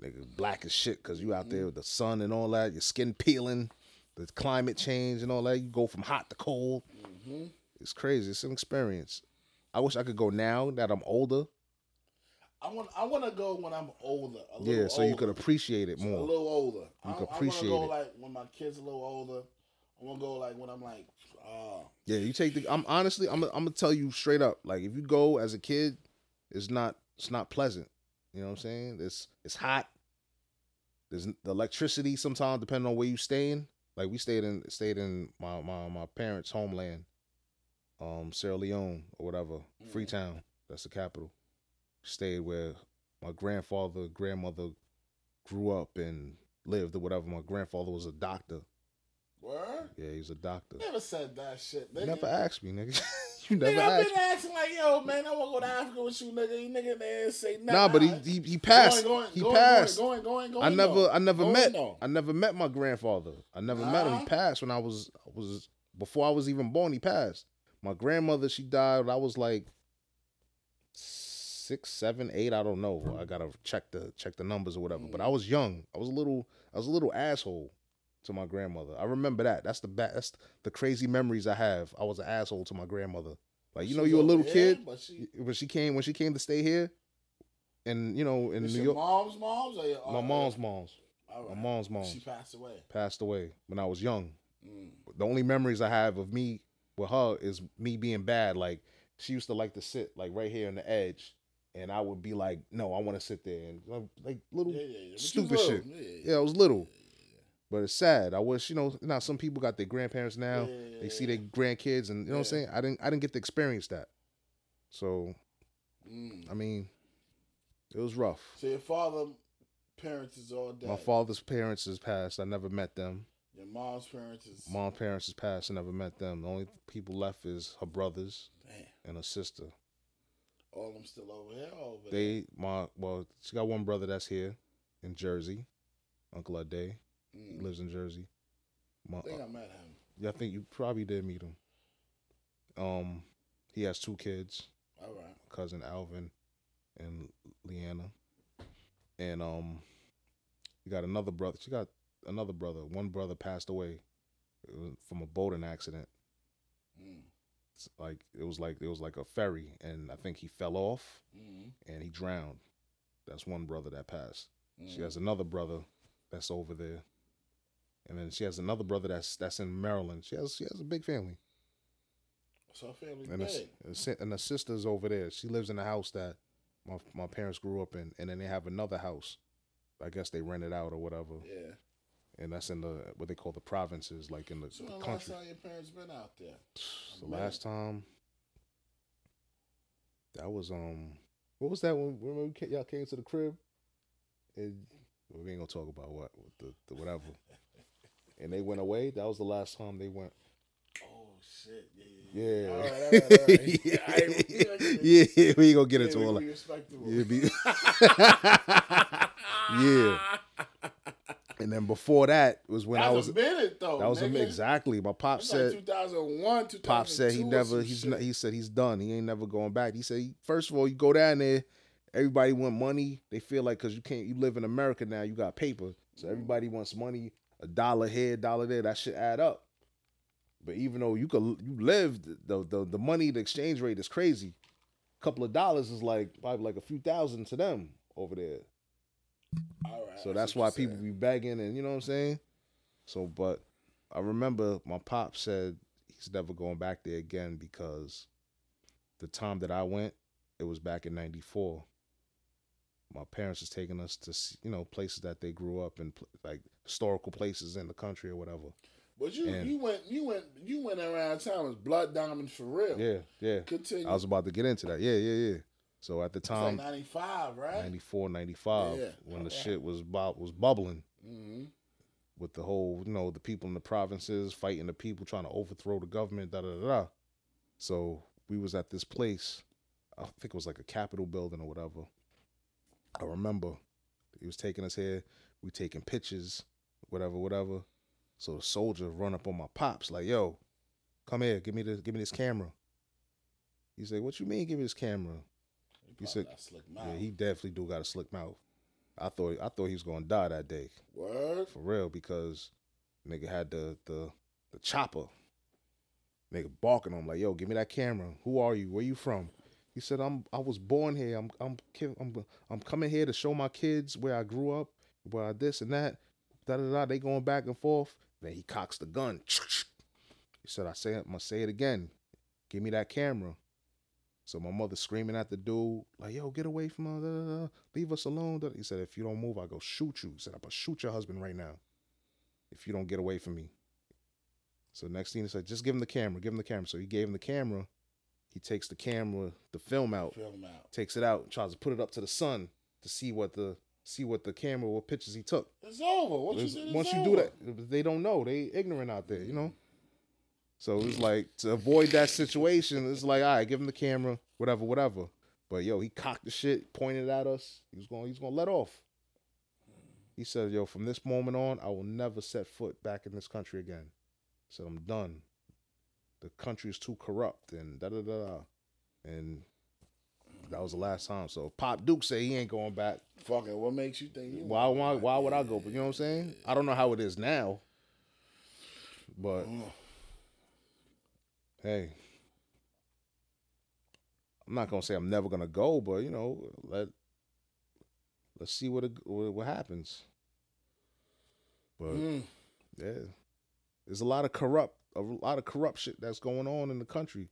nigga black as shit because you out there with the sun and all that your skin peeling the climate change and all that you go from hot to cold Mm-hmm. it's crazy it's an experience i wish i could go now that i'm older I want, I want to go when I'm older. A little yeah so you could older. appreciate it a more little older. I, can I appreciate wanna it. go like when my kids a little older. I want to go like when I'm like, oh, Yeah, you take the. I'm honestly, I'm, I'm gonna tell you straight up. Like, if you go as a kid, it's not, it's not pleasant. You know what I'm saying? It's, it's hot. There's n- the electricity sometimes, depending on where you staying. Like we stayed in, stayed in my my my parents' homeland, um, Sierra Leone or whatever, Freetown. That's the capital. Stayed where my grandfather, grandmother, grew up and lived or whatever. My grandfather was a doctor. word. Yeah, he was a doctor. Never said that shit. You Nigga. never asked me, nigga. you never Nigga, I've asked. been asking like, yo, man, I want to go to Africa with you, nigga. You nigga, man, say nah. Nah, but he he, he passed. Going, going, he going, passed. Going, going, going, I going, never though. I never Going, met though. I never met my grandfather. I never met him. He Nah. passed when I was I was before I was even born. He passed. My grandmother she died. When I was like six, seven, eight. I don't know. I gotta check the check the numbers or whatever. But Mm. I was young. I was a little I was a little asshole to my grandmother. I remember that. That's the best. That's the crazy memories I have. I was an asshole to my grandmother. Like you know, She's you a over little here, kid. But she, when she came when she came to stay here, and you know in it's New your York, mom's mom's or your, my or- mom's mom's all my right. mom's mom She passed away. passed away when I was young. Mm. The only memories I have of me with her is me being bad. Like she used to like to sit like right here on the edge, and I would be like, "No, I want to sit there," and like, like little Yeah, yeah, yeah. But you stupid little. shit. Yeah, yeah. Yeah, I was little. But it's sad. I wish, you know, now some people got their grandparents now. Yeah, yeah, they yeah, see their grandkids and you know what I'm Yeah. saying? I didn't I didn't get to experience that. So, Mm. I mean, it was rough. So your father, parents is all dead. My father's parents is passed. I never met them. Your mom's parents is Mom's parents is passed. I never met them. The only people left is her brothers Damn. and her sister. All them still over here. or Over there. They my well, she got one brother that's here in Jersey, Uncle Ade. He Mm. lives in Jersey. My, I think uh, I met him. yeah, I think you probably did meet him. Um, he has two kids, All right. cousin Alvin and Leanna, and um, you got another brother. She got another brother. One brother passed away uh, from a boating accident. Mm. It's like it was like it was like a ferry, and I think he fell off Mm. and he drowned. That's one brother that passed. She Mm. has another brother that's over there, and then she has another brother that's that's in Maryland. She has she has a big family, So her family's and a, big. a si- and a sister's over there. She lives in a house that my my parents grew up in, and then they have another house. I guess they rent it out or whatever, Yeah. and that's in the what they call the provinces, like in the, So the when the last country. time your parents been out there? The last time that was um, what was that when when we ca- y'all came to the crib? And we ain't gonna talk about what the, the whatever. and they went away. That was the last time they went. Oh shit. Yeah. Yeah, All right, all right, all right. yeah, All right, we- yeah. We ain't gonna get Yeah, into we all can that. be respectable. Yeah, be- yeah. And then before that was when That's I was. a minute though. that was a, nigga. exactly. My pop That's said. like 2001, 2002 Pop said he or never. some He's shit. not, he said he's done. He ain't never going back. He said he- first of all, you go down there, everybody want money. They feel like because you can't, you live in America now, you Mm-hmm. got paper, so everybody wants money. A dollar here, dollar there, that should add up. But even though you could you live the the, the money the exchange rate is crazy. A couple of dollars is like probably like a few thousand to them over there. All right. So I that's see what why you're people saying. be begging and you know what I'm saying? So but I remember my pop said he's never going back there again because the time that I went, it was back in 94. My parents was taking us to s- you know places that they grew up in pl- like historical places in the country or whatever. But you and- you went you went you went around town with blood diamonds for real. Yeah, yeah. Continue. I was about to get into that. Yeah, yeah, yeah. So at the It's like time, ninety five, right? 94, 95, Yeah. when the shit was bob- was bubbling Mm-hmm. with the whole, you know, the people in the provinces fighting the people trying to overthrow the government, da da da. da. So we was at this place. I think it was like a Capitol building or whatever. I remember he was taking us here. We taking pictures, whatever, whatever. So the soldier run up on my pops like, "Yo, come here, give me this, give me this camera." He's like, "What you mean, give me this camera?" You said- said slick mouth. Yeah, he definitely do got a slick mouth. I thought I thought he was gonna die that day Word. for real because nigga had the the the chopper. Nigga barking on him like, "Yo, give me that camera. Who are you? Where you from?" He said, "I'm I was born here. I'm I'm ki- I'm I'm coming here to show my kids where I grew up, where I this and that." Da da da. They going back and forth. Then he cocks the gun. He said, "I say it. I'm gonna say it again. Give me that camera." So my mother screaming at the dude, like, yo, get away from us, da, da, da. leave us alone. da- da." He said, if you don't move, I go shoot you. He said, I'm gonna shoot your husband right now. If you don't get away from me. So next thing he said, just give him the camera, give him the camera. So he gave him the camera. He takes the camera, the film out, Film out. takes it out, and tries to put it up to the sun to see what the see what the camera, what pictures he took. It's over. Once you It's- do, it's once you over. do that, they don't know. They ignorant out there, you know. So it's like to avoid that situation. It's like, all right, give him the camera, whatever, whatever. But yo, he cocked the shit, pointed at us. He was going, he was going to let off. He said, "Yo, from this moment on, I will never set foot back in this country again." So I'm done. The country is too corrupt, and da da da da. And that was the last time. So Pop Duke said he ain't going back. Fucking what makes you think you Why why why would I go? But you know what I'm saying? I don't know how it is now. But Mm. hey. I'm not gonna say I'm never gonna go, but you know, let let's see what it, what what happens. But Mm. yeah. There's a lot of corrupt a lot of corrupt shit that's going on in the country.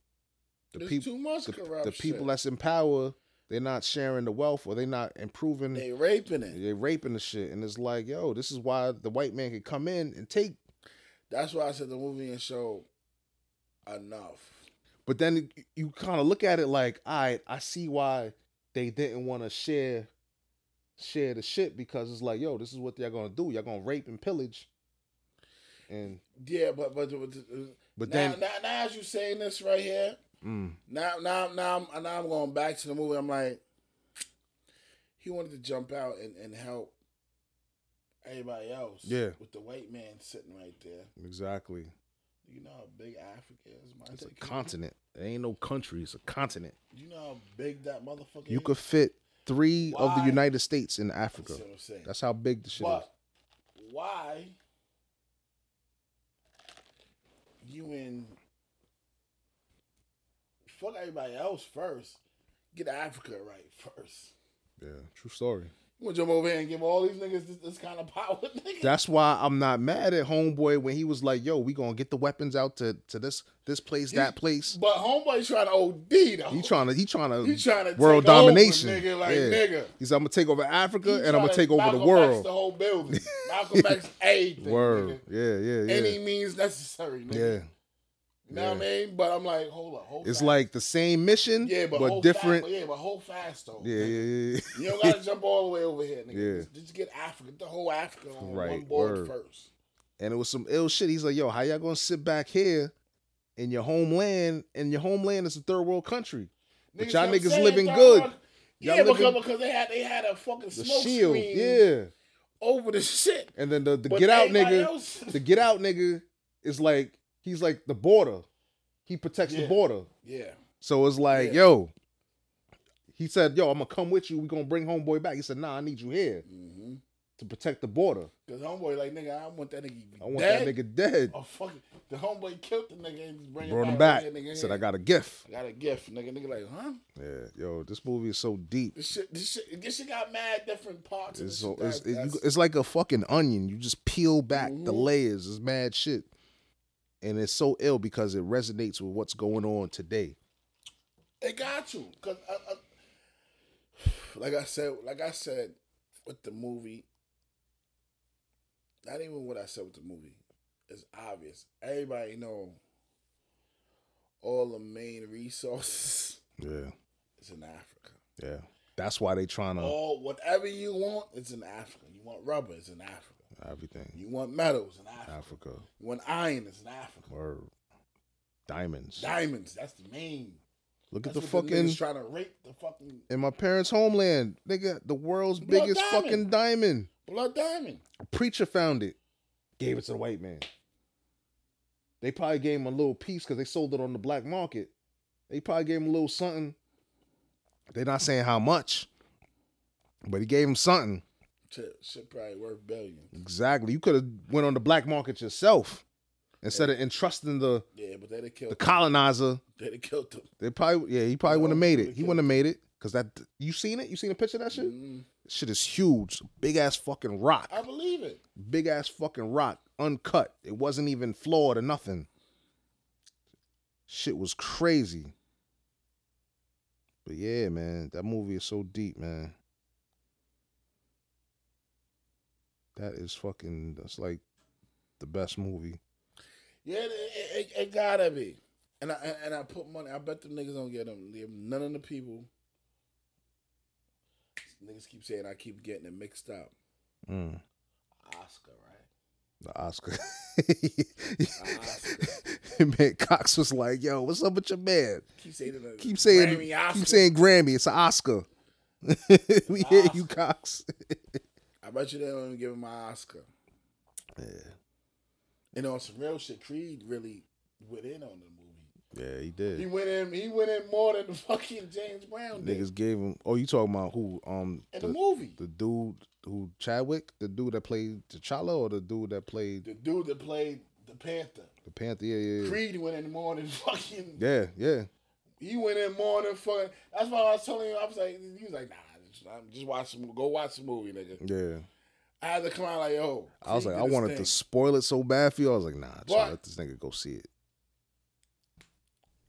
The There's people too much the, corruption. the people that's in power, they're not sharing the wealth or they're not improving they raping it. they raping the shit, and it's like, yo, this is why the white man can come in and take. That's why I said the movie and show enough. But then you kind of look at it like, all right, I see why they didn't want to share share the shit because it's like, yo, this is what they're gonna do. Y'all gonna rape and pillage, and Yeah, but but, but uh, but now, then now, now as you saying this right here, Mm, now now now I'm now I'm going back to the movie. I'm like, he wanted to jump out and, and help everybody else. Yeah. with the white man sitting right there. exactly, You know how big Africa is. My it's a dick? continent. It ain't no country. It's a continent. you know how big that motherfucker. You is? could fit three of the Why? United States in You Africa. see what I'm saying. That's how big the shit is. But why you in fuck everybody else first? Get Africa right first. Yeah, true story. You want to jump over here and give all these niggas this, this kind of power, nigga? That's why I'm not mad at homeboy when he was like, "Yo, we gonna get the weapons out to to this this place, that place." but homeboy trying to OD though. He trying to he trying to He tryna world take over, domination, nigga, like, yeah. nigga. He's I'm gonna take over Africa He and I'm gonna tryna take over the Malcolm X world. The whole building. Malcolm X everything. Word, Word. yeah, yeah, yeah, Any means necessary, nigga. yeah. You know what I mean? But I'm like, hold up, hold It's fast. like the same mission, yeah, but, hold different. Fast, yeah, but hold fast though. yeah, yeah, yeah. You don't gotta jump all the way over here, nigga. Yeah. Just, just get Africa, the whole Africa on one Right, board word. first. And it was some ill shit. He's like, "Yo, how y'all gonna sit back here in your homeland? And your homeland is a third world country." But y'all see what I'm niggas saying? living Y'all good. are- Y'all yeah, living- because, because they had they had a fucking The smoke shield, screen yeah. over the shit. And then the, the But get out everybody nigga, else- the get out nigga is like he's like the border. He protects the Yeah. border. Yeah, So it's like, Yeah. yo. He said, "Yo, I'm gonna come with you. We gonna bring homeboy back." He said, "Nah, I need you here." mm-hmm. to protect the border. Cause homeboy like nigga, I want that nigga. to be I want dead. that nigga dead. Oh fuck! it. The homeboy killed the nigga and just bring Brought him him back. Nigga, Said I got a gift. I got a gift, nigga. Nigga like, huh? Yeah, yo, this movie is so deep. This shit, this shit, this shit got mad different parts. of It's this so shit. it's, That- it- you- that's- it's like a fucking onion. You just peel back the Mhm. layers. It's mad shit, and it's so ill because it resonates with what's going on today. It got you, cause I, I, like I said, like I said with the movie, not even what I said with the movie is obvious. Everybody know all the main resources Yeah, is in Africa. yeah. That's why they trying to All whatever you want, it's in Africa. You want rubber, it's in Africa. everything. You want metals, in Africa. Africa, You want iron, it's in Africa. or diamonds. Diamonds, that's the main. Look at That's the what fucking niggas trying to rape the fucking in my parents' homeland. They got the world's Blood biggest diamond. fucking diamond. blood diamond. A preacher found it, gave it to the white man. They probably gave him a little piece because they sold it on the black market. They probably gave him a little something. They're not saying how much, but he gave him something. Shit, shit probably worth billions. Exactly. You could have went on the black market yourself instead of entrusting the Yeah, but they'd have killed the them. colonizer. They'd have killed them. They probably yeah, he probably Yeah, wouldn't have made would've it. He killed wouldn't have made it because that you seen it. You seen a picture of that shit. Mm, Shit is huge, big ass fucking rock. I believe it. big ass fucking rock, uncut. It wasn't even flawed or nothing. Shit was crazy. But yeah, man, that movie is so deep, man. That is fucking. That's like the best movie. Yeah, it, it, it- it gotta be. And I and- and I put money. I bet the niggas don't get them. None of the people. Niggas keep saying I keep getting it mixed up. Mm, Oscar, right? the Oscar. man, Oscar. Cox was like, "Yo, what's up with your man? Keep saying it. Keep saying, Grammy, Oscar. keep saying Grammy. It's an Oscar. we an hear you, Oscar. Cox. I bet you they don't even give him an Oscar. yeah. And on some real shit, Creed really went in on the movie. Yeah, he did. He went in. He went in more than fucking James Brown did Niggas gave him. Oh, you talking about who? Um, in the, the movie. the dude who Chadwick, the dude that played T'Challa, or the dude that played The dude that played the Panther. the Panther. Yeah, yeah, yeah. Creed went in more than fucking. yeah, yeah. He went in more than fucking. That's why I was telling him. I was like, he was like, nah, just, I'm just watch some. Go watch the movie, nigga. yeah. I had to come out like, yo. I was Creed like, I did his wanted thing. to spoil it so bad for you. I was like, nah, chill, What? let this nigga go see it.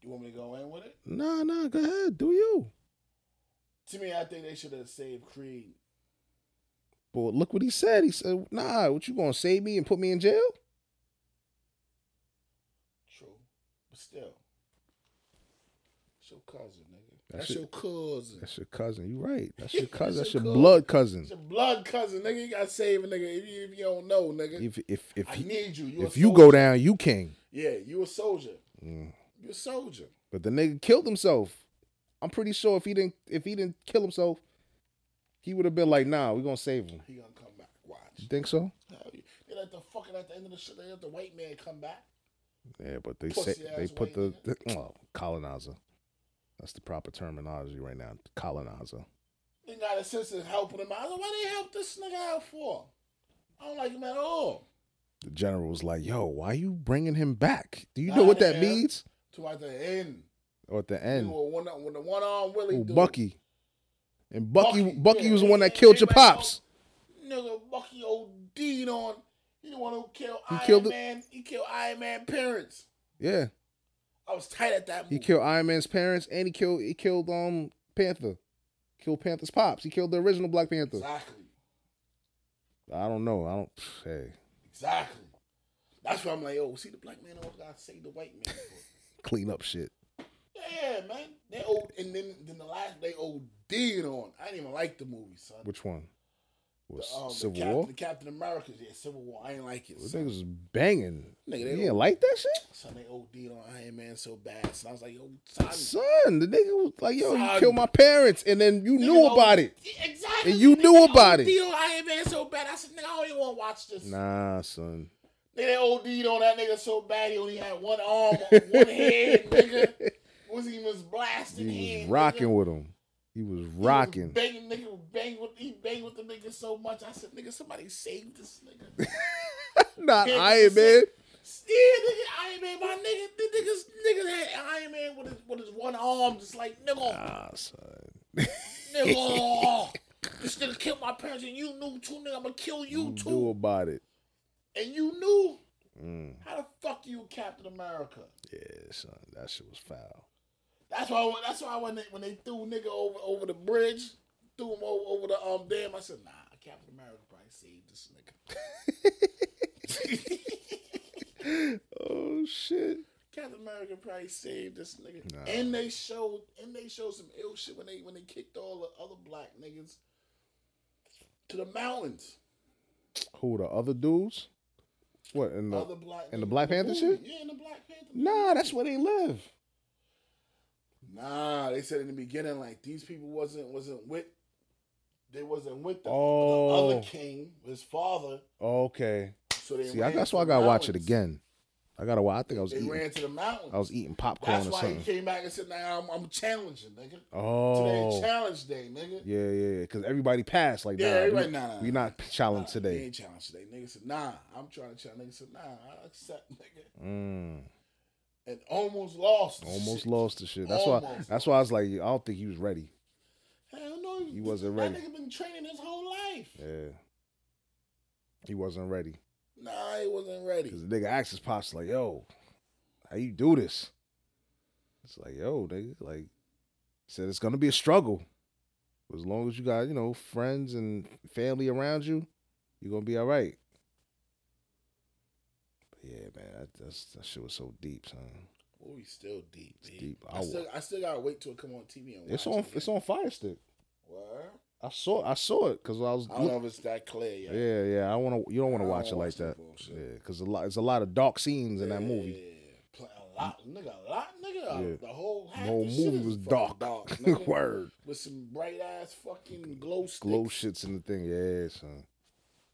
You want me to go in with it? Nah, nah, go ahead, do you? To me, I think they should have saved Creed. But look what he said. He said, nah, what you gonna save me and put me in jail? True, but still, it's your cousin, nigga. That That's, shit- your cousin. That's your cousin. You right. That's your cousin. That's your your cousin. blood cousin. It's your blood cousin, nigga. You gotta save a nigga if you, if you don't know, nigga. If if if I he- need you. You if a you go soldier. down, you king. yeah, you a soldier. Mm. You a soldier. But the nigga killed himself. I'm pretty sure if he didn't if he didn't kill himself, he would have been like, nah, we're gonna save him. He gonna come back. You Watch. think so? Hell yeah. They let the fucking at the end of the shit. They let the white man come back. Yeah, but they Pussy say they ass put white the, the oh, colonizer. That's the proper terminology right now. Colonizer. They got a sense of helping him out. I was like, Why they help this nigga out for? I don't like him at all. The general was like, yo, why you bringing him back? Do you know Nah, what that man. means? To at the end, Or at the and end, one when the one arm Willie, ooh, dude, Bucky. And Bucky Bucky, Bucky, yeah, was the one that yeah, killed your everybody know- pops. nigga, Bucky OD'd on. He the one who killed He Iron killed the- Man. He killed Iron Man parents. Yeah. I was tight at that. He movie. killed Iron Man's parents and he killed he killed um Panther. Killed Panther's pops. He killed the original Black Panther. exactly, I don't know. I don't. Hey, exactly. That's why I'm like, yo, see the black man always gotta save the white man. For. clean up shit. Yeah, man. They old and then then the last they OD'd on. I didn't even like the movie, son. Which one? Was the, um, Civil the Captain, War? The Captain America, yeah, Civil War. I ain't like it. Those Son. niggas was banging. Nigga, you they didn't old- like that shit, son, they OD'd on Iron Man so bad. So I was like, yo, son. son. The nigga was like, "Yo, you Son. killed my parents," and then you niggas knew about OD it. Yeah, Exactly. And you nigga, knew they about it. OD'd on Iron Man so bad. I said, nigga, I don't even want to watch this. Nah, son. Nigga, they OD'd on that nigga so bad he only had one arm, one hand, nigga. Was he was blasting You was hand, rocking nigga. with him. He was rocking. Banging nigga, bang with he banged with the nigga so much. I said, nigga, somebody save this nigga. Not Big Iron sick. Man. Yeah, nigga, Iron Man, my nigga, the niggas, niggas had Iron Man with his with his one arm, just like nigga, Ah, son. nigga. This nigga killed my parents, and you knew too, nigga. I'ma kill you What you do too, about it? and you knew. Mm, How the fuck you Captain America? yeah, son. That shit was foul. That's why. That's why when they, when they threw nigga over over the bridge, threw him over, over the um dam. I said, nah, Captain America probably saved this nigga. Oh shit. Captain America probably saved this nigga. Nah. And they showed and they showed some ill shit when they when they kicked all the other black niggas to the mountains. Who the other dudes? What in the Other black and the niggas. Black Panther Ooh, shit? Yeah, in the Black Panther. Nah, that's where they live. Nah, they said in the beginning like these people wasn't wasn't with they wasn't with the, Oh. the other king, his father. Okay. So they See, I, ran that's to why I the gotta watch it mountains. again. I gotta watch. I think I was They eating. ran to the mountains. I was eating popcorn That's or why something. he came back and said, "Now I'm, I'm challenging, nigga. Today oh. challenge day, nigga. yeah, yeah. Because everybody passed like Yeah, nah, everybody- we, nah, nah, we nah. not challenged Nah, today. He ain't challenged today. Nigga said, nah, I'm trying to challenge. Nigga said, nah, I accept, nigga. Mm, And almost lost. the almost shit. lost the shit. That's why. Almost. That's why I was like, I don't think he was ready. Hell no. He wasn't That ready. nigga been training his whole life. Yeah, he wasn't ready. Nah, he wasn't ready. Cause the nigga asked his pops like, "Yo, how you do this?" It's like, "Yo, nigga," like he said, it's gonna be a struggle. But as long as you got you know friends and family around you, you're gonna be all right. But yeah, man, that, that's that shit was so deep, son. Oh, we still deep. B. deep. I, I still, wa- I still gotta wait till it come on TV and It's watch on. it It's again. on Fire Stick. Word? I saw. I saw it because I was. I don't know if it's that clear yet. Yeah, yeah. I want to. You don't want I to don't watch it wanna like watch that. that bullshit. Yeah, because a lot. There's a lot of dark scenes in that movie. Play a lot, nigga. A lot, nigga. Uh, Yeah. The whole The half whole the shit movie is was fucking dark. nigga. Word. With some bright ass fucking glow sticks. Glow shits in the thing. Yeah, son.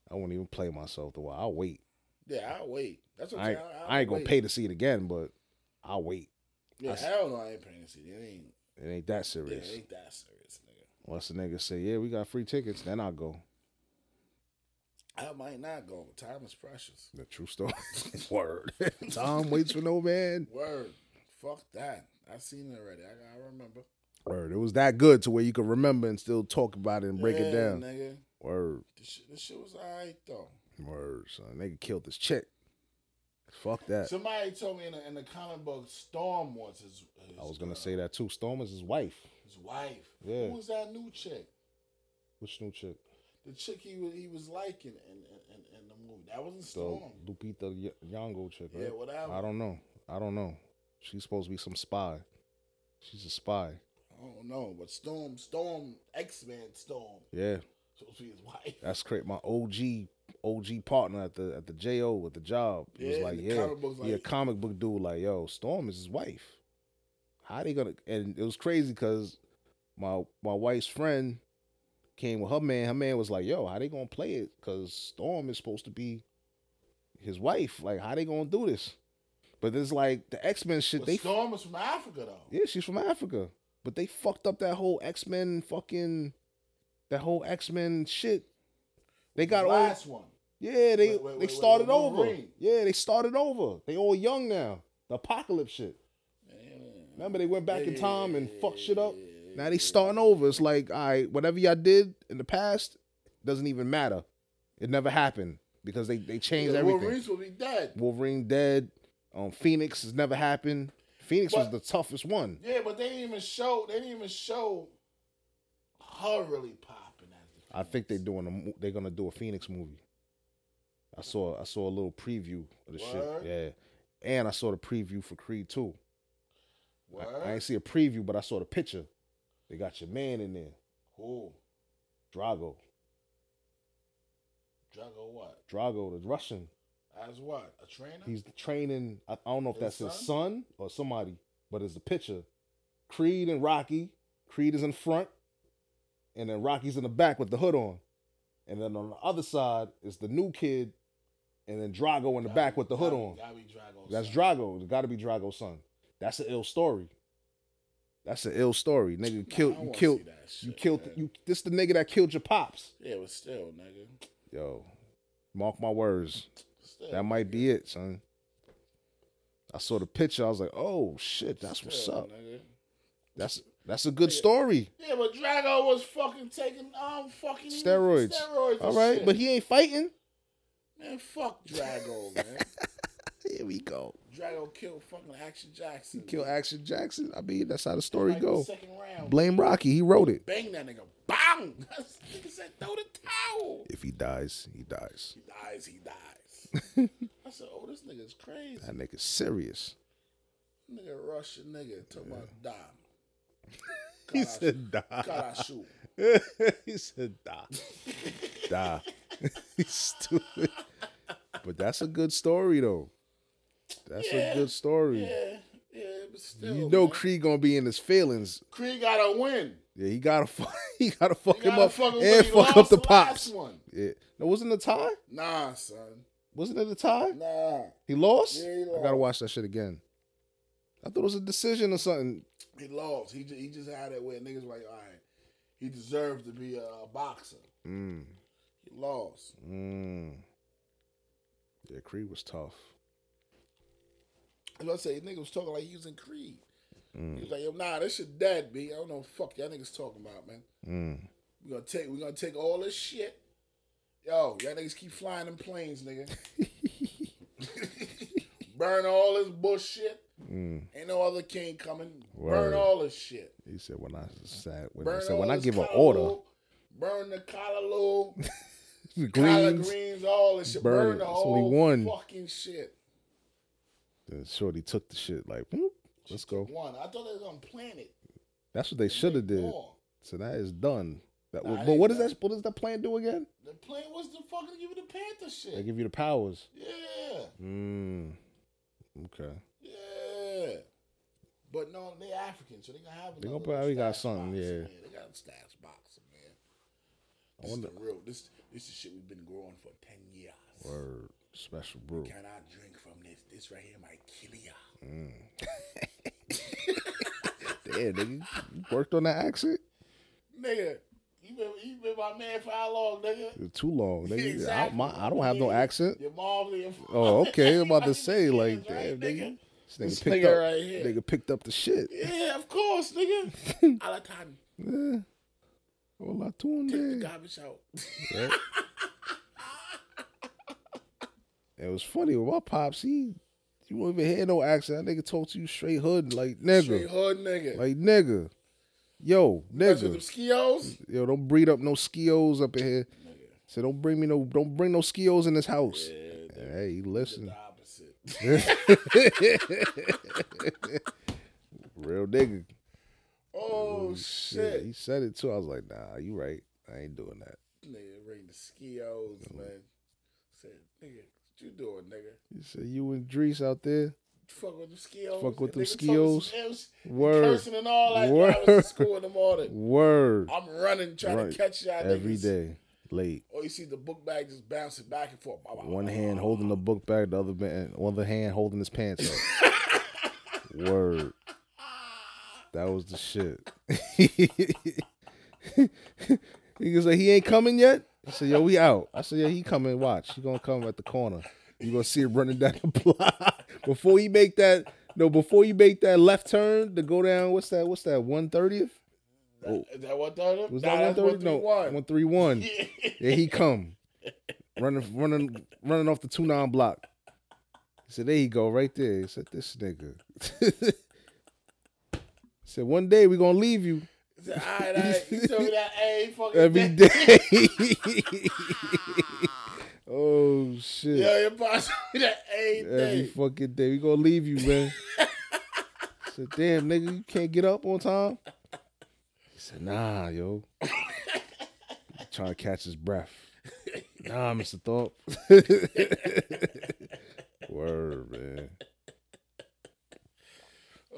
I won't even play myself the while. I'll wait. Yeah, I'll wait. That's what I ain't, I'm saying. I ain't gonna wait. pay to see it again, but I'll wait. Yeah, I s- hell no, I ain't paying to see. that. It ain't. It ain't that Yeah, serious. it ain't that serious, nigga. Unless the nigga say, "Yeah, we got free tickets," then I'll go. I might not go. Time is precious. The true story. Word. Tom waits for no man. Word. Fuck that. I seen it already. I, I remember. Word. It was that good to where you could remember and still talk about it and break it Yeah, down. nigga. Word. This shit, this shit was alright though. Word. Son, nigga killed this chick. Fuck that. Somebody told me in the, in the comic book, Storm was his. his I was gonna girl, say that too. Storm is his wife. his wife. Yeah. Who was that new chick? Which new chick? The chick he was he was liking in in, in, in the movie. That wasn't The Storm. Lupita y- Nyong'o chick. Yeah, Right? whatever. I don't know. I don't know. She's supposed to be some spy. She's a spy. I don't know, but Storm, Storm, X Man, Storm, Yeah, supposed to be his wife. that's great. My OG OG partner at the at the JO at the job. He was Yeah, like, the yeah, comic book's yeah, like- comic book dude. Like, yo, Storm is his wife. How they gonna? And it was crazy because my my wife's friend came with her man. Her man was like, yo, how they gonna play it? Because Storm is supposed to be his wife. Like, how they gonna do this? But it's like the X Men shit. But they Storm is from Africa though. Yeah, she's from Africa. But they fucked up that whole X Men fucking that whole X Men shit. They got the all last one. Yeah, they Wait, wait, they wait, started wait, over. Wolverine. Yeah, they started over. They all young now. The apocalypse shit. Remember they went back in time and fucked shit up? Now they starting over. It's like, all right, whatever y'all did in the past doesn't even matter. It never happened because they, they changed Yeah, everything. Wolverine's will be dead. Wolverine dead. Um, Phoenix has never happened. Phoenix was But- the toughest one. Yeah, but they didn't even show. They didn't even show her really popping. as the I think they're Phoenix. doing a, mo- they're gonna do a Phoenix movie. I saw I saw a little preview of the Word. shit. Yeah. And I saw the preview for Creed 2. I, Word? I ain't see a preview, but I saw the picture. They got your man in there, Who? Drago. Drago what? Drago, the Russian. As what? A trainer? He's training. I, I don't know if His that's his son or somebody, but it's a picture. Creed and Rocky. Creed is in front, and then Rocky's in the back with the hood on, and then on the other side is the new kid, and then Drago in the back with the hood on. Gotta be Drago. That's Drago. It got to be Drago's son. That's an ill story. That's an ill story, nigga. You killed, I you wanna killed, see that you shit, killed, you. This the nigga that killed your pops. Yeah, but still, nigga. Yo, mark my words. Still. That might be it, son. I saw the picture. I was like, oh shit, that's what's still, up. nigga. That's that's a good story. Yeah, but Drago was fucking taking um fucking Steroids. Steroids. and All right, shit. but he ain't fighting. man, fuck Drago, man. Here we go. Drago killed fucking Action Jackson. Kill Action Jackson. I mean, that's how the Like story the go. Second round. Blame Rocky. He wrote it. Bang that nigga. Bang. nigga said throw the towel. If he dies, he dies. He dies. He dies. I said, oh, this nigga's crazy. That nigga's serious. Nigga Russian nigga talking about die. He said, "Die." God, I shoot. he said, "Da, da." He's stupid. But that's a good story, though. That's a good story. Yeah, yeah, but still. you know, man. Creed gonna be in his feelings. Creed gotta win. Yeah, he gotta, fu- he gotta fuck He him gotta up fucking win. and He fuck up lost the last pops. One. Yeah. No, wasn't it a tie? Nah, son. Wasn't it a tie? Nah. He lost. Yeah, he I gotta lost. watch that shit again. I thought it was a decision or something. He lost. He just, he just had it where niggas like, all right, he deserved to be a, a boxer. Mm, He lost. mm. Yeah, Creed was tough. I was gonna say, nigga was talking like he was in Creed. He was like, yo, nah, this shit dead, B. I don't know what the fuck y'all niggas talking about, man. Mm. We're gonna take we gonna take all this shit. Yo, y'all niggas keep flying them planes, nigga. Burn all this bullshit. Mm. Ain't no other king coming. Word. Burn all this shit. He said, "When I said when I Mm-hmm. Burn said when all I this give an collard order, oil. Burn the collard oil, the collard greens." greens, all this shit. Burn Burn, it. the That's what he whole won. fucking shit. Then Shorty took the shit like, "Whoop, let's go. One. I thought they was on planet. That's what they should have did. More. So that is done. That, Nah, it but ain't what does done. that? What does that plan do again? The plan was to fucking give you the Panther They shit. give you the powers. Yeah. Mm. Okay. Yeah. But no, they African, so they gonna have. They gonna another probably got stash something, boxer, yeah. man. They got a stash boxer, man. This wonder- is the real. This this is shit we've been growing for ten years. Word. Special brew. Can I drink from this? This right here might kill ya. Damn, nigga, you worked on that accent. Nigga, you been you been my man for how long, nigga? It's too long. Nigga. Exactly. I, my, I don't have no Yeah. accent. Your mom and your Oh, okay. I'm about to Like, say yeah, like, damn, nigga. right, nigga. This nigga This picked nigga up. right here. Nigga picked up the shit. Yeah, of course, nigga. Alatan, Yeah. Hola, take the tunde. garbage out. Right? it was funny with my pops. He, you won't even hear no accent. That nigga talk to you straight hood, like nigga, Straight hood, nigga. like nigga, yo, That's with them nigga, skios. yo, don't breed up no skios up in here. So don't bring me no, don't bring no skios in this house. hey, he listen, The opposite. real nigga. Oh Yeah, shit. he said it too. I was like, nah, you right. I ain't doing that. Nigga ring the Oh. skios, man. Said, nigga, what you doing, nigga? He said you and Drees out there. Fuck with them skios. Fuck with them Nigga talking skios. some M's, Word. Cursing and all that. Word. I was in school in the morning. Word I'm running, trying Right. to catch y'all every niggas. day, late. Or you see the book bag just bouncing back and forth. Bah, bah, One bah, hand bah. holding the book bag, the other man, other hand holding his pants up. Word. That was the shit. he was like, he ain't coming yet. I said, yo, we out. I said, yeah, he coming. Watch, he gonna come at the corner. You gonna see him running down the block before he make that. No, before you make that left turn to go down. What's that? What's that? One thirtieth? Is that one thirty? Was nah, that that's one thirty? No, 131. one three one. There he come, running, running, running off the two nine block. He said, "There you go, right there." He said, "This nigga." He said, "One day we gonna leave you Is that- all right, all right. You tell me that A fucking every day. day." oh shit! Yo, your boss told me that A every day. fucking day we gonna leave you, man. I said, "Damn, nigga, you can't get up on time." He said, "Nah, yo." Trying to catch his breath. Nah, Mister Thorpe. Word, man.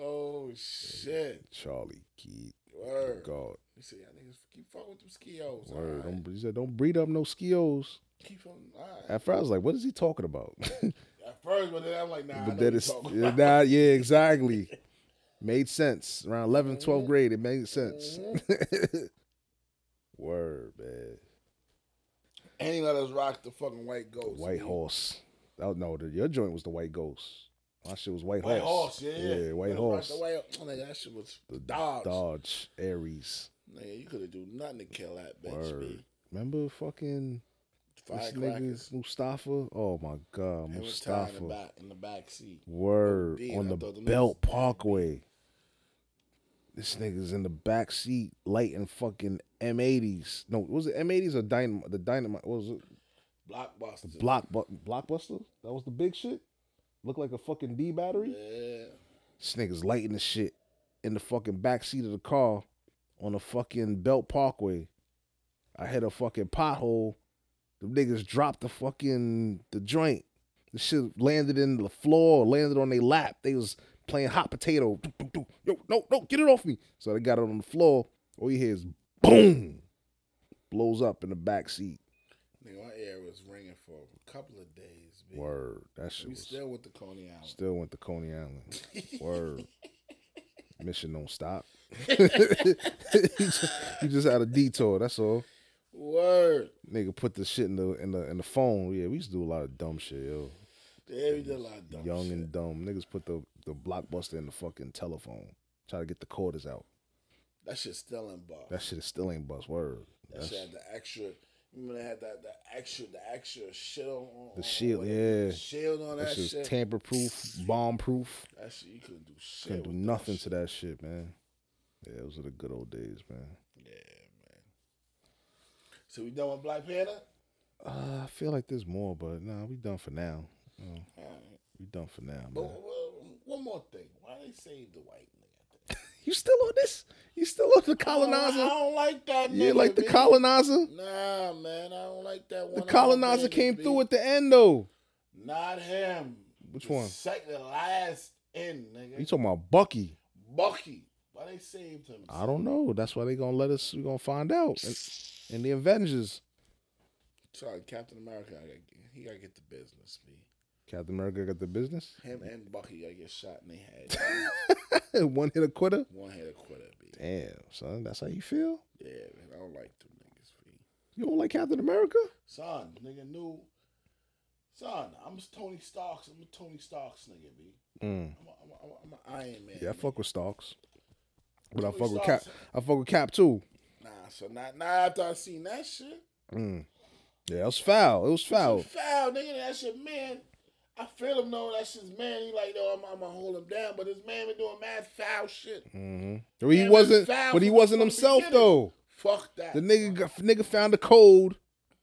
Oh shit. Charlie Keith. Word. God. You see, y'all niggas keep fucking with them skios. all Word. right. Don't, he said, "Don't breed up no skills." Keep fucking. All right. At first, I was like, "What is he talking about?" At first, but then I'm like, nah. I know but then you it's talking about. nah, yeah, exactly. Made sense. Around 11th, 12th grade, it made sense. Mm-hmm. Word, man. And he let us rock the fucking white ghost. White B. Horse. Oh, no, the, your joint was the White Ghost. My shit was White, White Horse. horse, yeah, yeah. White Let us rock Horse. The white, oh, nigga, that shit was Dodge. Dodge, Aries. Nigga, you could have do nothing to kill that bitch. Word. B. Remember fucking this Firecrackers. nigga Mustafa? Oh my God, They was tied in the Mustafa. back in the back seat. Word Indeed, on I the thought them Belt niggas- Parkway. This nigga's in the back seat lighting fucking M80s. No, was it M80s or dynamite? The dynamite what was it Blockbuster. block blockbuster? That was the big shit. Looked like a fucking D battery. Yeah. This nigga's lighting the shit in the fucking back seat of the car on the fucking Belt Parkway. I hit a fucking pothole. The niggas dropped the fucking the joint. The shit landed in the floor, landed on their lap. They was playing hot potato. Doo, doo, doo. Yo, no, no, get it off me. So they got it on the floor. All you hear is boom. Blows up in the back seat. Nigga, my ear was ringing for a couple of days. B. Word. That shit We was still with the Coney Island. Still went to Coney Island. Word. Mission don't stop. you, just, you just had a detour. That's all. Word. Nigga put the shit in the in the in the phone. Yeah, we used to do a lot of dumb shit, yo. Yeah, we did a lot of dumb Young shit. and dumb. Niggas put the the blockbuster in the fucking telephone. Try to get the quarters out. that shit still in bar. That shit is still ain't bust. Word. That That's- shit had the extra. Remember they had that the extra the extra shit on, on The on- shield, on- yeah. the shield on that, that shit's shit. tamper proof, bomb proof. that shit you couldn't do shit. Couldn't do with that nothing to shit. that shit, man. Yeah, those are the good old days, man. Yeah, man. So we done with Black Panther. Uh, I feel like there's more, but nah, we done for now. Uh, All right. we done for now, But man. one- one more thing. Why they save the white nigga? You still on this? You still on the I don't, I colonizer? don't like that. You ain't nigga, like the B. colonizer? Nah, man, I don't like that one. The colonizer came through at the end though. Not him. Which The one? Second last end, nigga. You talking about Bucky? Bucky. Why they saved him? I don't know. That's why they gonna let us. We gonna find out. And, and the Avengers, Sorry, Captain America. I gotta get, he gotta get the business, B. Captain America got the business. Him and Bucky gotta get shot in the head. One hit a quitter. one head a quitter, B. Damn, son, that's how you feel. Yeah, man. I don't like them niggas, B. You don't like Captain America? Son, nigga knew. Son, I'm Tony Stark's. I'm a Tony Stark's nigga, B. Mm. I'm a, I'm a, I'm a, I'm a Iron Man. Yeah, I nigga. fuck with Starks, but I Tony fuck with Cap. Stark's- I fuck with Cap too. Nah, so not not after I seen that shit. Mm. Yeah, it was foul. It was Foul. foul. Foul, nigga. That shit, man. I feel him knowing that shit's man. He like, no, I'm, I'm gonna hold him down, but this man been doing mad foul shit. hmm He Man, wasn't, it's foul but he from wasn't the himself beginning. though. Fuck that. The nigga got- nigga found the code.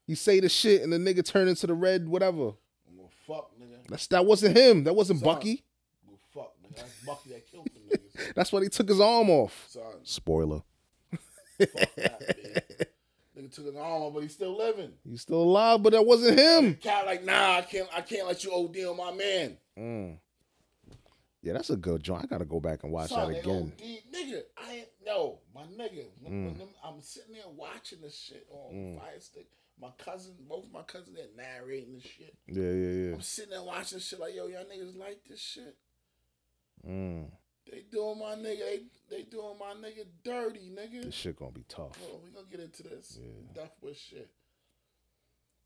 He say the shit, and the nigga turn into the red whatever. I'm gonna fuck, nigga. I'm That's that wasn't him. That wasn't Son. Bucky. gonna fuck, nigga. That's Bucky that killed the niggas. That's why they took his arm off. Son, Spoiler. fuck that, man. Nigga took his arm, off, but he's still living. He's still alive, but that wasn't him. Cat like, nah, I can't, I can't let you OD on my man. Mm. Yeah, that's a good joint. I gotta go back and watch Son, that they again. OD, nigga. I ain't no, my nigga. When- when Mm. them- I'm sitting there watching this shit on Mm. Fire Stick. My cousin, both my cousins, they're narrating this shit. Yeah, yeah, yeah. I'm sitting there watching this shit like, yo, y'all niggas like this shit. Mm. They doing my nigga, they, they doing my nigga dirty, This nigga. shit gonna be tough. Hold on, we gonna get into this Yeah. Duff with shit.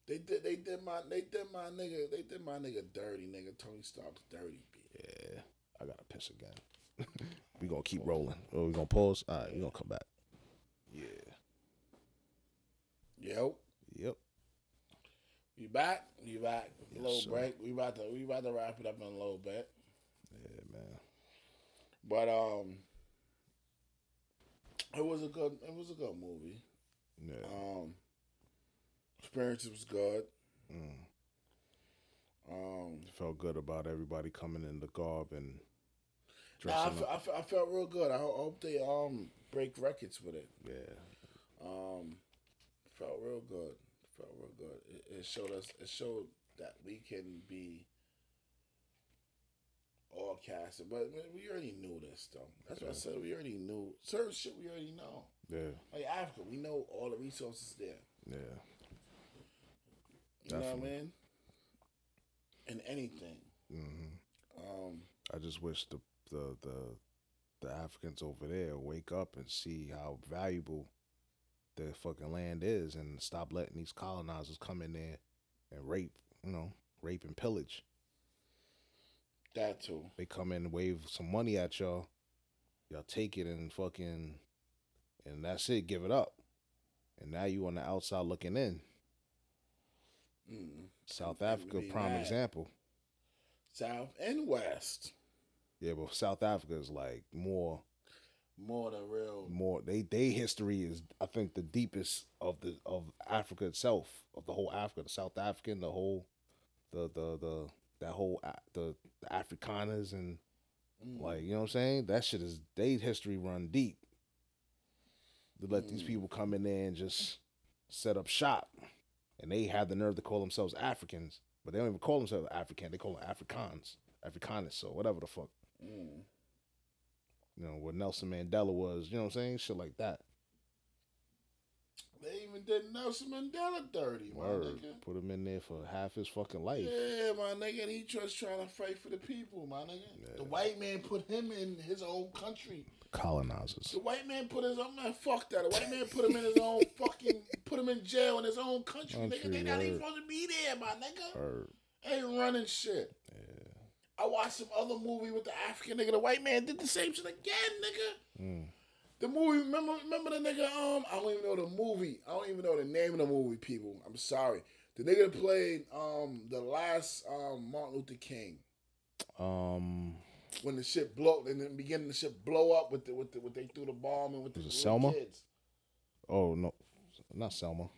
They did, they did my, they did my nigga, they did my nigga dirty, nigga. Tony Stark's dirty, bitch. Yeah, I gotta piss again. we gonna keep rolling. Oh, we gonna pause. All right, we gonna come back. Yeah. Yo, Yep. you back? You back? Yes, little sir. break. We about to, we about to wrap it up in a little bit. Yeah, man. But um, it was a good, it was a good movie. Yeah. Um, experience was good. Mm. Um, felt good about everybody coming in the garb and Nah, I, dressing fe- up. I, fe- I felt real good. I ho- hope they um break records with it. Yeah, Um, felt real good. Felt real good. It, it showed us. It showed that we can be all casted, but we- we already knew this though. That's what I said. We already knew certain shit. We already know. yeah, Like Africa, we know all the resources there. yeah. You know what Definitely. I mean? And anything. hmm Um, I just wish the the the the Africans over there wake up and see how valuable their fucking land is and stop letting these colonizers come in there and rape, you know, rape and pillage. That too. They come in and wave some money at y'all. Y'all take it and fucking, and that's it, give it up. And now you on the outside looking in. Mm. South That would Africa, be prime mad. example. South and West. Yeah, but South Africa is like more, More the real. more. They they history is I think the deepest of the of Africa itself, of the whole Africa, the South African, the whole, the the the that whole A- the, the Afrikaners and Mm. like you know what I'm saying. That shit is they history run deep. To let these Mm. people come in there and just set up shop, and they have the nerve to call themselves Africans, but they don't even call themselves African. They call them Afrikaans, Afrikaners, or whatever the fuck. Mm. you know, what Nelson Mandela was, you know what I'm saying? Shit like that. They even did Nelson Mandela dirty, my Word. nigga. Put him in there for half his fucking life. Yeah, my nigga, and he just trying to fight for the people, my nigga. Yeah. The white man put him in his own country. Colonizers. The white man put his own man, fuck that. The white man put him in his own fucking, put him in jail in his own country, nigga. They Country, not even word. supposed to be there, my nigga. Word. Ain't running shit. Yeah. I watched some other movie with the African nigga. The white man did the same shit again, nigga. Mm. The movie, remember, remember the nigga. Um, I don't even know the movie. I don't even know the name of the movie. People, I'm sorry. The nigga that played um the last um Martin Luther King Um, when the shit blew and then beginning the shit blow up with the with the with they threw the bomb and with the Was it little Selma? kids. oh, no. Not Selma.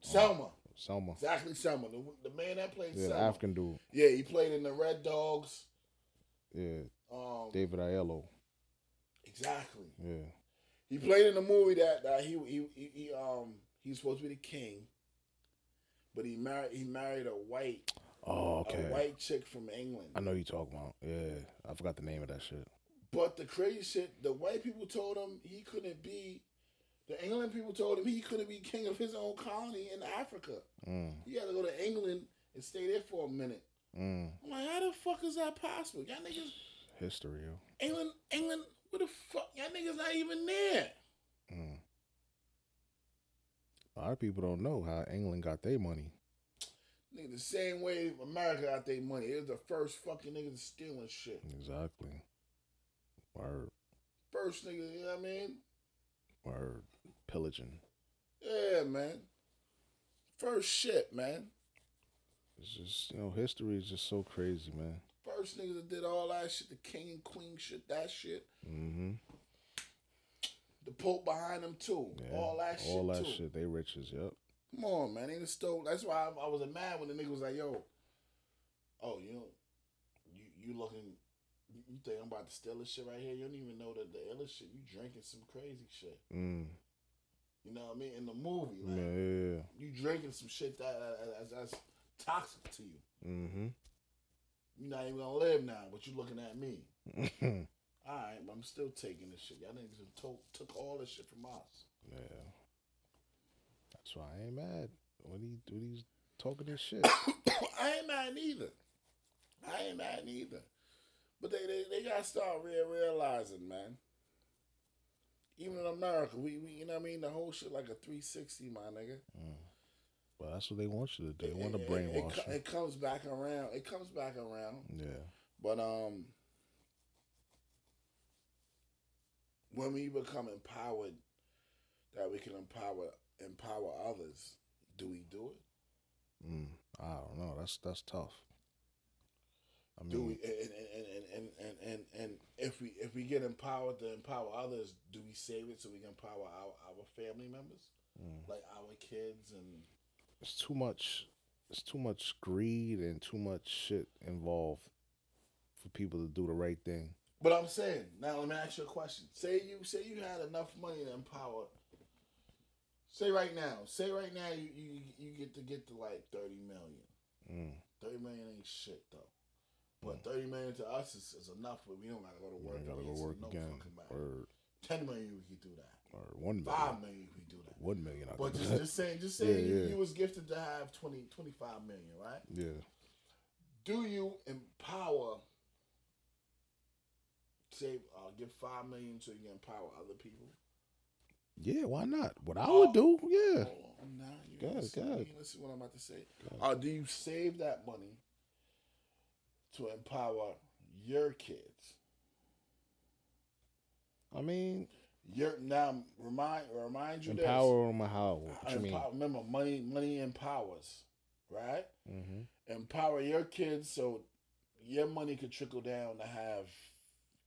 Selma, Selma. exactly Selma. The, the man that played Oh. Yeah, the Selma. African dude. Yeah, he played in the Red Dogs. Yeah. Um, David Aiello. exactly. Yeah. He played in a movie that, that he, he he he um he's supposed to be the king, but he married he married a white Oh, a okay. white chick from England. I know you talking about. Yeah. I forgot the name of that shit. But the crazy shit, the white people told him he couldn't be. The England people told him he couldn't be king of his own colony in Africa. Mm. He had to go to England and stay there for a minute. Mm. I'm like, how the fuck is that possible? Y'all niggas, History. yo. England, England, where the fuck? Y'all niggas not even there. Mm. A lot of people don't know how England got their money. Nigga, the same way America got their money. It was the first fucking niggas stealing shit. Exactly. Word. First nigga, you know what I mean? Word. Pillaging. Yeah, man. First shit, man. It's just you know, history is just so crazy, man. First niggas that did all that shit, the king and queen shit, that shit. Mm-hmm. The Pope behind them too. Yeah. All that shit. All that too. shit. They riches. Yep. Come on, man. They done stole. That's why I, I was mad when the nigga was like, "Yo, oh, you, don't- you, you looking, you, you think I'm about to steal this shit right here? You don't even know that the illest shit. You drinking some crazy shit. Mm. You know what I mean? In the movie, Yeah. like, yeah, you drinking some shit that, that, that- that's toxic to you. yeah. Mm-hmm. You're not even gonna live now, but you looking at me. yeah. All right, but I'm still taking this shit. Y'all niggas done took took all this shit from us. That's why I ain't mad when he when he's talking this shit. I ain't mad neither. I ain't mad neither. But they, they, they gotta start real realizing, man. Even in America, we, we you know what I mean, the whole shit like a three sixty, my nigga. Mm. But that's what they want you to do. They It- want to it- it- brainwash It, co- you. it comes back around. It comes back around. Yeah. But um when we become empowered that we can empower empower others, do we do it? Mm. I don't know. That's that's tough. I mean, do we and and, and, and, and, and and if we if we get empowered to empower others do we save it so we can empower our, our family members mm. like our kids and it's too much. It's too much greed and too much shit involved for people to do the right thing. but i'm saying now let me ask you a question say you say you had enough money to empower say right now say right now you you, you get to get to like 30 million Mm. 30 million ain't shit though but 30 million to us is, is enough but we don't gotta go to You work ain't gotta go It's work no again. fucking matter. Or 10 million we can do that or one million. 5 million we can do that One million. I But think. just, just saying, just saying Yeah, you, yeah. you was gifted to have 20, 25 million, right? yeah. Do you empower save, uh, give five million to you empower other people. Yeah, why not? What I Oh. would do, yeah. Hold on, nah, you Go ahead, listen, go ahead. you listen to what I'm about to say. Uh, do you save that money to empower your kids? I mean, Your now remind remind you this. empower them how? What you mean? Empower- remember, money money empowers, right? Mm-hmm. Empower your kids so your money could trickle down to have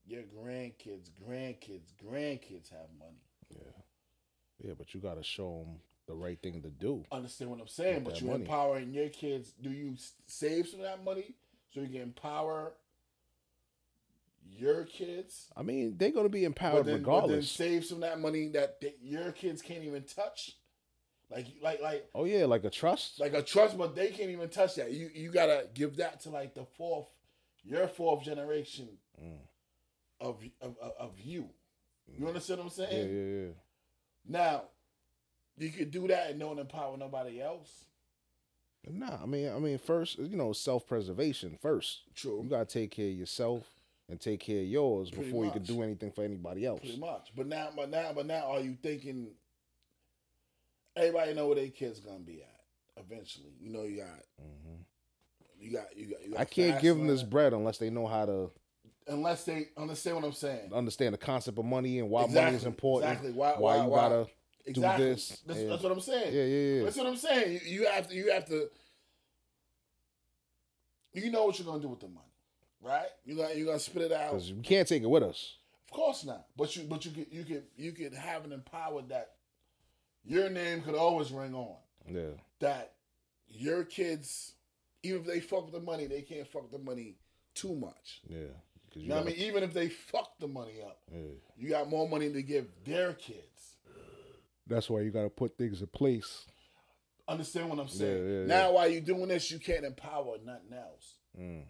your grandkids, grandkids, grandkids have money. Yeah, yeah, but you gotta show them the right thing to do. Understand what I'm saying? With But that you're money. empowering your kids. Do you s- save some of that money so you can empower your kids? I mean, they're gonna be But empowered then, but then Uh, regardless. save some of that money that, that your kids can't even touch, like like like oh yeah, like a trust. like a trust, but they can't even touch that. You you gotta give that to like the fourth, your fourth generation Mm. of of, of, of you. You understand what I'm yeah, saying? yeah, yeah. Now, you could do that and don't empower nobody else. Nah, I mean, I mean, first, you know, self preservation first. True. You gotta take care of yourself and take care of yours Pretty before you can much. do anything for anybody else. Pretty much. But now, but now, but now, are you thinking? Everybody know where their kids gonna be at eventually. You know, you got, Mhm. you got, you got. You got I can't fast give them this lane. bread unless they know how to unless they understand what I'm saying. understand the concept of money and why money is Exactly, important. Exactly. Why? Why, Why? you why- gotta? exactly. this, That's, yeah. that's what I'm saying. Yeah, yeah, yeah. That's what I'm saying. You, you have to. You have to. You know what you're gonna do with the money, right? You gonna you gonna spit it out. Because we can't take it with us. Of course not. But you but you could you could you could have an empowered that your name could always ring on. Yeah, That your kids, even if they fuck with the money, they can't fuck the money too much. yeah. Because You know what I mean? Even if they fuck the money up, Yeah. you got more money to give their kids. That's why you gotta put things in place. Understand what I'm saying? Yeah, yeah, Now, while you're doing this, you can't empower nothing else. Mm.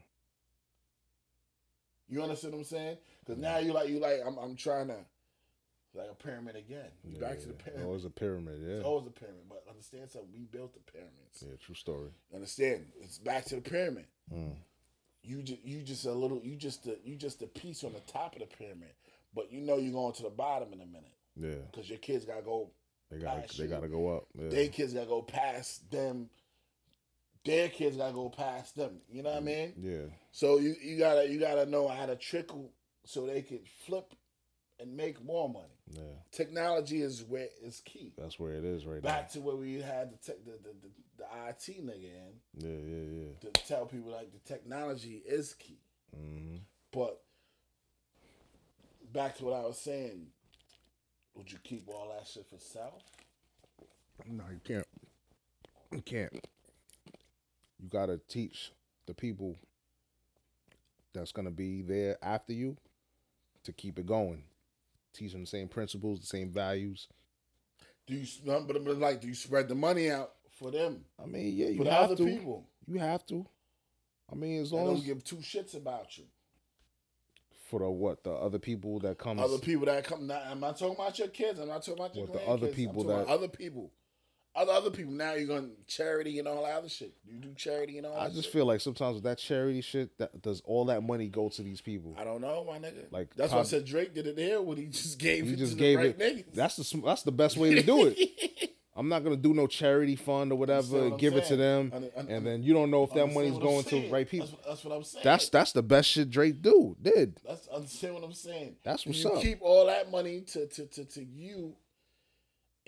You understand what I'm saying? Because now you like you like I'm I'm trying to like a pyramid again. You back to the pyramid. Oh, it's a pyramid. It's Yeah. always a pyramid, but understand something. We built the pyramids. Yeah. True story. Understand? It's back to the pyramid. Mm. You just you just a little you just a, you just a piece on the top of the pyramid, but you know you're going to the bottom in a minute Yeah. because your kids gotta go. They gotta. Gosh, they you- gotta go up. Yeah. Their kids gotta go past them. Their kids gotta go past them. You know what I mean? yeah. So you, you gotta you gotta know how to trickle so they can flip and make more money. Yeah. Technology is where is key. That's where it is right Back to where we had the tech, the, the, the, the IT nigga in now. Yeah. Yeah. Yeah. to tell people like the technology is key. Mm-hmm. But back to what I was saying, would you keep all that shit for self? No, you can't. You can't. You gotta teach the people that's gonna be there after you to keep it going. Teach them the same principles, the same values. Do you s- no, but, but like do you spread the money out for them? I mean, yeah, you for the have other to. people. You have to. I mean, as They long don't as give two shits about you. for the what the other people that comes. other people that come. Not, I'm not talking about your kids. I'm not talking about your What the grandkids. other I'm people talking about that- other people, other other people. Now you're going to charity and all that other shit. You do charity and all. I that just shit. feel like sometimes with that charity shit, that does all that money go to these people? I don't know, my nigga. Like, that's why I Tom- said Drake did it here when he just gave You it just to gave the right it. niggas. That's the sm- that's the best way to do it. I'm not gonna do no charity fund or Understand whatever. what I'm Give it to saying? them, Under- under- and then you don't know if that Understand money's what I'm going to the saying? right people. That's, that's what I'm saying. That's that's the best shit Drake do did. that's understand what I'm saying. That's Do what's you up. keep all that money to to, to to you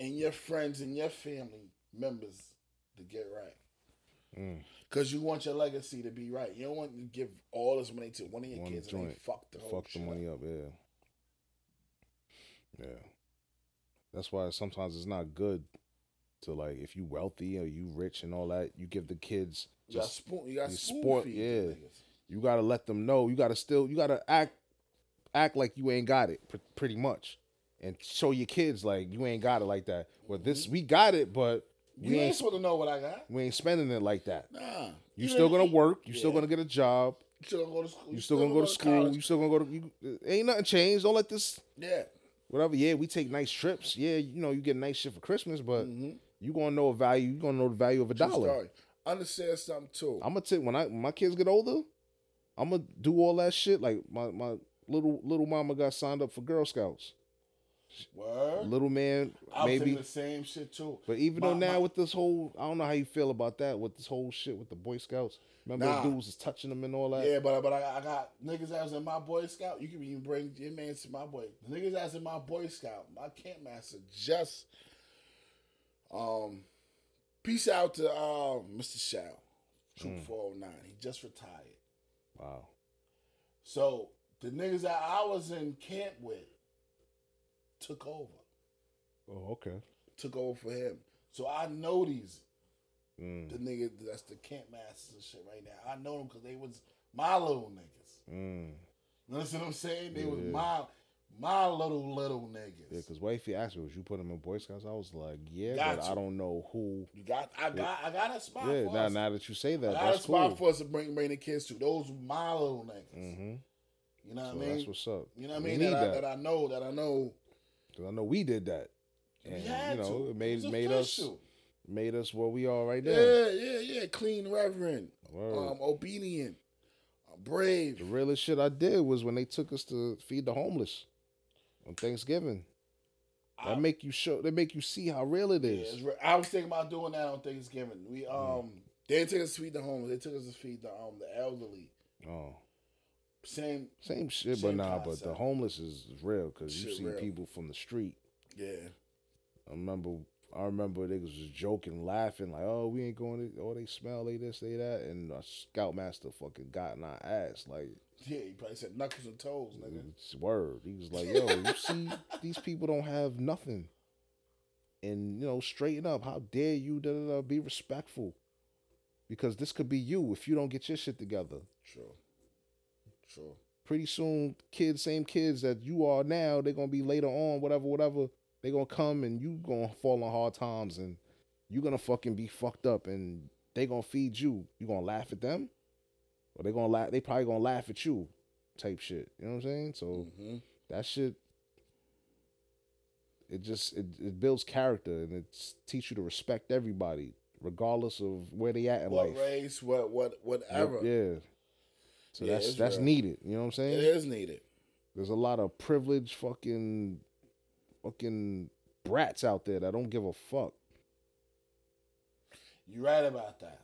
and your friends and your family members to get right. Mm. Cause you want your legacy to be right. You don't want to give all this money to one of your One kids and they joint. fuck the whole Fuck the money up, yeah, yeah. That's why sometimes it's not good to like if you wealthy or you rich and all that. You give the kids You got just spoon. You got you spoon sport- feed yeah. them niggas. You gotta let them know. You gotta still. You gotta act act like you ain't got it, pr- pretty much, and show your kids like you ain't got it like that. Well, this we got it, but You we ain't ain't supposed to know what I got. we ain't spending it like that. Nah. You still gonna ain't- work. You still Yeah. gonna get a job. You still gonna go to school. You still gonna go to school. college. You still gonna go to. You, uh, ain't nothing changed. Don't let this Yeah. whatever. Yeah, we take nice trips. Yeah, you know you get nice shit for Christmas, but you gonna know a value. You gonna know the value of a True dollar. story. Understand something too. I'm gonna take when I when my kids get older, I'm gonna do all that shit. Like my my little little mama got signed up for Girl Scouts. Word. Little man, I was maybe. thinking the same shit too. But even My- though now my- with this whole, I don't know how you feel about that with this whole shit with the Boy Scouts. Remember Nah. those dudes is touching them and all that. yeah, but but I, I got niggas that was in my Boy Scout. You can even bring your man to my boy. The niggas that was in my Boy Scout, my camp master, just um, peace out to um Mr. Shao, Troop Mm. 409. He just retired. Wow. So the niggas that I was in camp with took over, Oh, okay. took over for him. So I know these Mm, the niggas that's the camp masters and shit right now. I know them because they was my little niggas. mm. You understand what I'm saying? They was Yeah. my my little little Yeah, niggas. because wifey asked me, "Was you put them in Boy Scouts?" I was like, "Yeah, but Gotcha. I don't know who." you got I got I got a spot yeah, for now, us. now that you say I that, got a that's spot cool. for us to bring bring the kids to. Those were my little niggas. hmm You know what so I mean? that's what's up. you know what I We mean? Need That, uh, I, that. that I know that I know. 'Cause I know we did that, We and had you know to. it made was made us official. made us where we are right now. Yeah, yeah, yeah. Clean, reverend, Word. um, obedient, uh, brave. the realest shit I did was when they took us to feed the homeless on Thanksgiving. I- That make you show. They make you see how real it Yeah, is. it's re- I was thinking about doing that on Thanksgiving. We um Mm. they didn't take us to feed the homeless. They took us to feed the um the elderly. Oh, Same same shit, but Same nah. But the concept. homeless is real because you Shit see real. people from the street. yeah. I remember. I remember niggas was joking, laughing like, "Oh, we ain't going to. Oh, they smell, they this, they that." And our scoutmaster fucking got in our ass like, Yeah, you probably said knuckles and toes, nigga. It's word. He was like, yo, you see, these people don't have nothing. And, you know, straighten up. How dare you? Da, da, da, be respectful. Because this could be you if you don't get your shit together. True. True. Pretty soon, kids, same kids that you are now, they're going to be later on, whatever, whatever. They're going to come and you going to fall on hard times and you're going to fucking be fucked up and they going to feed you. You going to laugh at them? Or they going to laugh. They probably going to laugh at you type shit. You know what I'm saying? So Mm-hmm. that shit it just it, it builds character and it's teach you to respect everybody regardless of where they at in What life race, what what Yep, whatever. yeah so Yeah, that's it's that's real. needed you know what i'm It saying is needed. there's a lot of privileged fucking fucking brats out there that don't give a fuck You're right about that.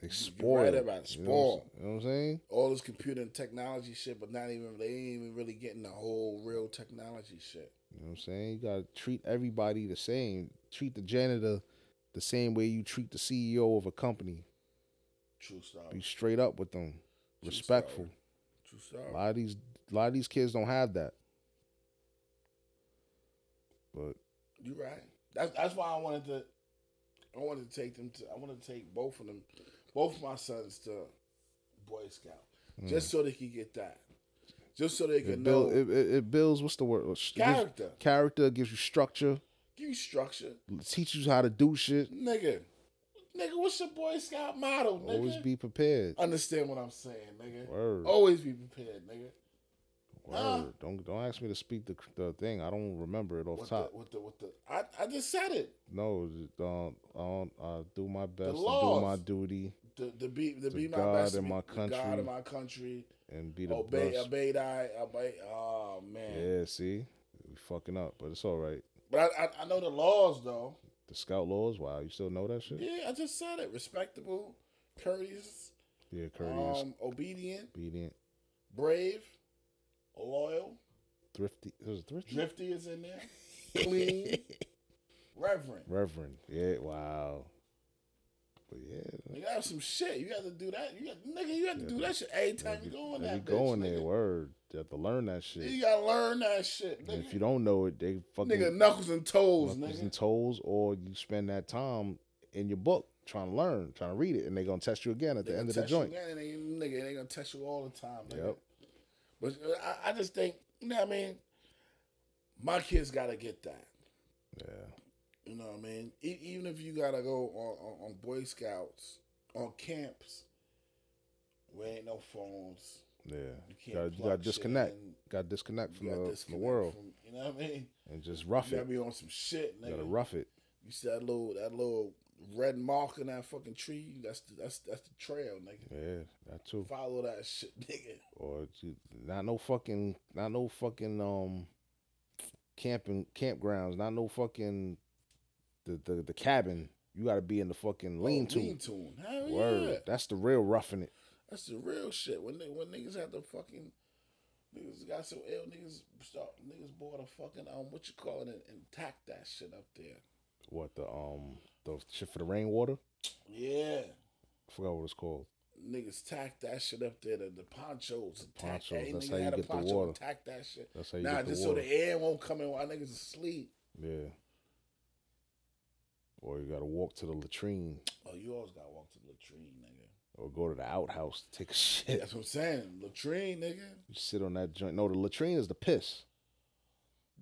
they right spoil about it, spoiled. you know what i'm saying All this computer and technology shit, but not even they ain't even really getting the whole real technology shit. you know what i'm saying you gotta treat everybody the same treat the janitor the same way you treat the ceo of a company True story. be straight up with them True respectful story. True story. A lot of these, a lot of these kids don't have that. But You right. That's that's why I wanted to. I wanted to take them to. I wanted to take both of them, both of my sons to Boy Scout, just so they could get that, just so they Mm. it, could know. build, it, it, it builds. What's the word? It gives- Character. character gives you structure. give you structure, Teaches you how to do shit. nigga. Nigga, what's your Boy Scout motto, nigga? Uh, oh, Always be prepared. Understand what I'm saying, nigga. Word. Always be prepared, nigga. Word. Don't don't ask me to speak the, the thing. I don't remember it off What top. the? What the? What the? I, I just said it. No, just, um, I don't. I do my best. to do laws. my duty The the be the To be my God best. and my to be- to God country. in my country. and be the Obey, best. obey thy, obey. Oh man. Yeah. See, we fucking up, but it's all right. But I, I, I know the laws though. The scout laws. Wow, you still know that shit? Yeah, I just said it. Respectable, courteous, Yeah, courteous, um, obedient, obedient, brave, loyal. thrifty. It was thrifty. Drifty is in there. Clean, reverent. Reverend. Yeah, wow. But yeah. You got some shit. You got to do that. You got nigga. You got to do that shit every time you go in if that. you bitch, go in there, nigga. word. You have to learn that shit. You got to learn that shit, and nigga. if you don't know it, they fucking nigga, knuckles and toes, knuckles nigga. and toes, or you spend that time in your book trying to lean, trying to read it, and they're gonna test you again at They the end gonna of the test you, joint. man, and they- nigga, they gonna test you all the time. Nigga. Yep. But uh, I, I just think, you know what I mean? My kids gotta get that. Yeah. You know what I mean? E- even if you gotta go on, on, on Boy Scouts, on camps, where ain't no phones, Yeah. you You can't. gotta, you plug gotta shit disconnect. in, Gotta disconnect from you the, gotta from the disconnect world from- you know what I mean? and just You rough gotta it. be on some shit, You gotta nigga. rough it. You see that little that little red mark on that fucking tree. That's the, that's that's the trail, nigga. Yeah, that too. Follow that shit, nigga. Or ju- not no fucking, not no fucking um, camping campgrounds. Not no fucking, the the, the cabin. You got to be in the fucking lean to. Lean tune. Hell Word. Oh, yeah. That's the real roughing it. That's the real shit. When they, when niggas had the fucking niggas got so ill, niggas start niggas bought a fucking um what you call it and, and tacked that shit up there. What the um the shit for the rainwater? Yeah. I forgot what it's called. Niggas tacked that shit up there. The, the ponchos, Ponchos, ponchos. Tack, that's how you get the water. Tack that shit. That's how you nah, get the just water. so the air won't come in while niggas asleep. Yeah. Or you got to walk to the latrine Oh, you always gotta walk to the latrine, nigga. or go to the outhouse to take a shit. That's what I'm saying. Latrine, nigga. You sit on that joint. No, the latrine is the piss.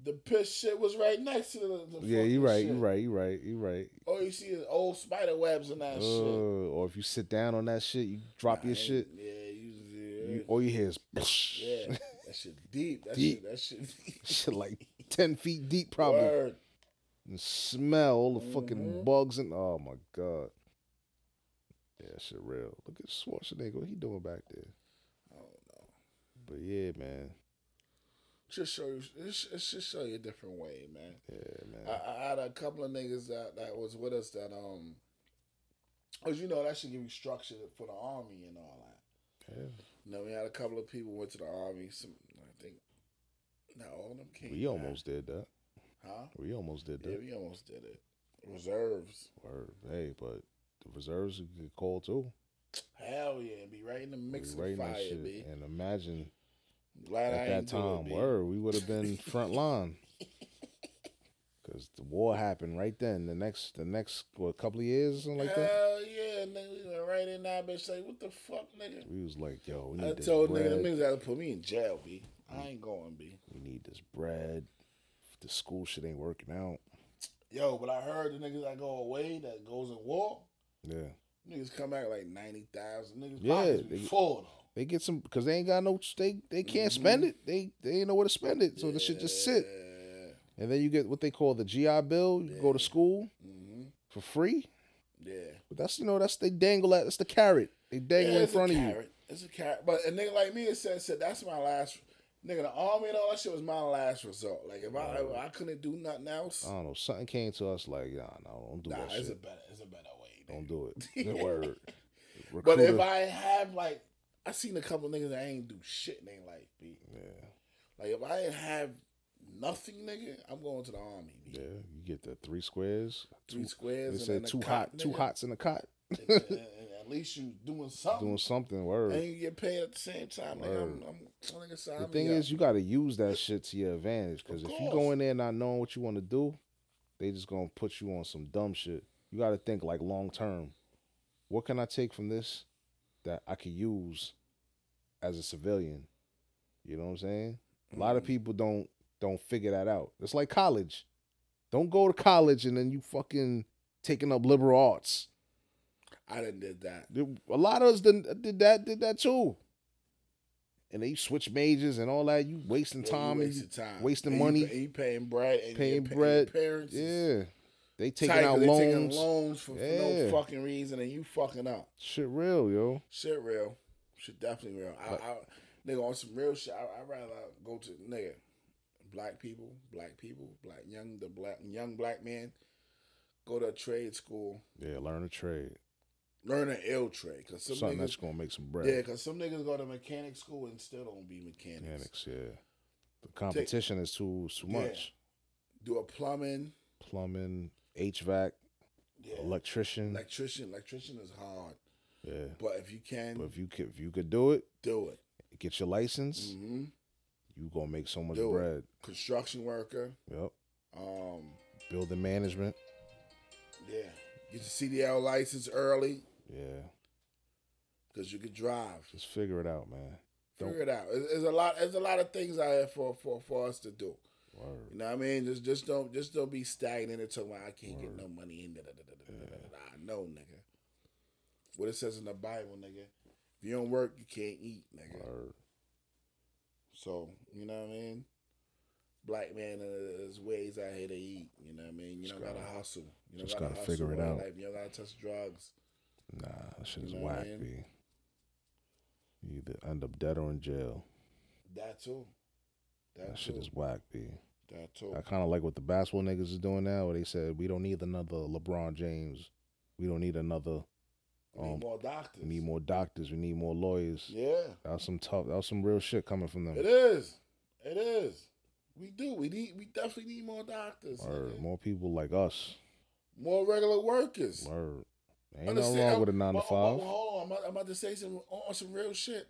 The piss shit was right next to the. the Yeah, fucking you're right. shit. You're right. You're right. You're right. All you see is old spider webs and that Uh, shit. or if you sit down on that shit, you drop your Ain't- shit. Yeah, you. Yeah, You, all you hear is yeah. that shit deep. That Deep. shit. That shit. shit like ten feet deep, probably. Word. And smell all the fucking Mhm. bugs and oh my god. Yeah, that shit real. Look at Schwarzenegger. What he doing back there? I don't know. But yeah, man. Just show you. It sh- it should show you a different way, man. Yeah, man. I, I had a couple of niggas that, that was with us that um, as you know, that should give you structure for the army and all that. yeah. You know, we had a couple of people went to the army. Some, I think, not all of them came. We back. almost did that. huh? We almost did Yeah, that. we almost did it. Reserves, Word. Hey, but the reserves would get called too. hell yeah, be right in the We mix of right in that fire, shit. b. And imagine Glad I at that ain't do it, time, B. word, we would have been front line. Cause the war happened right then. The next, the next, what, couple of years, something like that. Hell yeah, nigga, we went right in that bitch. Like, what the fuck, nigga? We was like, yo, we need I this told nigga, bread. Mm. them niggas gotta put me in jail, b. I ain't going, b. We need this bread. The school shit ain't working out. Yo, but I heard the niggas that go away that goes in war, Yeah, niggas come back like ninety thousand. Niggas Yeah, pockets be they- full though. they get some because they ain't got no. They they can't Mm-hmm. spend it. They they ain't know where to spend it. So the shit just sit. And then you get what they call the GI Bill. You go to school Mm-hmm. for free. Yeah. But that's you know that's they dangle at. That's the carrot. They dangle Yeah, in it's front a of you. carrot. It's a carrot. But a nigga like me, it said, said that's my last. Nigga, the army and all that shit was my last resort. Like if I if I couldn't do nothing else, Oh. I don't know. Something came to us like, nah, no, don't do nah, that it's a shit. better it's a better way. Don't nigga. do it. Good word. But if Recruiter. I have like, I seen a couple niggas that ain't do shit in their life. B. yeah, Like if I ain't have nothing, nigga, I'm going to the army. B. yeah, you get the three squares. Three Two- squares. They and say then a two cot, hot, two nigga. hots in a cot, And- and- and at least you doing something, doing something. Word. and you get paid at the same time. Like I'm, Word. I'm nigga, sign The me thing up. is, you got to use that shit to your advantage. Because Of if you go course. in there not knowing what you want to do, they just gonna put you on some dumb shit. You got to think like long term. What can I take from this that I could use as a civilian? You know what I'm saying? A lot Mm. of people don't don't figure that out. It's like college. Don't go to college and then you fucking taking up liberal arts. I didn't did that. There- A lot of us uh, did, did that did that too. And they switch majors and all that. You wasting Yeah, you time. and you- wasting time, wasting And you money. pay- you paying bread, Paying and paying your, bread. bread, Your parents, is Yeah. They taking tight 'cause out they loans. taking loans for, for Yeah. no fucking reason, and you fucking up. Shit real, yo. Shit, real. Shit, definitely real. I, I, nigga, on some real shit, I, I'd rather go to nigga, black people, black people, black young, the black young black man, go to a trade school, Yeah, learn a trade. learn an ill trade, cause some Something that's niggas, gonna make some bread. yeah, cause some niggas go to mechanic school and still don't be mechanics. Mechanics, yeah. The competition is too is too Yeah. much. Do a plumbing, Plumbing, HVAC, yeah, electrician. electrician, electrician is hard, yeah. but if you can, But if you could if you could do it, do it. get your license, hmm you gonna make so much Do it. bread. Construction worker, Yep. um, Building management. yeah, get your CDL license early. Yeah. Cause you can drive. Just figure it out, man. Figure it out. There's there's a lot. There's a lot of things out here for, for, for us to do. Word. You know what I mean? Just just don't just don't be stagnant and talking about I can't get no money in. Da, da, da, da, da, da, da, da. I know, nigga. What it says in the Bible, nigga. If you don't work, you can't eat, nigga. Word. So you know what I mean. black man uh, there's ways out here to eat. You know what I mean? You don't gotta hustle. You don't just gotta, gotta hustle figure it all your out. life. You don't gotta touch drugs. Nah, that shit is know what I whack, mean? B. You either end up dead or in jail. That too. That, That too. shit is whack, B. that too. I kind of like what the basketball niggas is doing now. Where they said we don't need another LeBron James. We don't need another. We need um, more doctors. We need more doctors. We need more lawyers. Yeah, That was some tough. That was some real shit coming from them. it is. It is. We do. We need. We definitely need more doctors. Word. nigga. More people like us. More regular workers. Word. Ain't no Understand- wrong with a I'm- nine to well, well, five. well, hold on, I'm about, I'm about to say some on some real shit.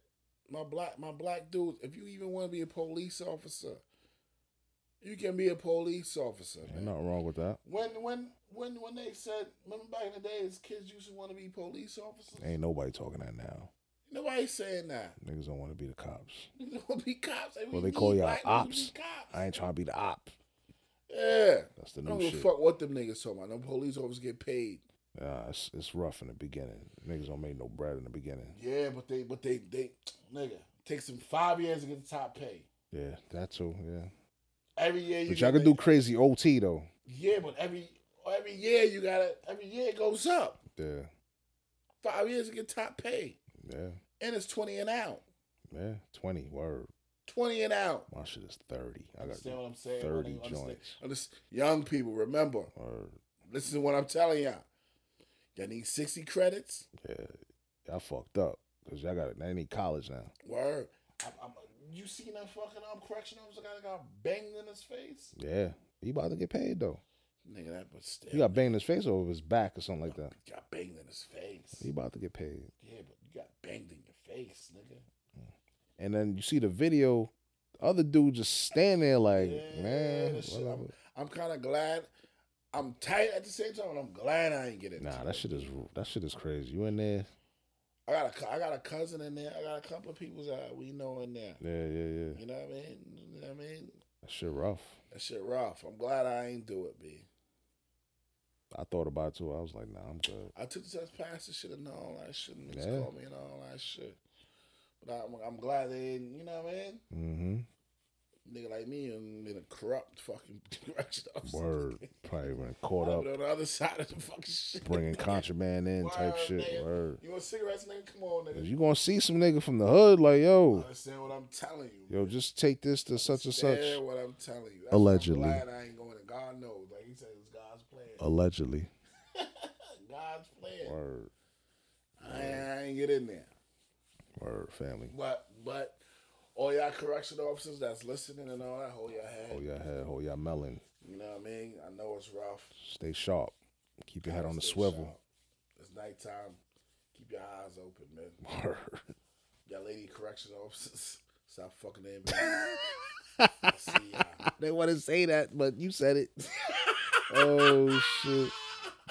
My black, my black dudes. If you even want to be a police officer, you can be a police officer, Ain't man. nothing wrong with that. When when when when they said, remember back in the days, kids used to want to be police officers. Ain't nobody talking that now. Nobody saying that. Niggas don't want to be the cops. You don't be cops. and we Well, they need call y'all black people to ops. be cops. I ain't trying to be the op. yeah. That's the I don't new give a shit. fuck what them niggas talking about. Them police officers get paid. Nah, it's, it's rough in the beginning. Niggas don't make no bread in the beginning. Yeah, but they but they they nigga takes them five years to get the top pay. Yeah, that too. Yeah, Every year you but y'all get can the- do crazy OT though. Yeah, but every every year you gotta every year it goes up. Yeah, Five years to get top pay. yeah, And it's twenty and out. yeah. Twenty word. Twenty and out. My shit is thirty. I got Understand what I'm saying? thirty Understand- joints. understand- young people, remember. Word. Listen to what I'm telling y'all. Y'all need sixty credits. Yeah, y'all fucked up because y'all got They need college now. Word. I, I'm, you seen that fucking um, correction officer guy that got banged in his face? Yeah, he about to get paid though. Nigga, that was still. He got banged in his face or his back or something like that. got banged in his face. He about to get paid. Yeah, but you got banged in your face, nigga. And then you see the video. The other dude just stand there like, Yeah, man, that shit- whatever. I'm kind of glad. I'm tight at the same time, and I'm glad I ain't get it. Nah, that shit is that shit is crazy. You in there? I got a, cou- I got a cousin in there. I got a couple of people that we know in there. Yeah, yeah, yeah. You know what I mean? You know what I mean? That shit rough. That shit rough. I'm glad I ain't do it, B. I thought about it too. I was like, nah, I'm good. I took the test past the shit and all that shit. And just Yeah. called me and all that shit. But I'm, I'm glad they didn't, you know what I mean? Mm-hmm. Nigga like me and in a corrupt fucking direction. Word. Probably been caught I've up been on the other side of the fucking shit. bringing contraband in type Word, shit. nigga. Word. You want cigarettes, nigga? Come on, nigga. 'Cause You gonna see some nigga from the hood like, yo, Understand what I'm telling you. yo, just take this to such and such. Understand what I'm telling you. That's Allegedly. why I'm glad I ain't going to God knows. Like he said, it's God's plan. Allegedly. God's plan. Word. I, I ain't get in there. Word. Family. But but all y'all correction officers that's listening and all that, hold your head. Hold your head. Hold your oh, melon. You know what I mean? I know it's rough. Stay sharp. Keep your head on the Stay swivel. sharp. It's nighttime. Keep your eyes open, man. Word. Y'all lady correction officers, stop fucking in. man. I see y'all. They want to say that, but you said it. oh shit.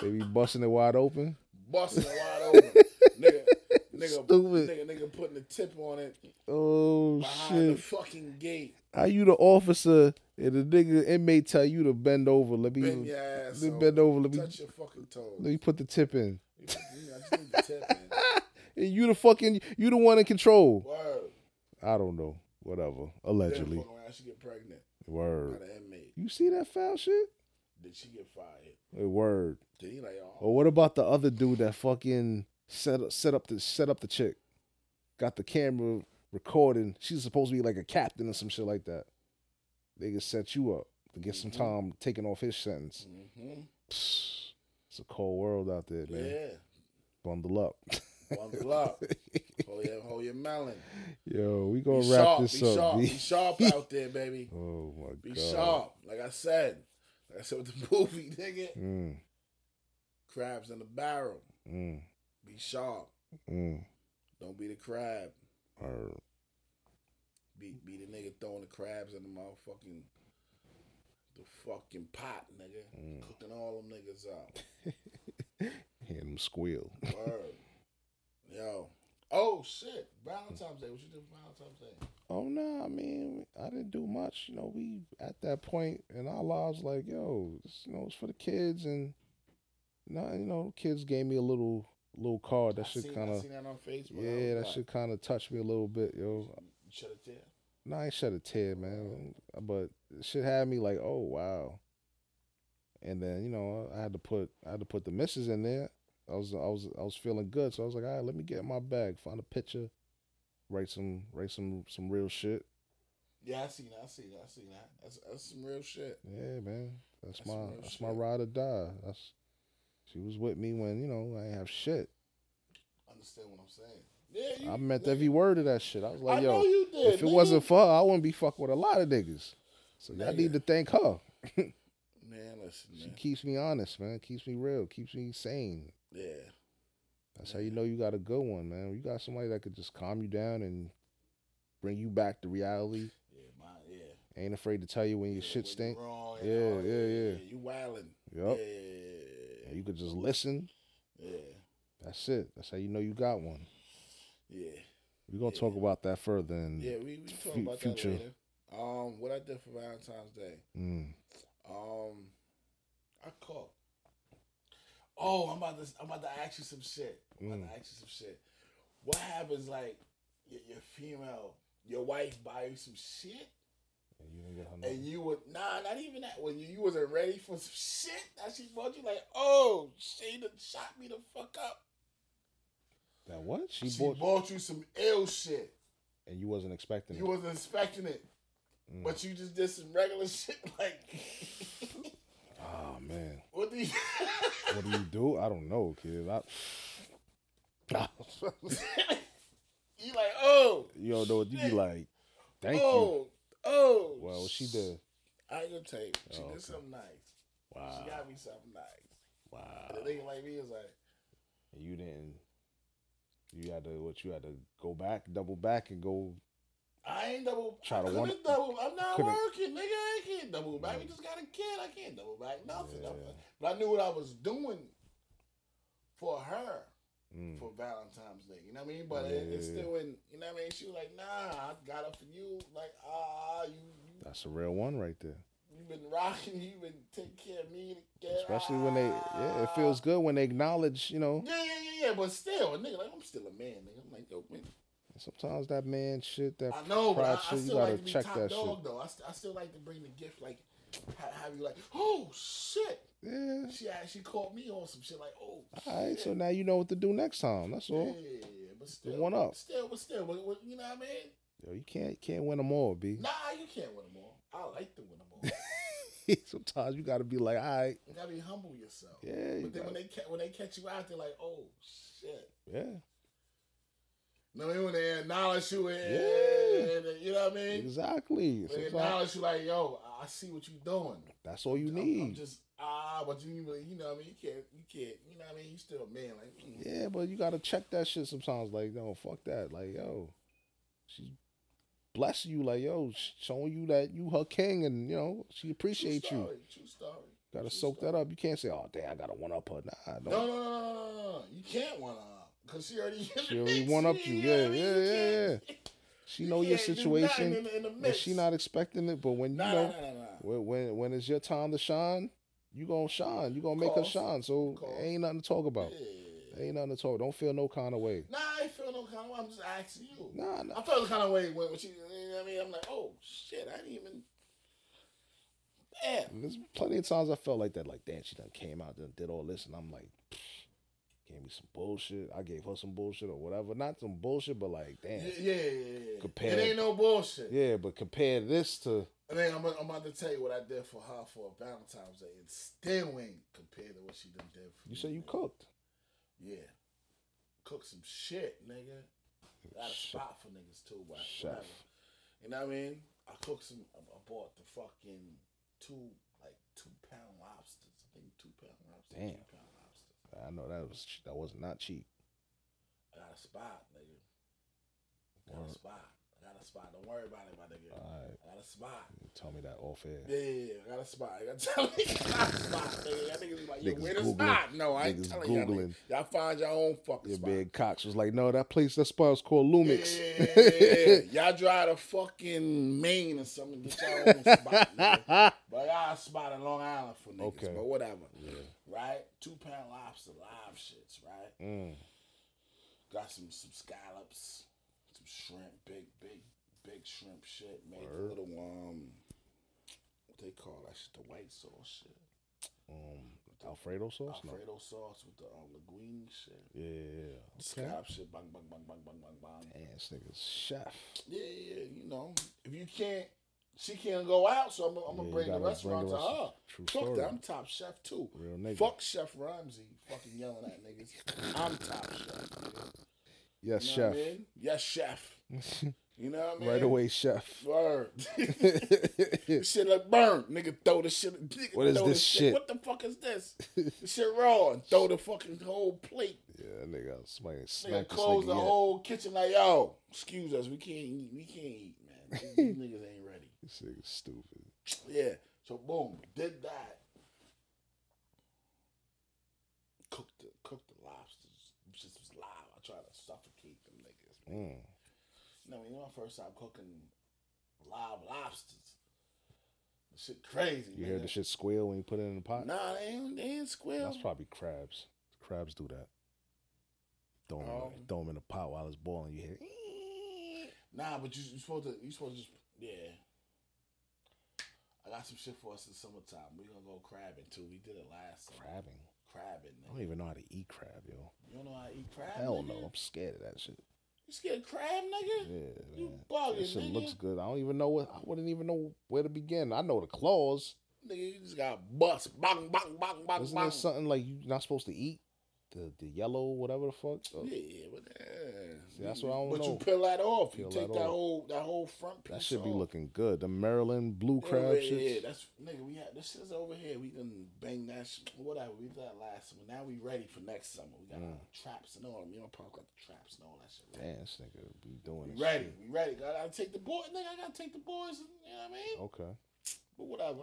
They be busting it wide open. busting it wide open. nigga, nigga, Stupid. nigga, nigga putting the tip on it Oh behind shit. the fucking gate. How you the officer and the nigga inmate tell you to bend over? Let me Bend your let ass. me over. bend over. Let me Touch your fucking toes. let me put the tip in. You just need the tip, man. And you the fucking you the one in control. Word. I don't know. Whatever. Then Allegedly. fuck around, she get pregnant by Word. the inmate. You see that foul shit? Did she get fired? Hey, Word. Did he like oh, Or what about the other dude that fucking set up set up the set up the chick? Got the camera recording. She's supposed to be like a captain or some shit like that. They can set you up to get some Mm-hmm. time taking off his sentence. mhm. Psst. It's a cold world out there, man. Yeah. Bundle up. Bundle up. hold your hold your melon. Yo, we Be gonna wrap sharp. Be this up. sharp. B. Be sharp out there, baby. Oh my Be god. sharp. Like I said. Like I said with the movie, nigga. Mm, Crabs in the barrel. mm, Be sharp. mm. Don't be the crab. Or Be be the nigga throwing the crabs in the motherfucking the fucking pot, nigga. Mm. Cooking all them niggas out. hear them squeal. Word. Yo. Oh shit. Valentine's Day. What you did for Valentine's Day? Oh no, I mean, I didn't do much. You know, we at that point in our lives, like, yo, it's, you know, it's for the kids, and not, you know, kids gave me a little little card. Oh, That I should seen- kind I of, seen that on Facebook. I was yeah, that like, should kind of touch me a little bit, yo. You shut it down. No, I ain't shed a tear, man. But shit had me like, oh wow. And then you know I had to put I had to put the misses in there. I was I was I was feeling good, so I was like, all right, let me get in my bag, find a picture, write some write some some real shit. Yeah, I seen that. I seen that. I seen that. That's, that's some real shit. Yeah, man, that's, That's my real that's my shit. ride or die. That's she was with me when you know I ain't have shit. Understand what I'm saying? Yeah, I meant every word of that shit. I was like, I yo, know you did. if it nigga. wasn't for her, I wouldn't be fucking with a lot of niggas. So y'all Nigga. need to thank her. man, listen, She man. keeps me honest, man. Keeps me real. Keeps me sane. yeah, That's how you know you got a good one, man. You got somebody that could just calm you down and bring you back to reality. yeah, my, yeah. Ain't afraid to tell you when yeah, your shit when you stink. wrong and Yeah, all, yeah, yeah. You wildin'. Yup. Yeah, And you could just listen. yeah, That's it. That's how you know you got one. yeah. We're gonna talk about that further and Yeah, we we Mm. talk Fu- about future. that later. Um, what I did for Valentine's Day. mm, Um, I cooked. Oh, I'm about to I'm about to ask you some shit. I'm about Mm. to ask you some shit. What happens like your, your female, your wife buy you some shit, and you didn't get her and number. you would nah, not even that. When you, you wasn't ready for some shit that she bought you, like oh, she done shot me the fuck up. That what? She, She, bought, bought, you some ill shit. and you wasn't expecting You it. wasn't expecting it, Mm. but you just did some regular shit. Like Oh man. what do you? What do you do? I don't know, kid. I, you like oh. you don't know what you be like. Thank you. oh, oh. Well, she did. I ain't gonna tell you. She Oh, okay. did something nice. Wow. She got me something nice. Wow. And the nigga like me is like, And you didn't. You had to what? You had to go back, double back, and go. I ain't double. Try to I couldn't one- double. I'm not couldn't- working, nigga. I can't double back. We Mm. just got a kid. I can't double back nothing. Yeah. I'm- But I knew what I was doing for her Mm. for Valentine's Day. You know what I mean? But it, it's Yeah. still in. You know what I mean? She was like, Nah, I got it for you. Like, ah, you. you That's a real one right there. You've been rocking. You've been taking care of me. the kid. Especially when they, yeah, it feels good when they acknowledge. You know, Yeah, yeah, yeah, yeah. But still, a nigga, like I'm still a man, nigga. I'm like, yo, man. sometimes that man shit, that I know, but I, pride I shit, you still gotta like to be check top that dog though. I, st- I still like to bring the gift, like ha- have you like, oh shit. shit. Yeah. She actually caught me on some shit like, oh. All right, shit. so now you know what to do next time. That's yeah, all. but still, one up. Still, but still, but, but, you know what I mean? Yo, you can't can't win them all, b. Nah, you can't win them all. I like to win them all. sometimes you gotta be like, all right, you gotta be humble yourself. yeah, you But then gotta- when they ca- when they catch you out, they're like, oh shit. yeah. You know what I mean? When they acknowledge you, and, Yeah. and- and- you know what I mean? Exactly. When they Sometimes- acknowledge you, like, yo, I- I see what you doing. that's all you I'm- need. I'm, just ah, but you really, you know, what I mean, you can't, you can't, you know, what I mean, you still a man, like, mm. Yeah, but you gotta check that shit sometimes. Like, no, fuck that. Like, yo, she bless you. Like, yo, sh- showing you that you her king, and you know she appreciate true you. story, True story. Gotta true soak story. that up. You can't say, oh, damn, I gotta one up her. Nah, don't. No, no, no, no, no, no, no. You can't one up because she already, She already one up you. Yeah, yeah, yeah, yeah. She know your situation, and she not expecting it. But when you Nah, nah, know, nah, nah, nah. when when when it's your time to shine, you gonna shine. You gonna make her Course. shine. So Course. ain't nothing to talk about. Yeah. Ain't nothing to talk. Don't feel no kind of way. Nah, I ain't feel no kind of way. I'm just asking you. Nah, nah. I felt the kind of way when, when she, you know what I mean? I'm like, oh shit, I didn't even. Damn. There's plenty of times I felt like that, like damn, she done came out and did all this, and I'm like, gave me some bullshit. I gave her some bullshit or whatever. Not some bullshit, but like Yeah, damn, yeah, yeah. yeah. Compared- It ain't no bullshit. yeah. But compare this to I mean, I'm, I'm about to tell you what I did for her for Valentine's Day. It still ain't compared to what she done did for you me, say you nigga. cooked. Yeah. Cook some shit, nigga. Got a Chef. spot for niggas too, but Chef. whatever. You know what I mean? I cooked some, I I bought the fucking two, like two pound lobsters. I think two pound lobsters. Damn. Two pound lobsters. I know that was that was not cheap. I got a spot, nigga. I got Word. a spot. I got a spot. Don't worry about it, my nigga. All right, I got a spot. you tell me that off air. Yeah, yeah, yeah. I got a spot. I got to tell you, I got a spot, nigga. That nigga's like, yo, Niggas where the Googling. spot? No, I ain't Niggas telling y'all. nigga. Googling. Y'all find your own fucking Your spot. big Cox was like, no, that place, that spot is called Yeah, Lumix. yeah, yeah, yeah, yeah. y'all drive to fucking Maine or something. Get y'all own spot, nigga. But I got a spot in Long Island for niggas, Okay. but whatever. Yeah. Right? Two pound lobster, live shits, right? Mm. Got some some scallops, some shrimp, big, big, big shrimp shit, made the Word. little um, what they call that shit, the white sauce shit, Um, Alfredo sauce. No. Alfredo sauce with the um, linguine shit, Yeah, yeah, yeah. scallop shit, bang bang bang bang bang bang bang. Damn, this nigga's chef. Yeah, yeah, yeah, you know, if you can't, she can't go out, so I'm, I'm Yeah, gonna you bring gotta the bring the restaurant to restaurant. her. True Fuck story. that, I'm top chef too. Real nigga. Fuck Chef Ramsey, fucking yelling at niggas. I'm top chef. nigga. Yes, You know chef. what I mean? Yes, chef. You know what I mean? Right away, chef. Word. this shit look burnt. Nigga, throw the shit. Nigga, What is throw this the shit? What the fuck is this? this shit raw. And throw the fucking whole plate. Yeah, nigga, somebody Nigga, smack this close nigga. the yet. whole kitchen like, yo, excuse us. We can't eat. We can't eat, man. These niggas ain't ready. This nigga's stupid. Yeah. So, boom. Did that. Cooked the, cooked the lobsters. Just was live. I try to suffocate them niggas. Mm. No, you know my first time cooking live lobsters. The shit crazy. You man. hear the shit squeal when you put it in the pot? Nah, they ain't, they ain't squeal. That's probably crabs. Crabs do that. Throw them, Um, in, throw 'em in the pot while it's boiling. You hear? Nah, but you you supposed to you supposed to just yeah. I got some shit for us in summertime. We gonna go crabbing too. We did it last summer. Crabbing. Crabbing. I don't Nigga. even know how to eat crab, yo. You don't know how to eat crab? Oh, Hell nigga? no, I'm scared of that shit. You scared of crab, Yeah, nigga? You man. bugging, That shit nigga. looks good. I don't even know what. I wouldn't even know where to begin. I know the claws. Nigga, you just got bust. Bang, bang, bang, bang, Isn't bang. there something like you're not supposed to eat? The the yellow, whatever the fuck. Uh, Yeah, yeah, but eh. See, that's what I don't But know. you peel that off. Peel you take that that, off. whole that whole front piece. That should be off. looking good. The Maryland blue crab yeah, yeah, yeah, shits. that's nigga. We had this is over here. We done bang that sh- whatever. We did that last summer. Now we ready for next summer. We Mm. got our traps and all. Me and my pop got the traps and all that shit. Ready. Damn, this nigga be doing We this ready. shit. We ready. I gotta take the boy. Nigga, I gotta take the boys. and- You know what I mean? Okay. But whatever.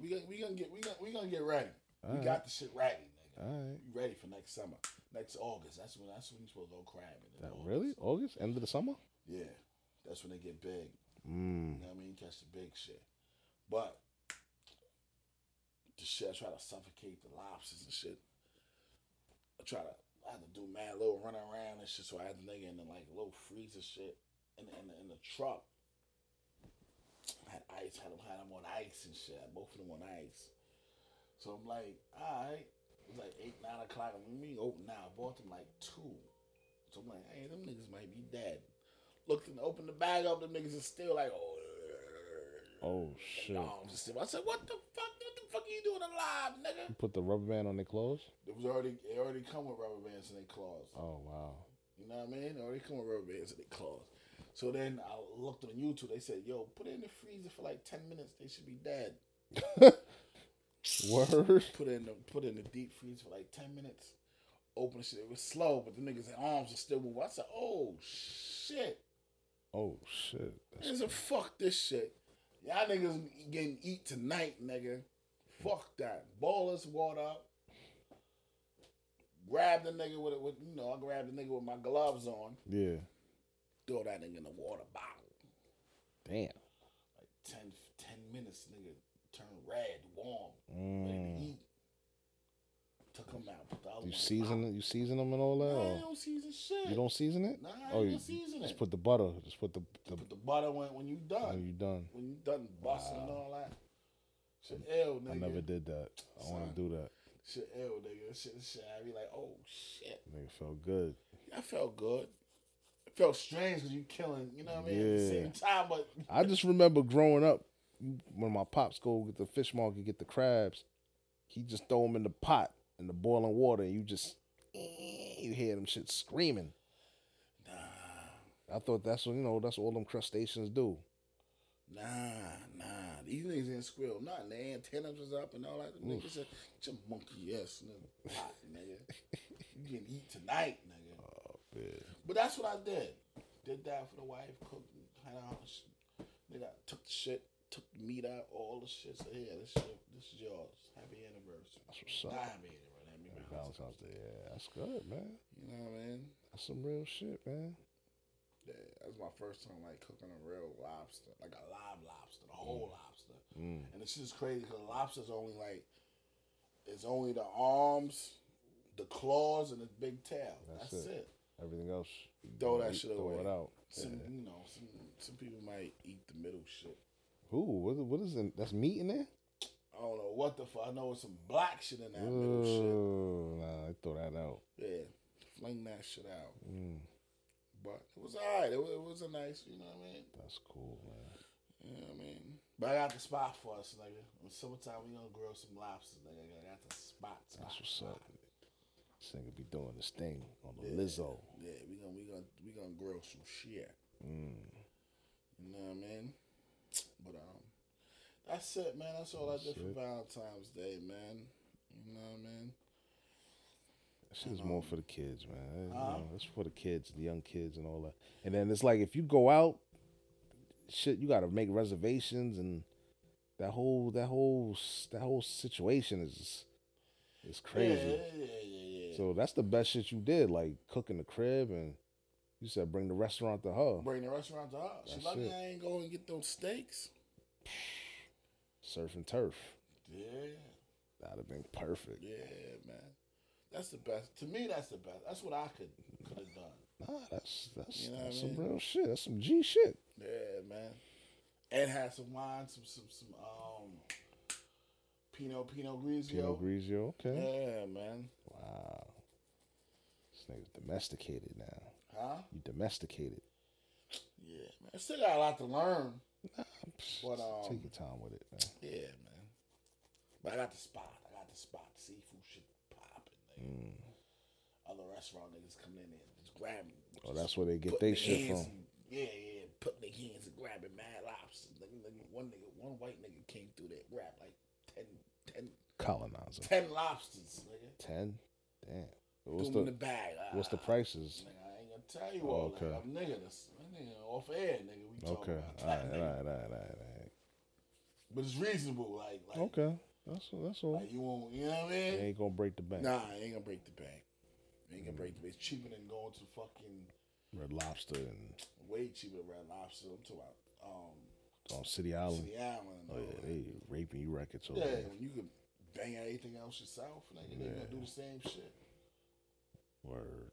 We gonna we gonna get we gonna we gonna get ready. we Alright. got the shit ready, nigga. All right. We ready for next summer, next August. That's when that's when you supposed to go crabbing. in That August. really August, end of the summer. Yeah, that's when they get big. Mm. You know what I mean? Catch the big shit. But the shit, I try to suffocate the lobsters and shit. I try to, I had to do mad little run around and shit. So I had the nigga in the like little freezer shit in the, in the, in the truck. I had ice, had them, had them on ice and shit. I had both of them on ice. So I'm like, all right. It's like 8, 9 o'clock. I'm me open now. I bought them like 2. So I'm like, hey, them niggas might be dead. Looked and opened the bag up. Them niggas is still like, oh. Oh shit! No, I'm just still. I said, what the fuck? What the fuck are you doing alive, nigga? You put the rubber band on their clothes. It was already, it already come with rubber bands in their claws. Oh wow! You know what I mean? It already come with rubber bands in their claws. So then I looked on YouTube. They said, yo, put it in the freezer for like 10 minutes. They should be dead. Word. Put it in the, put it in the deep freezer for like 10 minutes. Open the shit. It was slow, but the niggas' arms were still moving. I said, oh, shit. Oh shit! That's- Niggas said, fuck this shit. Y'all niggas getting eat tonight, nigga. Fuck that. Boil this water up. Grab the nigga with it with you know, I grabbed the nigga with my gloves on. yeah. Throw that nigga in the water bottle. Damn. Like 10, 10 minutes, nigga turn red, warm, ready to Mm. eat. Took him out. Put the other You one season it? You season them and all that? out. Man, or I don't season shit. You don't season it? Nah, I oh, ain't you gonna season just it. put the butter. Just put the the. put the butter when when you done. when you done. when you done busting and all that. Shit ill, nigga. I never did that. I want Son. to do that. Shit ill, nigga. Shit, shit. I be like, oh shit. Nigga felt good. I felt good. It felt strange because you killing, you know what I mean? At the Yeah. same time, but I just remember growing up when my pops go get the fish market, get the crabs. He just throw them in the pot in the boiling water, and you just you hear them shit screaming. I thought that's what you know. That's all them crustaceans do. nah, nah. These niggas ain't squirrel. Nothing. Their antennas was up and all that. The niggas said, get your monkey ass nigga. Hot, nigga. You getting eat tonight, nigga. Oh, But that's what I did. Did that for the wife, cooked, kind of house. Nigga, I took the shit, took the meat out, all the shit. Said, yeah, this, shit, this is yours. Happy anniversary. That's what's Not up. happy anniversary. Happy Valentine's anniversary. Day. Yeah, that's good, man. You know what I mean? That's some real shit, man. Yeah, that was my first time like cooking a real lobster, like a live lobster, the Mm. whole lobster. And it's just crazy because lobster's only like, it's only the arms, the claws, and the big tail. That's That's, it. it. Everything else, Throw that you shit throw away. it out. Some, you know, some some people might eat the middle shit. Ooh, what, what is in, that's meat in there? I don't know what the fuck. I know it's some black shit in that middle Ooh, nah, I throw that out. shit. Yeah, fling that shit out. Mm, But it was alright. It was, it was a nice, you know what I mean. that's cool, man. You know what I mean. But I got the spot for us, nigga. In summertime, we gonna grill some lobsters, nigga. I got the spot. spot, That's what's spot. up. This nigga be doing this thing on the Yeah. Lizzo. Yeah, we gonna we gonna we gonna grill some shit. Mm. You know what I mean? But um, that's it, man. That's all I did for Shit. Valentine's Day, man. You know what I mean? That shit is more for the kids, man. That- you Uh-huh. know, that's for the kids, the young kids, and all that. And then it's like if you go out, shit, you gotta make reservations and that whole that whole s- that whole situation is is crazy. Yeah, yeah, yeah, yeah. So that's the best shit you did, like cooking the crib and you said bring the restaurant to her. Bring the restaurant to her. She That's lucky it. I ain't going and get those steaks. Surf and turf. Yeah, That'd have been perfect. yeah, man. That's the best. To me, that's the best. That's what I could could have done. Nah, that's that's, You know what that's I some mean? real shit. That's some G shit. Yeah, man. And had some wine, some some some um, Pinot Pinot Grigio. Pinot Grigio, okay. Yeah, man. Wow. This nigga's domesticated now. Huh? You domesticated. Yeah, man. I still got a lot to learn. Nah, psh, But, just um, take your time with it, man. Yeah, man. But I got the spot. I got the spot. Seafood shit popping. nigga. Other restaurant niggas coming in there, just grabbing. Oh, just that's where they get putting their shit hands from. in- yeah, yeah, putting their hands and grabbing mad lobsters. Nigga, nigga, one nigga, one white nigga came through there, grabbed like 10, 10, Colonizer. 10 lobsters, nigga. Ten? Damn. What's What's the, in the the bag. what's the Ah, prices? Nigga, I ain't gonna tell you all Okay. that. I'm nigga, this that nigga off air, nigga. We talking Okay. about All that, right, all nigga. right, all right, all right, But it's reasonable, like, like, all right. Okay. That's that's all. like you won't, you know what I mean? They ain't gonna Mm. break the bank. Nah, I ain't gonna break the bank. I ain't gonna break the bank. It's cheaper than going to fucking Red Lobster and way cheaper than Red Lobster. I'm talking about um, on City Island. City Island. and Oh all yeah, that. they raping you records over yeah. there. when you could bang out anything else yourself, nigga. They gonna Yeah. do the same shit. Word.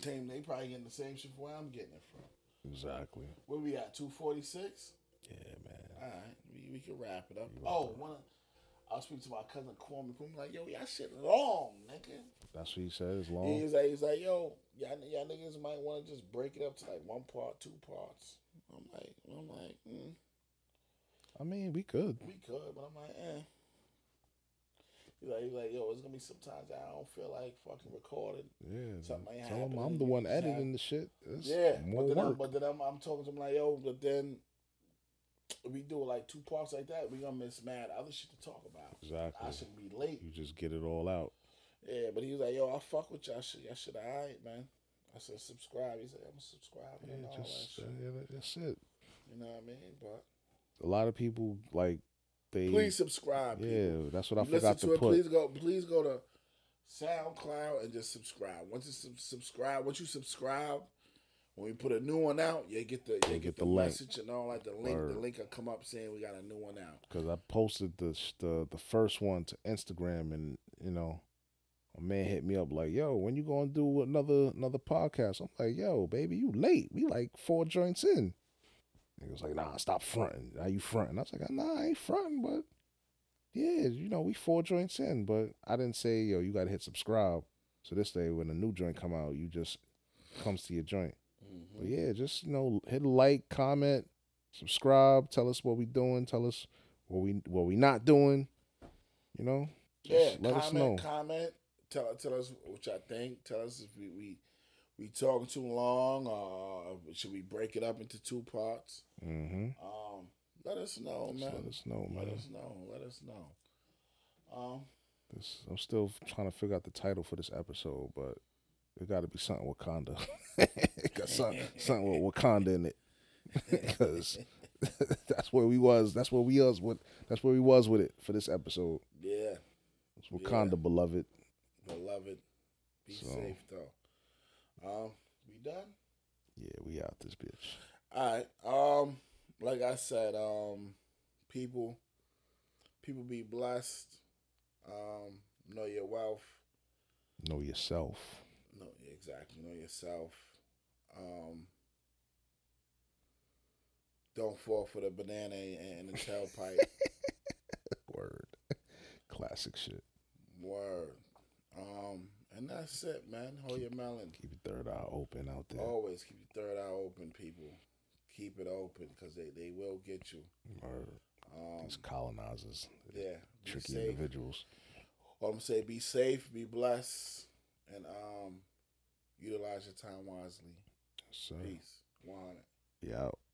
Damn, they probably getting the same shit from where I'm getting it from. Exactly. Where we at? Two forty six. Yeah, man. All right, we, we can wrap it up. You Oh, wrap it one. Of, I was speaking to my cousin Kwame. Kwame like, yo, y'all shit long, nigga. That's what he said. It's He long. was like, he was like, yo, y'all, y'all niggas might want to just break it up to like one part, two parts. I'm like, I'm like, mm, I mean, we could. we could, but I'm like, eh. He's like, he's like, yo, it's gonna be sometimes I don't feel like fucking recording. Yeah. Something ain't Tell him happening. I'm the one You know what I'm editing the shit. It's yeah, More but then, I'm, work. but then I'm, I'm talking to him like, yo, but then we do like two parts like that, we gonna miss mad other shit to talk about. I Exactly. should be late. You just get it all out. Yeah, but he was like, yo, I fuck with y'all shit. Y'all shit alright, man. I said, subscribe. He said, I'm subscribing and Yeah, all just that uh, shit. yeah, that- that's it. You know what I mean? But A lot of people like they. please subscribe. people. yeah, that's what I You listen forgot to, it, put. Please go, please go to SoundCloud and just subscribe. Once you sub- subscribe, once you subscribe, when we put a new one out, you get the you get, the, link. message and all that. The link, Word. the link will come up saying we got a new one out. Cause I posted the sh- the the first one to Instagram, and you know, a man hit me up like, "Yo, when you gonna do another another podcast?" I'm like, "Yo, baby, you late. We like four joints in." He was like, "Nah, stop fronting. Are you fronting?" I was like, "Nah, I ain't fronting, but yeah, you know, we four joints in, but I didn't say, yo, you gotta hit subscribe. So this day, when a new joint come out, you just comes to your joint. But yeah, just you know, hit a like, comment, subscribe, tell us what we doing, tell us what we what we not doing. You know, Yeah, Just let comment, us know. comment. Tell tell us what y'all think. Tell us if we we, we talking too long or should we break it up into two parts. mm-hmm. Um, let us know, Just man. let us know, Let man. us know. Let us know. Um, This, I'm still trying to figure out the title for this episode, but it got to be something Wakanda. got something, something with Wakanda in it, because that's where we was. That's where we was with. That's where we was with it for this episode. yeah, It's Wakanda, beloved. beloved, be So- safe though. Um, we done. Yeah, we out this bitch. All right. Um, like I said, um, people, people be blessed. Um, know your wealth. Know yourself. No, exactly. Know yourself. Um, Don't fall for the banana and and the tailpipe. Word. Classic shit. Word. Um, and that's it, man. Hold your melon. Keep your third eye open out there. Always keep your third eye open, people. Keep it open because they, they will get you. Word. Um, These colonizers. yeah. Be Tricky safe. individuals. All I'm saying, be safe, be blessed, and um, utilize your time wisely. Yes, sir. Peace. One hundred. Yeah.